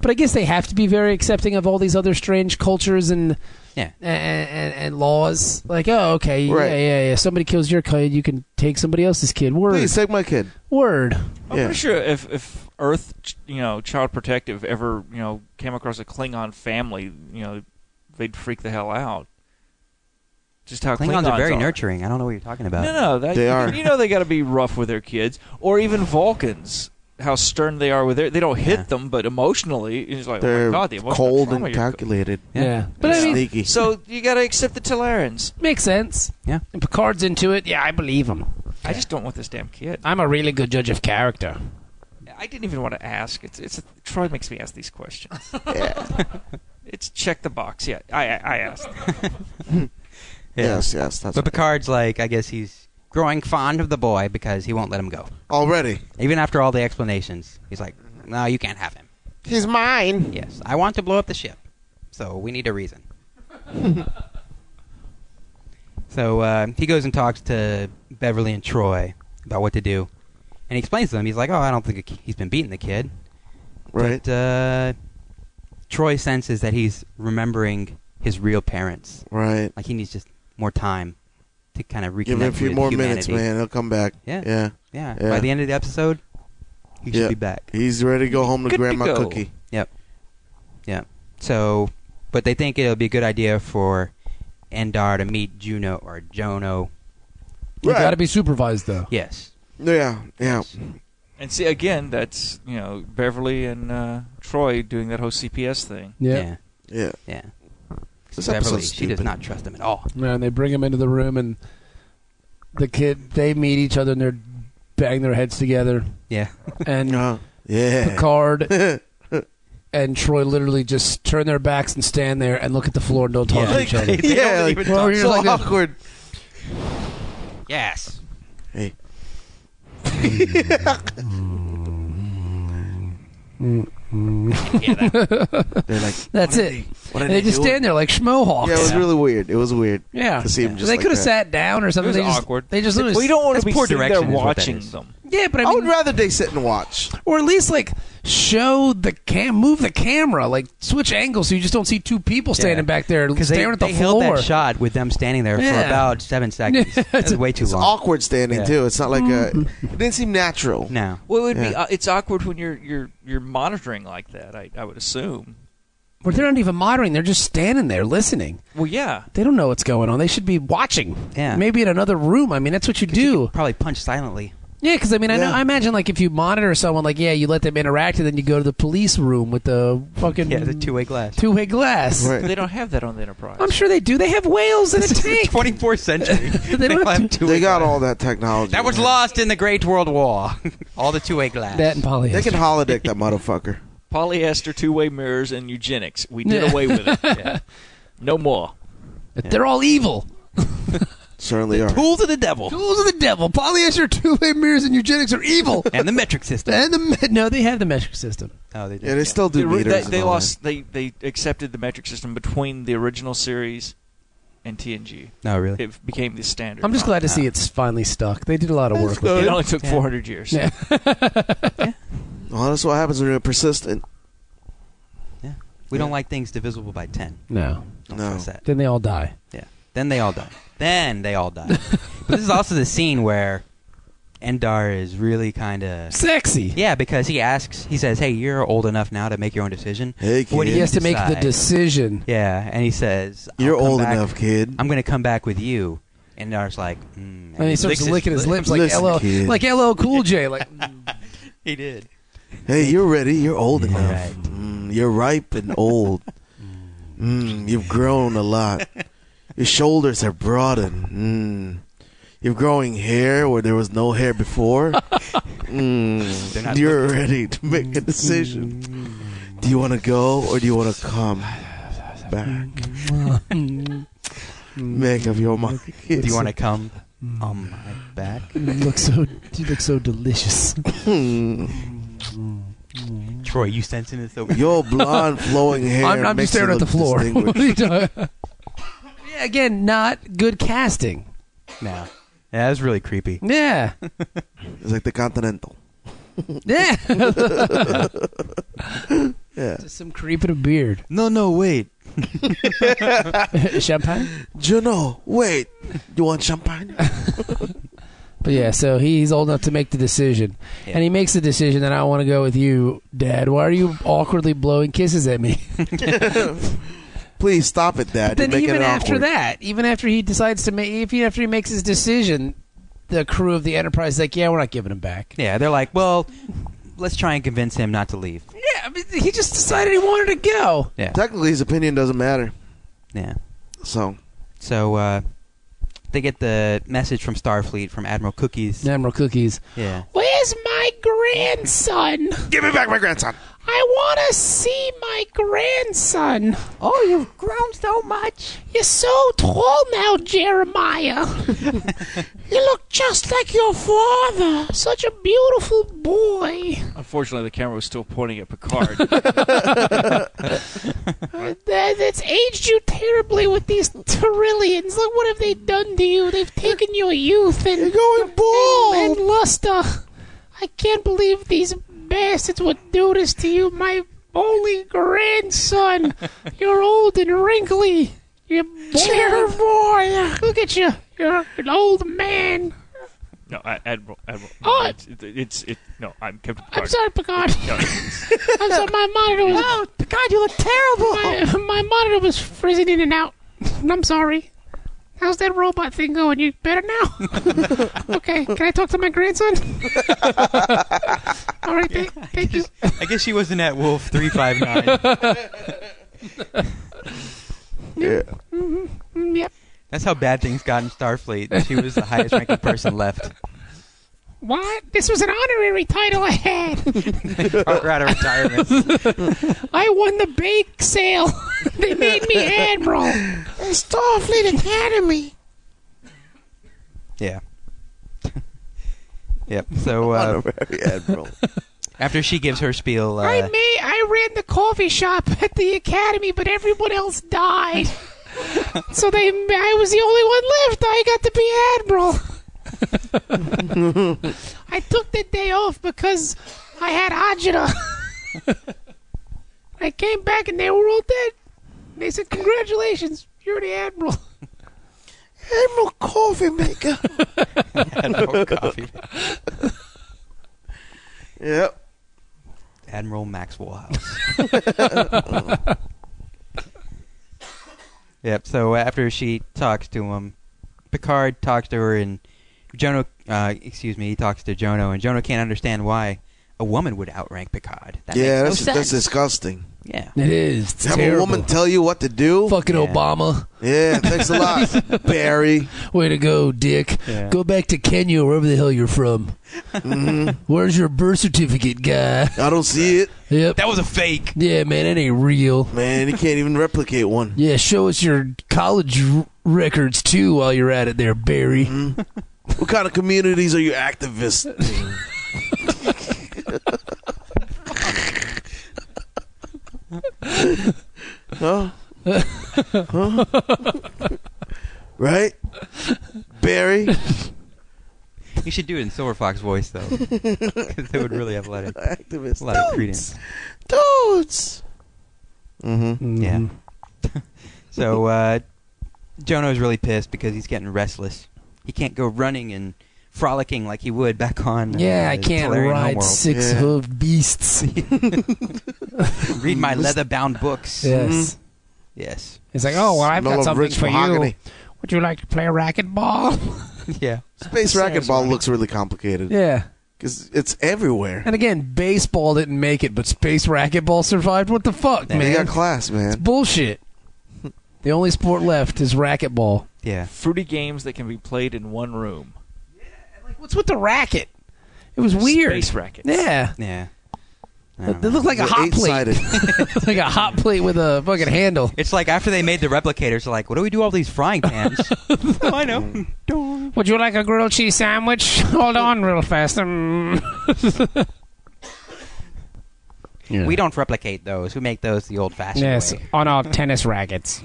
S3: But I guess they have to be very accepting of all these other strange cultures and
S4: Yeah.
S3: and, and, and laws. Like, oh, okay,
S2: Right.
S3: yeah, yeah, yeah. Somebody kills your kid, you can take somebody else's kid. Word,
S2: Please take my kid.
S3: word.
S5: I'm
S2: Yeah.
S5: pretty sure if if Earth, ch- you know, Child Protective ever you know came across a Klingon family, you know, they'd freak the hell out. Just how Klingons,
S4: Klingons are very
S5: are.
S4: nurturing. I don't know what you're talking about.
S5: No, no, that,
S2: They are.
S5: You know they got to be rough with their kids, or even Vulcans. how stern they are with their. They don't hit
S4: Yeah.
S5: them, but emotionally, it's like
S2: They're
S5: oh my god, the emotional
S2: cold
S5: trauma
S2: and
S5: you're-
S2: calculated.
S3: Yeah. But I mean,
S2: Sneaky.
S5: So you gotta accept the Telerans.
S3: makes sense.
S4: Yeah.
S8: And Picard's into it. Yeah, I believe him.
S5: I just don't want this damn kid.
S8: I'm a really good judge of character.
S5: I didn't even want to ask. It's it's Troy makes me ask these questions. It's check the box. Yeah, I I, I asked.
S2: Yes, yes, that's
S4: But Picard's like, I guess he's growing fond of the boy because he won't let him go.
S2: already.
S4: Even after all the explanations, he's like, no, you can't have him.
S6: He's mine.
S4: Yes, I want to blow up the ship. So we need a reason. so uh, he goes and talks to Beverly and Troy about what to do. And he explains to them, he's like, oh, I don't think a ki- he's been beating the kid.
S2: Right.
S4: But uh, Troy senses that he's remembering his real parents.
S2: Right.
S4: Like he needs just more time to kind of reconnect
S2: Give him a few
S4: with
S2: more minutes,
S4: humanity.
S2: man. He'll come back.
S4: Yeah.
S2: Yeah.
S4: Yeah.
S2: Yeah.
S4: By the end of the episode, he should
S2: Yeah.
S4: be back.
S2: He's ready to go home to
S5: Good to
S2: Grandma
S5: go.
S2: Cookie.
S4: So, but they think it'll be a good idea for Endar to meet Juno or Jono.
S3: You
S2: Right.
S3: got to be supervised though.
S4: Yes.
S2: Yeah, yeah.
S5: And see again, that's you know Beverly and uh, Troy doing that whole CPS thing.
S3: Yeah.
S4: Yeah.
S2: Yeah.
S4: Yeah.
S2: This
S4: Beverly,
S2: episode's
S4: she does
S2: stupid.
S4: not trust him at all.
S3: Man, they bring him into the room and the kid. They meet each other and they're bang their heads together.
S4: Yeah.
S3: And
S2: Uh, yeah.
S3: Picard
S2: yeah.
S3: and Troy literally just turn their backs and stand there and look at the floor and don't talk to
S4: Yeah.
S3: each other.
S4: They don't
S2: like,
S4: even
S2: well,
S4: talk.
S2: you're
S3: So
S2: like this.
S3: awkward.
S4: Yes.
S2: They're like,
S3: That's it.
S2: what are
S3: And they just
S2: doing?
S3: stand there like schmoehawks.
S2: Yeah, it was really weird. It was weird.
S3: Yeah.
S2: To see him just
S3: they
S2: like
S3: could have
S2: that.
S3: sat down or
S5: It
S3: something.
S5: was
S3: They just,
S5: awkward.
S3: They just literally.
S5: well, you don't want
S4: that's
S5: to be
S4: poor
S5: sitting there
S4: direction is what that
S5: watching
S4: is.
S5: them.
S3: Yeah, but I
S2: I
S3: mean,
S2: would rather they sit and watch.
S3: or at least like show the cam, move the camera, like switch angles, so you just don't see two people standing back there
S4: Because they,
S3: staring at the
S4: they
S3: floor.
S4: held that shot with them standing there
S3: Yeah.
S4: for about seven seconds. That's way too
S2: It's
S4: long.
S2: awkward standing
S4: Yeah.
S2: too. It's not like a. It didn't seem natural.
S4: No.
S5: Well, it would be
S2: Yeah.
S5: uh, it's awkward when you're you're you're monitoring like that. I I would assume.
S3: Where they're not even monitoring; they're just standing there listening.
S5: Well, yeah.
S3: They don't know what's going on. They should be watching.
S4: Yeah.
S3: Maybe in another room. I mean, that's what you do.
S4: Probably punch silently.
S3: Yeah, because I mean, I know.
S2: Yeah.
S3: I imagine like if you monitor someone, like yeah, you let them interact, and then you go to the police room with the fucking
S4: Yeah, the two-way glass.
S3: two-way glass.
S2: Right.
S5: They don't have that on the Enterprise.
S3: I'm sure they do. They have whales in a tank.
S4: 24th century.
S3: They don't have
S4: have
S3: to-
S4: two-way
S2: They got
S4: glass.
S2: all that technology.
S4: That was
S2: man.
S4: lost in the Great World War. all the two-way glass.
S3: That and polyester.
S2: They can holodeck that motherfucker.
S5: Polyester two-way mirrors and eugenics. We did
S3: Yeah.
S5: away with it. No more.
S3: They're all evil.
S2: Certainly are.
S4: Tools of the devil.
S3: Tools of the devil. Polyester two-way mirrors and eugenics are evil.
S4: and the metric system.
S3: and the me- no, they have the metric system.
S4: Oh, they did.
S2: Yeah, they still do
S5: They-
S2: meters.
S5: they,
S2: and
S5: they
S2: all
S5: lost. They they accepted the metric system between the original series and TNG.
S4: No, Oh, really.
S5: It became the standard.
S3: I'm just glad to see it's finally stuck. They did a lot of work. With
S5: It
S3: it.
S5: only took
S4: Yeah.
S5: 400 years.
S3: Yeah.
S2: that. Well, that's what happens when you're persistent.
S4: We don't like things divisible by 10.
S3: No,
S4: Don't
S2: No.
S4: stress that.
S3: then they all die.
S4: Then they all die. Then they all die. but this is also the scene where Endar is really kind of.
S3: Sexy.
S4: Yeah, because he asks, he says, hey, you're old enough now to make your own decision.
S2: Hey,
S4: What
S2: kid.
S4: do
S3: He has to make the
S4: Decide.
S3: decision.
S4: Yeah, and he says, "I'll
S2: You're
S4: come
S2: old
S4: back-
S2: enough, kid.
S4: I'm going to come back with you. And Endar's like, mm, and,
S3: And he starts
S4: licks
S3: licking his lips like
S2: Listen,
S3: LL,
S2: kid.
S3: like LL Cool J, like
S4: He did.
S2: Hey, you're ready. You're old
S4: Yeah,
S2: enough.
S4: right.
S2: Mm, you're ripe and old. Mm, you've grown a lot. Your shoulders have broadened. Mm. You're growing hair where there was no hair before.
S4: They're
S2: Mm,
S4: not
S2: you're ready to make a decision. Do you want to go or do you want to come back?
S3: mm-hmm.
S2: Make up your mind.
S4: Do you want to come
S2: Hmm.
S4: on my back?
S3: you look so you look so delicious.
S2: Mm,
S4: Troy, you sensing this over
S2: your blonde flowing hair.
S3: I'm, I'm just
S2: makes you
S3: staring at the
S2: look
S3: floor. What
S2: distinguished.
S3: are you doing? Yeah, Again, not good casting.
S4: now? Yeah, that was really creepy.
S3: Yeah,
S2: It's like the Continental.
S3: yeah.
S2: Yeah.
S3: Just some creep and a beard.
S4: No, no, wait.
S3: Champagne.
S2: Juno, wait. You want champagne?
S3: But yeah, so he's old enough to make the decision,
S4: Yeah.
S3: and he makes the decision that I want to go with you, Dad. Why are you awkwardly blowing kisses at me?
S2: Please stop it, Dad.
S3: then
S2: You're making
S3: even
S2: it
S3: after
S2: awkward.
S3: that, even after he decides to make, if he, after he makes his decision, the crew of the Enterprise is like, yeah, we're not giving him back.
S4: Yeah, they're like, well, let's try and convince him not to leave.
S3: Yeah, I mean, he just decided he wanted to go.
S4: Yeah,
S2: Technically, his opinion doesn't matter.
S4: yeah.
S2: So
S4: So uh, they get the message from Starfleet from Admiral Cookies.
S3: Admiral Cookies.
S4: Yeah.
S8: Where's my grandson?
S2: give me back my grandson.
S8: I want to see my grandson.
S6: Oh, you've grown so much.
S8: You're so tall now, Jeremiah. you look just like your father. Such a beautiful boy.
S5: Unfortunately, the camera was still pointing at Picard.
S8: That, that's aged you terribly with these Terillians. Look what have they done to you? They've taken your youth and
S2: Going bald.
S8: and luster. I can't believe these bastards would do this to you, my only grandson. You're old and wrinkly. You're boy. Look at you. You're an old man.
S5: no, I- Admiral. Admiral.
S8: Oh.
S5: it's, it's it. No, I'm Captain Picard.
S8: I'm sorry, Picard.
S5: No,
S8: I'm sorry, my monitor was.
S6: Oh, God, you look terrible.
S8: My, my monitor was freezing in and out. I'm sorry. How's that robot thing going? You better now? okay, can I talk to my grandson? All right, thank, thank you.
S4: I guess she wasn't at Wolf three five nine.
S2: Yeah.
S8: Mm, yep.
S4: That's how bad things got in Starfleet. She was the highest ranking person left.
S8: What? This was an honorary title I had.
S4: Brought her out of retirement.
S8: I won the bake sale. they made me admiral. Starfleet Academy.
S4: Yeah. yep. So uh,
S2: Honorary admiral.
S4: after she gives her spiel,
S8: I
S4: uh,
S8: made. I ran the coffee shop at the academy, but everyone else died. so they. I was the only one left. I got to be admiral. I took that day off because I had agita. I came back and they were all dead. They said, "Congratulations, you're the admiral."
S2: Admiral Coffee Maker.
S4: Admiral Coffee,
S2: yep.
S4: Admiral Maxwell House. yep. So after she talks to him, Picard talks to her, and Jono, uh, excuse me, he talks to Jono, and Jono can't understand why a woman would outrank Picard. That
S2: yeah,
S4: makes
S2: that's
S4: no
S2: that's
S4: sense.
S2: disgusting.
S4: yeah.
S3: It is. It's
S2: Have
S3: terrible.
S2: a woman tell you what to do.
S3: Fucking
S4: Yeah.
S3: Obama.
S2: Yeah, thanks a lot, Barry.
S3: Way to go, Dick.
S4: Yeah.
S3: Go back to Kenya, or wherever the hell you're from.
S2: Mm-hmm.
S3: Where's your birth certificate, guy?
S2: I don't see it,
S3: Yep.
S4: That was a fake.
S3: Yeah, man, that ain't real.
S2: man. He can't even replicate one.
S3: Yeah, show us your college r- records too while you're at it, there, Barry.
S2: Mm-hmm. What kind of communities are you activists? huh? Huh? Right? Barry?
S4: You should do it in Silver Fox voice though, because it would really have a lot of,
S2: Activist.
S4: a lot of credence.
S2: Dudes! Mm-hmm.
S4: Yeah.
S3: Mm-hmm.
S4: So uh, Jono's really pissed because he's getting restless. He can't go running and frolicking like he would back on. uh,
S3: Yeah, I can't
S4: Tolarian
S3: ride
S4: homeworld.
S3: six
S2: Yeah.
S3: hoofed beasts.
S4: Read my leather-bound books.
S3: yes.
S4: Yes.
S9: It's like, oh, well, I've
S2: Smell
S9: got
S2: of
S9: something
S2: rich
S9: for you.
S2: mahogany.
S9: Would you like to play racquetball?
S4: Yeah.
S2: Space racquetball looks really complicated
S3: Yeah.
S2: because it's everywhere.
S3: And again, baseball didn't make it, but space racquetball survived. What the fuck,
S4: Yeah.
S2: They
S3: man?
S2: got class,
S3: It's
S2: man.
S3: bullshit. The only sport left is racquetball.
S4: Yeah.
S5: Fruity games that can be played in one room.
S3: Like, what's with the racket? It was weird.
S5: Space rackets.
S3: Yeah.
S4: Yeah. I don't
S3: They
S4: know.
S3: look like a hot plate.
S2: Eight-sided.
S3: like a hot plate with a fucking handle.
S4: Uh, It's like after they made the replicators, they're like, "What do we do all these frying pans?" oh, I know.
S9: Would you like a grilled cheese sandwich? Hold on real fast. Mm.
S4: We don't replicate those. We make those the old-fashioned
S9: Yes,
S4: way.
S9: on our tennis rackets.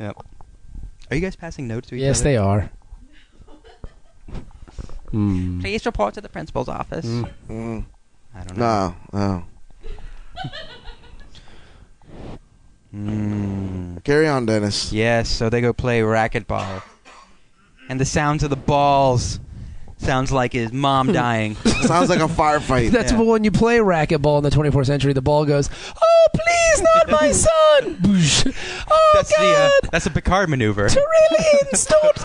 S4: Yep. Are you guys passing notes to each
S3: Yes,
S4: other?
S3: they are.
S6: Please report to the principal's office.
S2: Mm.
S4: I don't know.
S2: No, no.
S4: Mm.
S2: Hmm. Carry on, Dennis.
S4: Yes, so they go play racquetball. And the sounds of the balls sounds like his mom dying.
S2: Sounds like a firefight.
S3: That's
S4: Yeah.
S3: the one you play racquetball in the 24th century. The ball goes, oh, please, not my son. Boosh. Oh,
S4: that's
S3: God.
S4: the uh, that's a Picard maneuver.
S3: Tyrellians, don't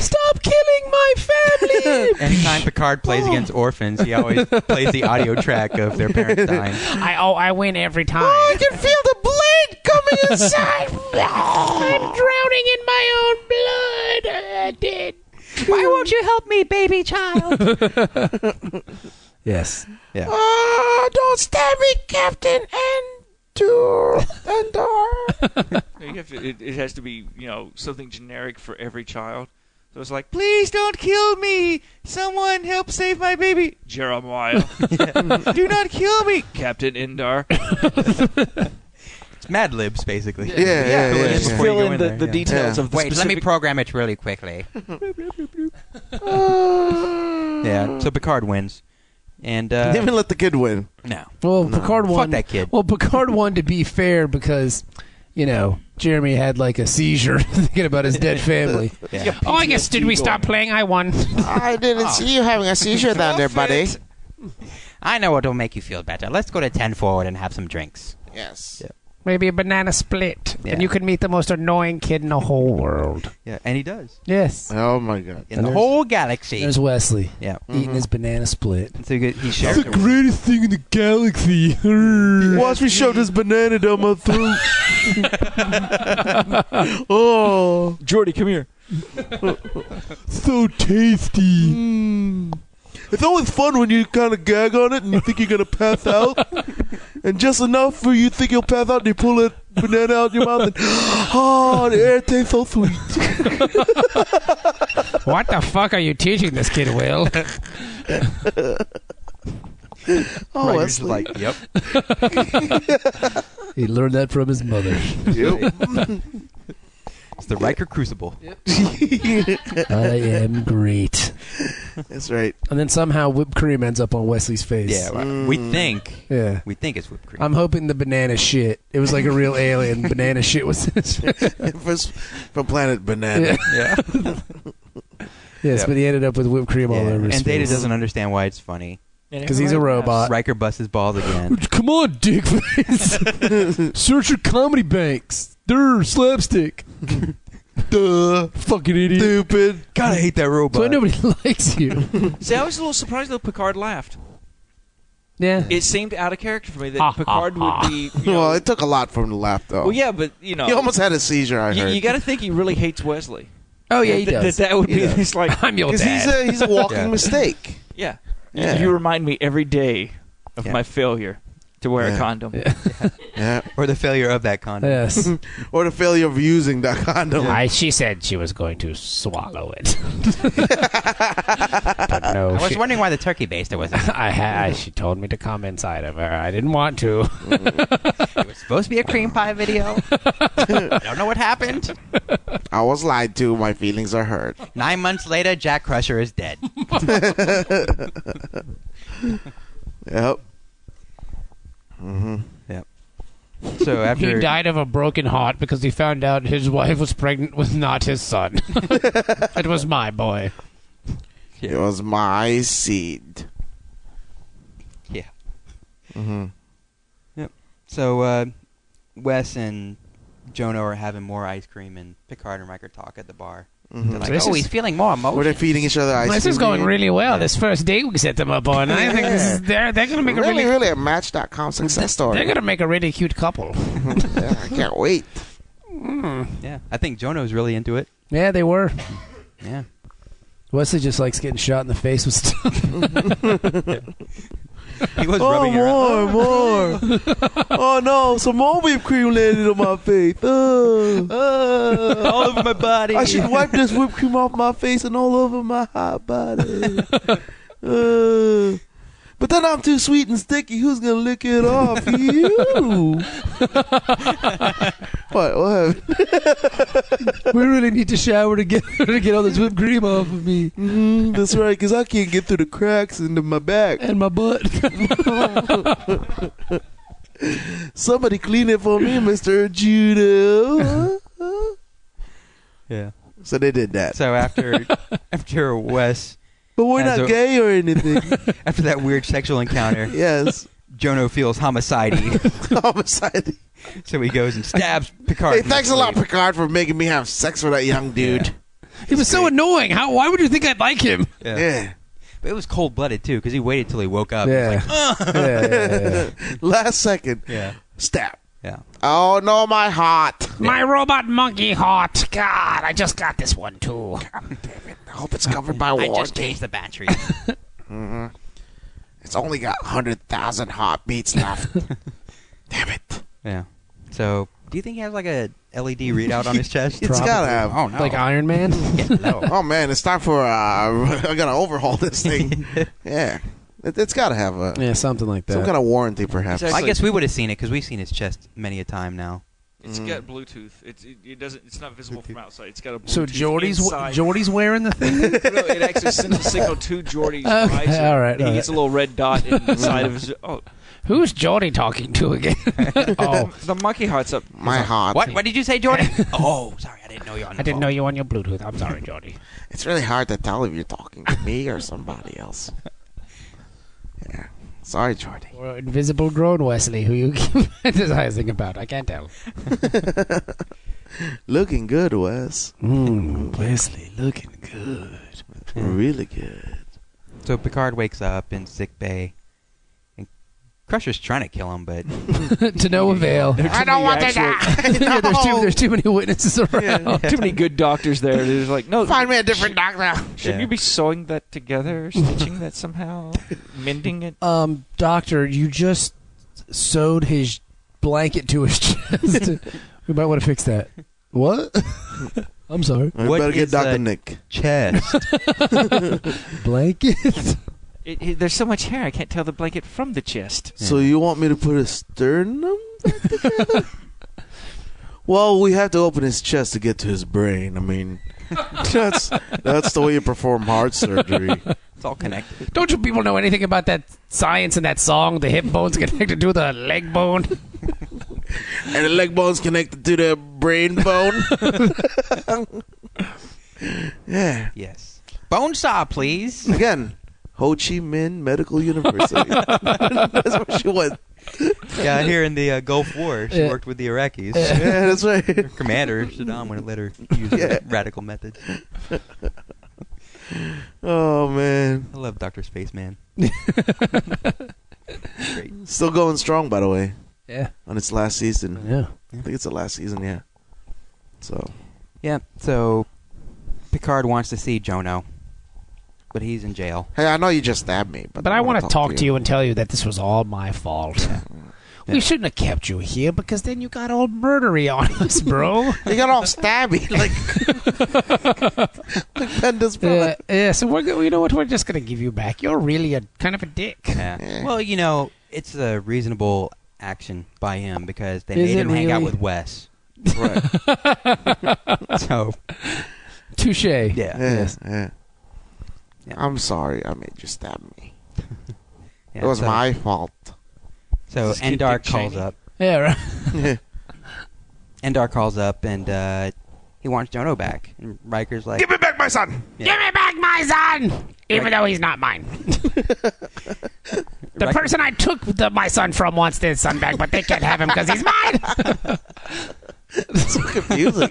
S3: stop killing my family.
S4: Anytime Picard plays
S2: Oh.
S4: against orphans, he always plays the audio track of their parents dying.
S8: I oh I win every time.
S3: Oh, I can feel the blade coming inside.
S7: I'm drowning in my own blood. Uh, dead.
S6: Why won't you help me, baby child?
S3: yes.
S4: Yeah.
S2: Ah, don't stab me, Captain Endor. Endor.
S5: You have to, it, it has to be, you know, something generic for every child. So it's like, please don't kill me. Someone help save my baby. Jeremiah. Do not kill me, Captain Indar.
S4: It's Mad Libs, basically.
S2: Yeah, yeah, yeah.
S4: Just
S2: yeah.
S4: before you
S5: Fill
S4: go
S5: in the,
S4: there,
S5: the
S4: yeah.
S5: details
S2: Yeah.
S5: of the
S4: Wait, let me
S5: specific-
S4: program it really quickly. yeah, so Picard wins. And,
S2: Didn't
S4: uh,
S2: even let the kid win.
S4: no.
S3: Well, Picard
S4: Fuck
S3: won.
S4: that kid.
S3: Well, Picard won to be fair because, you know, Jeremy had like a seizure thinking about his dead family.
S4: Yeah.
S8: Oh, I guess did we stop playing? I won.
S2: I didn't see you having a seizure down there, buddy.
S4: I know what'll make you feel better. Let's go to 10 forward and have some drinks.
S2: Yes.
S8: Maybe a banana split,
S4: Yeah.
S8: and you could meet the most annoying kid in the whole world.
S4: Yeah, and he does.
S3: Yes.
S2: Oh my god.
S3: And
S4: In the
S3: there's-
S4: whole galaxy.
S3: There's Wesley
S4: Yeah.
S5: Mm-hmm.
S3: eating his banana split.
S4: And so he, he shares
S3: It's
S4: it
S3: the
S4: with-
S3: greatest thing in the galaxy.
S2: Watch me shove this banana down my throat. oh,
S5: Jordy, come here.
S3: so tasty.
S2: Hmm. it's always fun when you kind of gag on it and you think you're gonna pass out, and just enough where you think you'll pass out, and you pull a banana out your mouth, and oh, the air tastes so sweet.
S8: what the fuck are you teaching this kid, Will?
S2: Oh,
S4: Riker's
S2: that's
S4: just like, yep.
S3: He learned that from his mother.
S4: It's the Riker Crucible.
S3: I am great.
S2: That's right.
S3: And then somehow whipped cream ends up on Wesley's face.
S4: Yeah, well, we think.
S3: Yeah.
S4: We think it's whipped cream.
S3: I'm hoping the banana shit. It was like a real alien. banana shit was. yes,
S2: First, from Planet Banana.
S4: yeah. Yeah.
S3: but he ended up with whipped cream all
S4: Yeah.
S3: over his
S4: And Data
S3: face.
S4: doesn't understand why it's funny.
S3: Because he's a robot.
S4: Riker busts his balls again.
S3: Come on, dickface. Search your comedy banks. They're slapstick.
S2: Duh,
S3: Fucking idiot.
S2: stupid.
S4: God, I hate that
S3: That's why
S4: robot.
S3: nobody likes you.
S5: See, I was a little surprised though Picard laughed.
S3: yeah.
S5: It seemed out of character for me that
S8: Ha, ha,
S5: Picard
S8: ha.
S5: would be. You know,
S2: Well, it took a lot from the lap, though.
S5: well, yeah, but you know,
S2: He almost had a seizure. I
S5: you,
S2: heard.
S5: got to think he really hates Wesley.
S3: Oh, yeah, he
S5: That-
S3: does.
S5: That, that would
S2: He
S5: be
S2: does.
S5: his like.
S8: I'm your
S2: because he's
S8: dad.
S2: a he's a walking
S4: Yeah.
S2: mistake.
S5: Yeah.
S2: Yeah.
S5: You remind me every day of
S4: Yeah.
S5: my failure to wear
S2: Yeah.
S5: a condom.
S2: yeah.
S4: Or the failure of that condom.
S3: Yes.
S2: Or the failure of using that condom.
S8: I, she said she was going to swallow it. but no,
S4: I was
S8: she,
S4: wondering why the turkey baster wasn't.
S8: I ha- I- she told me to come inside of her. I didn't want to.
S4: It was supposed to be a cream pie video. I don't know what happened.
S2: I was lied to. My feelings are hurt.
S4: Nine months later, Jack Crusher is dead.
S2: Yep.
S4: So
S8: He
S4: after
S8: died of a broken heart because he found out his wife was pregnant with not his son. it was my boy.
S2: It was my seed.
S4: Yeah.
S2: hmm
S4: So uh, Wes and Jono are having more ice cream, and Picard and Riker talk at the bar. They're
S2: hmm
S4: like,
S8: this
S4: "Oh,
S8: is-
S4: he's feeling more
S2: Were they
S4: emotion."
S2: feeding each other ice cream?
S8: this is going
S2: again?
S8: really well. This first date we set them up on. I think this is, they're they're gonna make a
S2: really,
S8: really,
S2: really a Match.com success
S8: they're
S2: story.
S8: gonna make a really cute couple.
S2: Yeah, I can't wait.
S4: Yeah, I think Jono's really into it.
S3: yeah, they were.
S4: Yeah,
S3: Wesley just likes getting shot in the face with stuff.
S4: he was rubbing her. up.
S2: more, more. oh no, some more whipped cream landed on my face.
S8: Ah.
S4: all over my body.
S2: I should wipe this whipped cream off my face and all over my hot body. Uh, but then I'm too sweet and sticky. Who's gonna lick it off? You. what? What? happened?
S3: we really need to shower to get to get all this whipped cream off of me
S2: Mhm, that's right, because I can't get through the cracks into my back.
S3: and my butt.
S2: Somebody clean it for me, Mister Judo.
S4: Yeah.
S2: so they did that.
S4: So after after Wes
S2: But we're
S4: As
S2: not
S4: a-
S2: gay or anything.
S4: After that weird sexual encounter,
S2: yes.
S4: Jono feels homicide
S2: Homicide.
S4: so he goes and stabs Picard.
S2: Hey,
S4: in the
S2: thanks a lot,
S4: sleeve.
S2: Picard, for making me have sex with that young dude.
S3: He was so annoying. How? Why would you think I'd like him?
S4: Yeah.
S2: Yeah.
S4: But it was cold blooded, too, because he waited till he woke up. He
S3: Yeah.
S4: was like,
S3: yeah, yeah, yeah.
S2: Last second.
S4: yeah.
S2: Stab.
S4: Yeah.
S2: Oh, no, my heart.
S8: My robot monkey heart. God, I just got this one too.
S2: I hope it's covered by warranty.
S4: the battery.
S2: It's only got 100,000 heartbeats left. Damn it.
S4: yeah. So, do you think he has like a LED readout on his chest?
S2: It's gotta have.
S4: Oh, no.
S8: Like Iron Man.
S2: Oh man, it's time for uh, I gotta overhaul this thing. yeah, it, it's gotta have a
S3: Yeah, something like that.
S2: some kind of warranty, perhaps.
S4: I guess we would have seen it because we've seen his chest many a time now.
S5: It's got Bluetooth. It's it, it doesn't. It's not visible from outside. It's got a Bluetooth
S3: so Jordy's
S5: inside.
S3: Jordy's wearing the thing.
S5: no, it actually sends a signal to Jordy's
S3: Okay,
S5: device, and
S3: all right,
S5: He
S3: all
S5: gets
S3: right.
S5: a little red dot inside of his. Oh,
S8: Who's Jordy talking to again? oh,
S5: the monkey heart's up.
S2: My heart.
S4: What? What did you say, Jordan? oh, sorry, I didn't know you on the
S8: I didn't
S4: phone.
S8: know you on your Bluetooth. I'm sorry, Jordy.
S2: It's really hard to tell if you're talking to me or somebody else. Yeah. Sorry, Jordy.
S8: Or invisible drone Wesley, who you keep fantasizing about. I can't tell.
S2: Looking good, Wes.
S3: mm, Wesley, looking good.
S2: Really good.
S4: So Picard wakes up in sick bay, and Crusher's trying to kill him, but
S3: to no avail.
S7: I don't want to die.
S3: Yeah, there's
S2: Oh.
S3: too there's too many witnesses around.
S5: Too many good doctors there. They're just like, no,
S2: Find me a different doctor.
S5: shouldn't
S4: Yeah.
S5: you be sewing that together, stitching that somehow, mending it?
S3: Um, doctor, you just sewed his blanket to his chest. we might want to fix that. What? I'm sorry.
S2: We
S4: What
S2: better get
S4: is
S2: Doctor
S4: that?
S2: Nick.
S4: chest.
S3: Blanket.
S5: It, it- There's so much hair, I can't tell the blanket from the chest.
S2: So you want me to put a sternum back together? well, we have to open his chest to get to his brain. I mean, that's that's the way you perform heart surgery.
S4: It's all connected.
S8: Don't you people know anything about that science in that song? The hip bone's connected to the leg bone.
S2: And the leg bone's connected to the brain bone. yeah.
S4: Yes. Bone saw, please.
S2: Again, Ho Chi Minh Medical University. that's where she went.
S4: yeah, here in the uh, Gulf War, she
S3: Yeah.
S4: worked with the Iraqis.
S2: Yeah, that's right.
S4: Her commander Saddam wouldn't let her use
S2: Yeah.
S4: radical methods.
S2: Oh man,
S4: I love Doctor Spaceman. Great.
S2: still going strong by the way
S3: Yeah.
S2: on its last season.
S3: Yeah.
S2: I think it's the last season, yeah. So
S4: Yeah. So Picard wants to see Jono, but he's in jail.
S2: Hey, I know you just stabbed me, but
S8: But I want to talk to
S2: you.
S8: you and tell you that this was all my fault.
S4: Yeah.
S8: We shouldn't have kept you here because then you got all murdery on us, bro.
S2: They got all stabby, like like Bender's
S8: yeah,
S2: brother.
S8: yeah, so we're go- you know what? We're just gonna give you back. You're really a kind of a dick.
S2: Eh.
S4: Yeah. Well, you know, it's a reasonable action by him because they
S3: Is
S4: made
S3: it
S4: him hang out
S3: really?
S4: with Wes.
S2: Right.
S4: So
S3: Touche. Yeah.
S4: yeah,
S2: Yeah,
S4: yes.
S2: yeah.
S4: Yeah.
S2: I'm sorry, I made you stab me.
S4: Yeah,
S2: it was
S4: so,
S3: uh,
S2: my fault.
S4: So
S5: This kid
S4: Endar
S5: Dick
S4: calls
S5: Cheney.
S4: up.
S3: right.
S2: Yeah.
S4: Endar calls up and uh, he wants Jono back. And Riker's like,
S2: me back my son.
S8: Give me back my son, even though he's not mine. the
S4: Right.
S8: person I took the, my son from wants their son back, but they can't have him because he's mine.
S2: It's so confusing.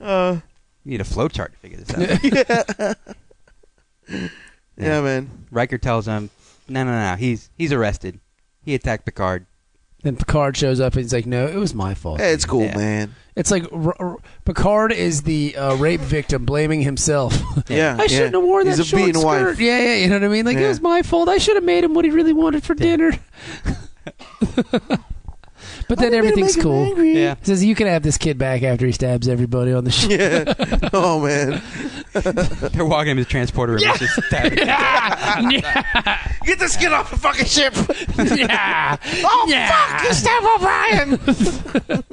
S2: uh,
S4: "You need a flowchart to figure this out."
S2: yeah.
S4: Yeah.
S2: man.
S4: Riker tells him, "No, no, no. He's he's arrested. He attacked Picard."
S3: Then Picard shows up and he's like, "No, it was my fault."
S2: Hey, it's cool,
S4: Yeah.
S2: man.
S3: It's like R- R- Picard is the uh, rape victim blaming himself.
S2: Yeah,
S3: I shouldn't have worn that
S2: He's a
S3: short
S2: bean
S3: skirt.
S2: wife.
S3: Yeah, yeah, you know what I mean. Like
S2: Yeah.
S3: it was my fault. I should have made him what he really wanted for dinner. but then everything's cool.
S4: Yeah.
S3: He says you can have this kid back after he stabs everybody on the ship.
S2: Yeah. Oh man.
S4: They're walking him to the transporter room. It's just stabbing.
S2: Get this kid off the fucking ship.
S8: Oh, yeah.
S2: Oh
S8: Yeah.
S2: fuck, you stabbed O'Brien.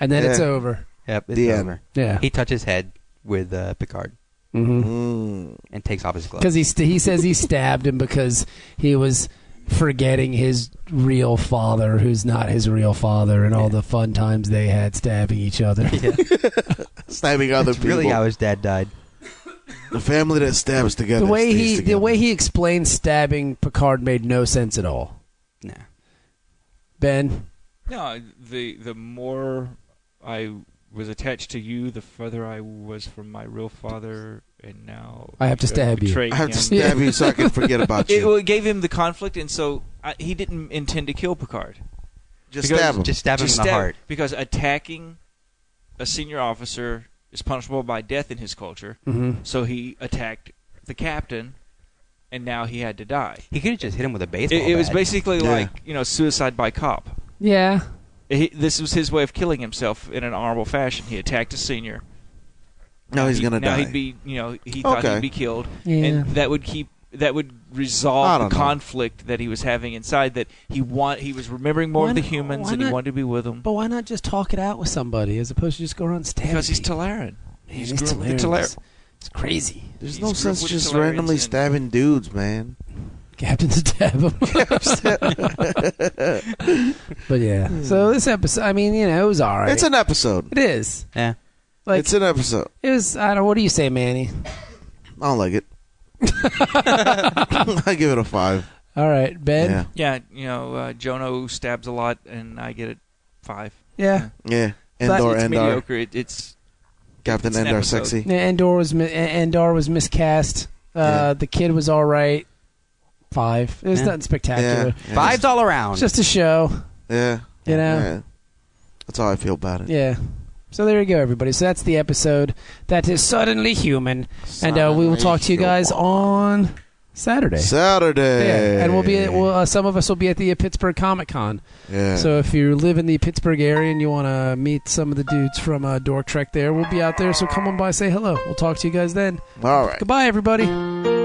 S3: And then it's
S2: Yeah.
S3: over.
S4: Yep, it's
S2: The end.
S4: over.
S3: Yeah.
S4: He touches head with uh, Picard
S3: Mhm.
S2: Mm.
S4: and takes off his gloves.
S3: Because he st- he says he stabbed him because he was forgetting his real father, who's not his real father, and all the fun times they had stabbing each other.
S2: Stabbing other
S4: It's
S2: people.
S4: really how his dad died.
S2: The family that stabs together.
S3: the way
S2: stays
S3: he
S2: together.
S3: the way he explained stabbing Picard made no sense at all.
S4: Nah.
S3: Ben,
S5: No, the the more I was attached to you, the further I was from my real father, and now
S3: I have to stab you.
S5: betrayed
S2: I have to
S5: him.
S2: stab you so I can forget about
S5: It,
S2: you.
S5: well, it gave him the conflict, and so I, he didn't intend to kill Picard.
S2: Just
S5: because-
S2: stab him.
S4: Just stab him
S5: Just
S4: in the
S5: stab-
S4: heart.
S5: because attacking a senior officer is punishable by death in his culture.
S3: Mhm.
S5: So he attacked the captain, and now he had to die.
S4: He could have just hit him with a baseball.
S5: It, it was
S4: bat.
S5: basically
S2: Yeah.
S5: like you know suicide by cop.
S8: Yeah.
S5: He, this was his way of killing himself in an honorable fashion. He attacked a senior.
S2: Now Oh, he's
S5: He-
S2: gonna
S5: now
S2: die.
S5: he'd be, you know, he thought
S2: Okay.
S5: he'd be killed,
S8: Yeah.
S5: and that would keep that would
S2: I
S5: resolve the
S2: don't know.
S5: conflict that he was having inside. That he want he was remembering more
S3: Why
S5: of the
S3: not-
S5: humans,
S3: why
S5: and he
S3: not-
S5: wanted to be with them
S3: but why not just talk it out with somebody as opposed to just go around stabbing?
S5: because he's
S3: people?
S5: Talaran.
S3: Man,
S5: he's
S3: it's
S5: gr- the
S3: hilarious.
S5: Tala-
S3: It's crazy.
S2: There's
S5: he's
S2: no
S5: grouped
S2: sense
S5: with
S2: just
S5: Tolarians
S2: randomly
S5: and-
S2: stabbing dudes, man.
S3: Captain stab him. but yeah. So this episode, I mean, you know, it was all right.
S2: It's an episode.
S3: it is.
S4: Yeah.
S3: Like
S2: it's an episode.
S3: it was. I don't. What do you say, Manny?
S2: I don't like it. I give it a five.
S3: All right, Ben.
S2: Yeah,
S5: Yeah, you know, uh, Jono stabs a lot, and I get it five.
S3: Yeah.
S2: yeah.
S3: But
S2: Endor,
S5: it's
S2: Endor,
S5: mediocre. It, it's
S2: Captain
S5: It's an
S2: Endor,
S5: episode.
S2: sexy.
S3: Yeah, Andor was mi- Andor was miscast. Uh,
S2: Yeah.
S3: The kid was all right. Five. It's
S4: Yeah.
S3: nothing
S2: Yeah,
S3: spectacular.
S2: yeah.
S4: Vibes all around.
S3: It's just a show,
S2: Yeah,
S3: you know.
S2: yeah. That's how I feel about it.
S3: Yeah. So there you go, everybody. So that's the episode that is suddenly human, and uh, we will talk to you guys on Saturday.
S2: Saturday.
S3: Yeah, and we'll be at, well, uh, some of us will be at the uh, Pittsburgh Comic Con.
S2: yeah.
S3: So if you live in the Pittsburgh area and you want to meet some of the dudes from uh, Dork Trek, there we'll be out there. So come on by, say hello. We'll talk to you guys then.
S2: all right.
S3: Goodbye, everybody.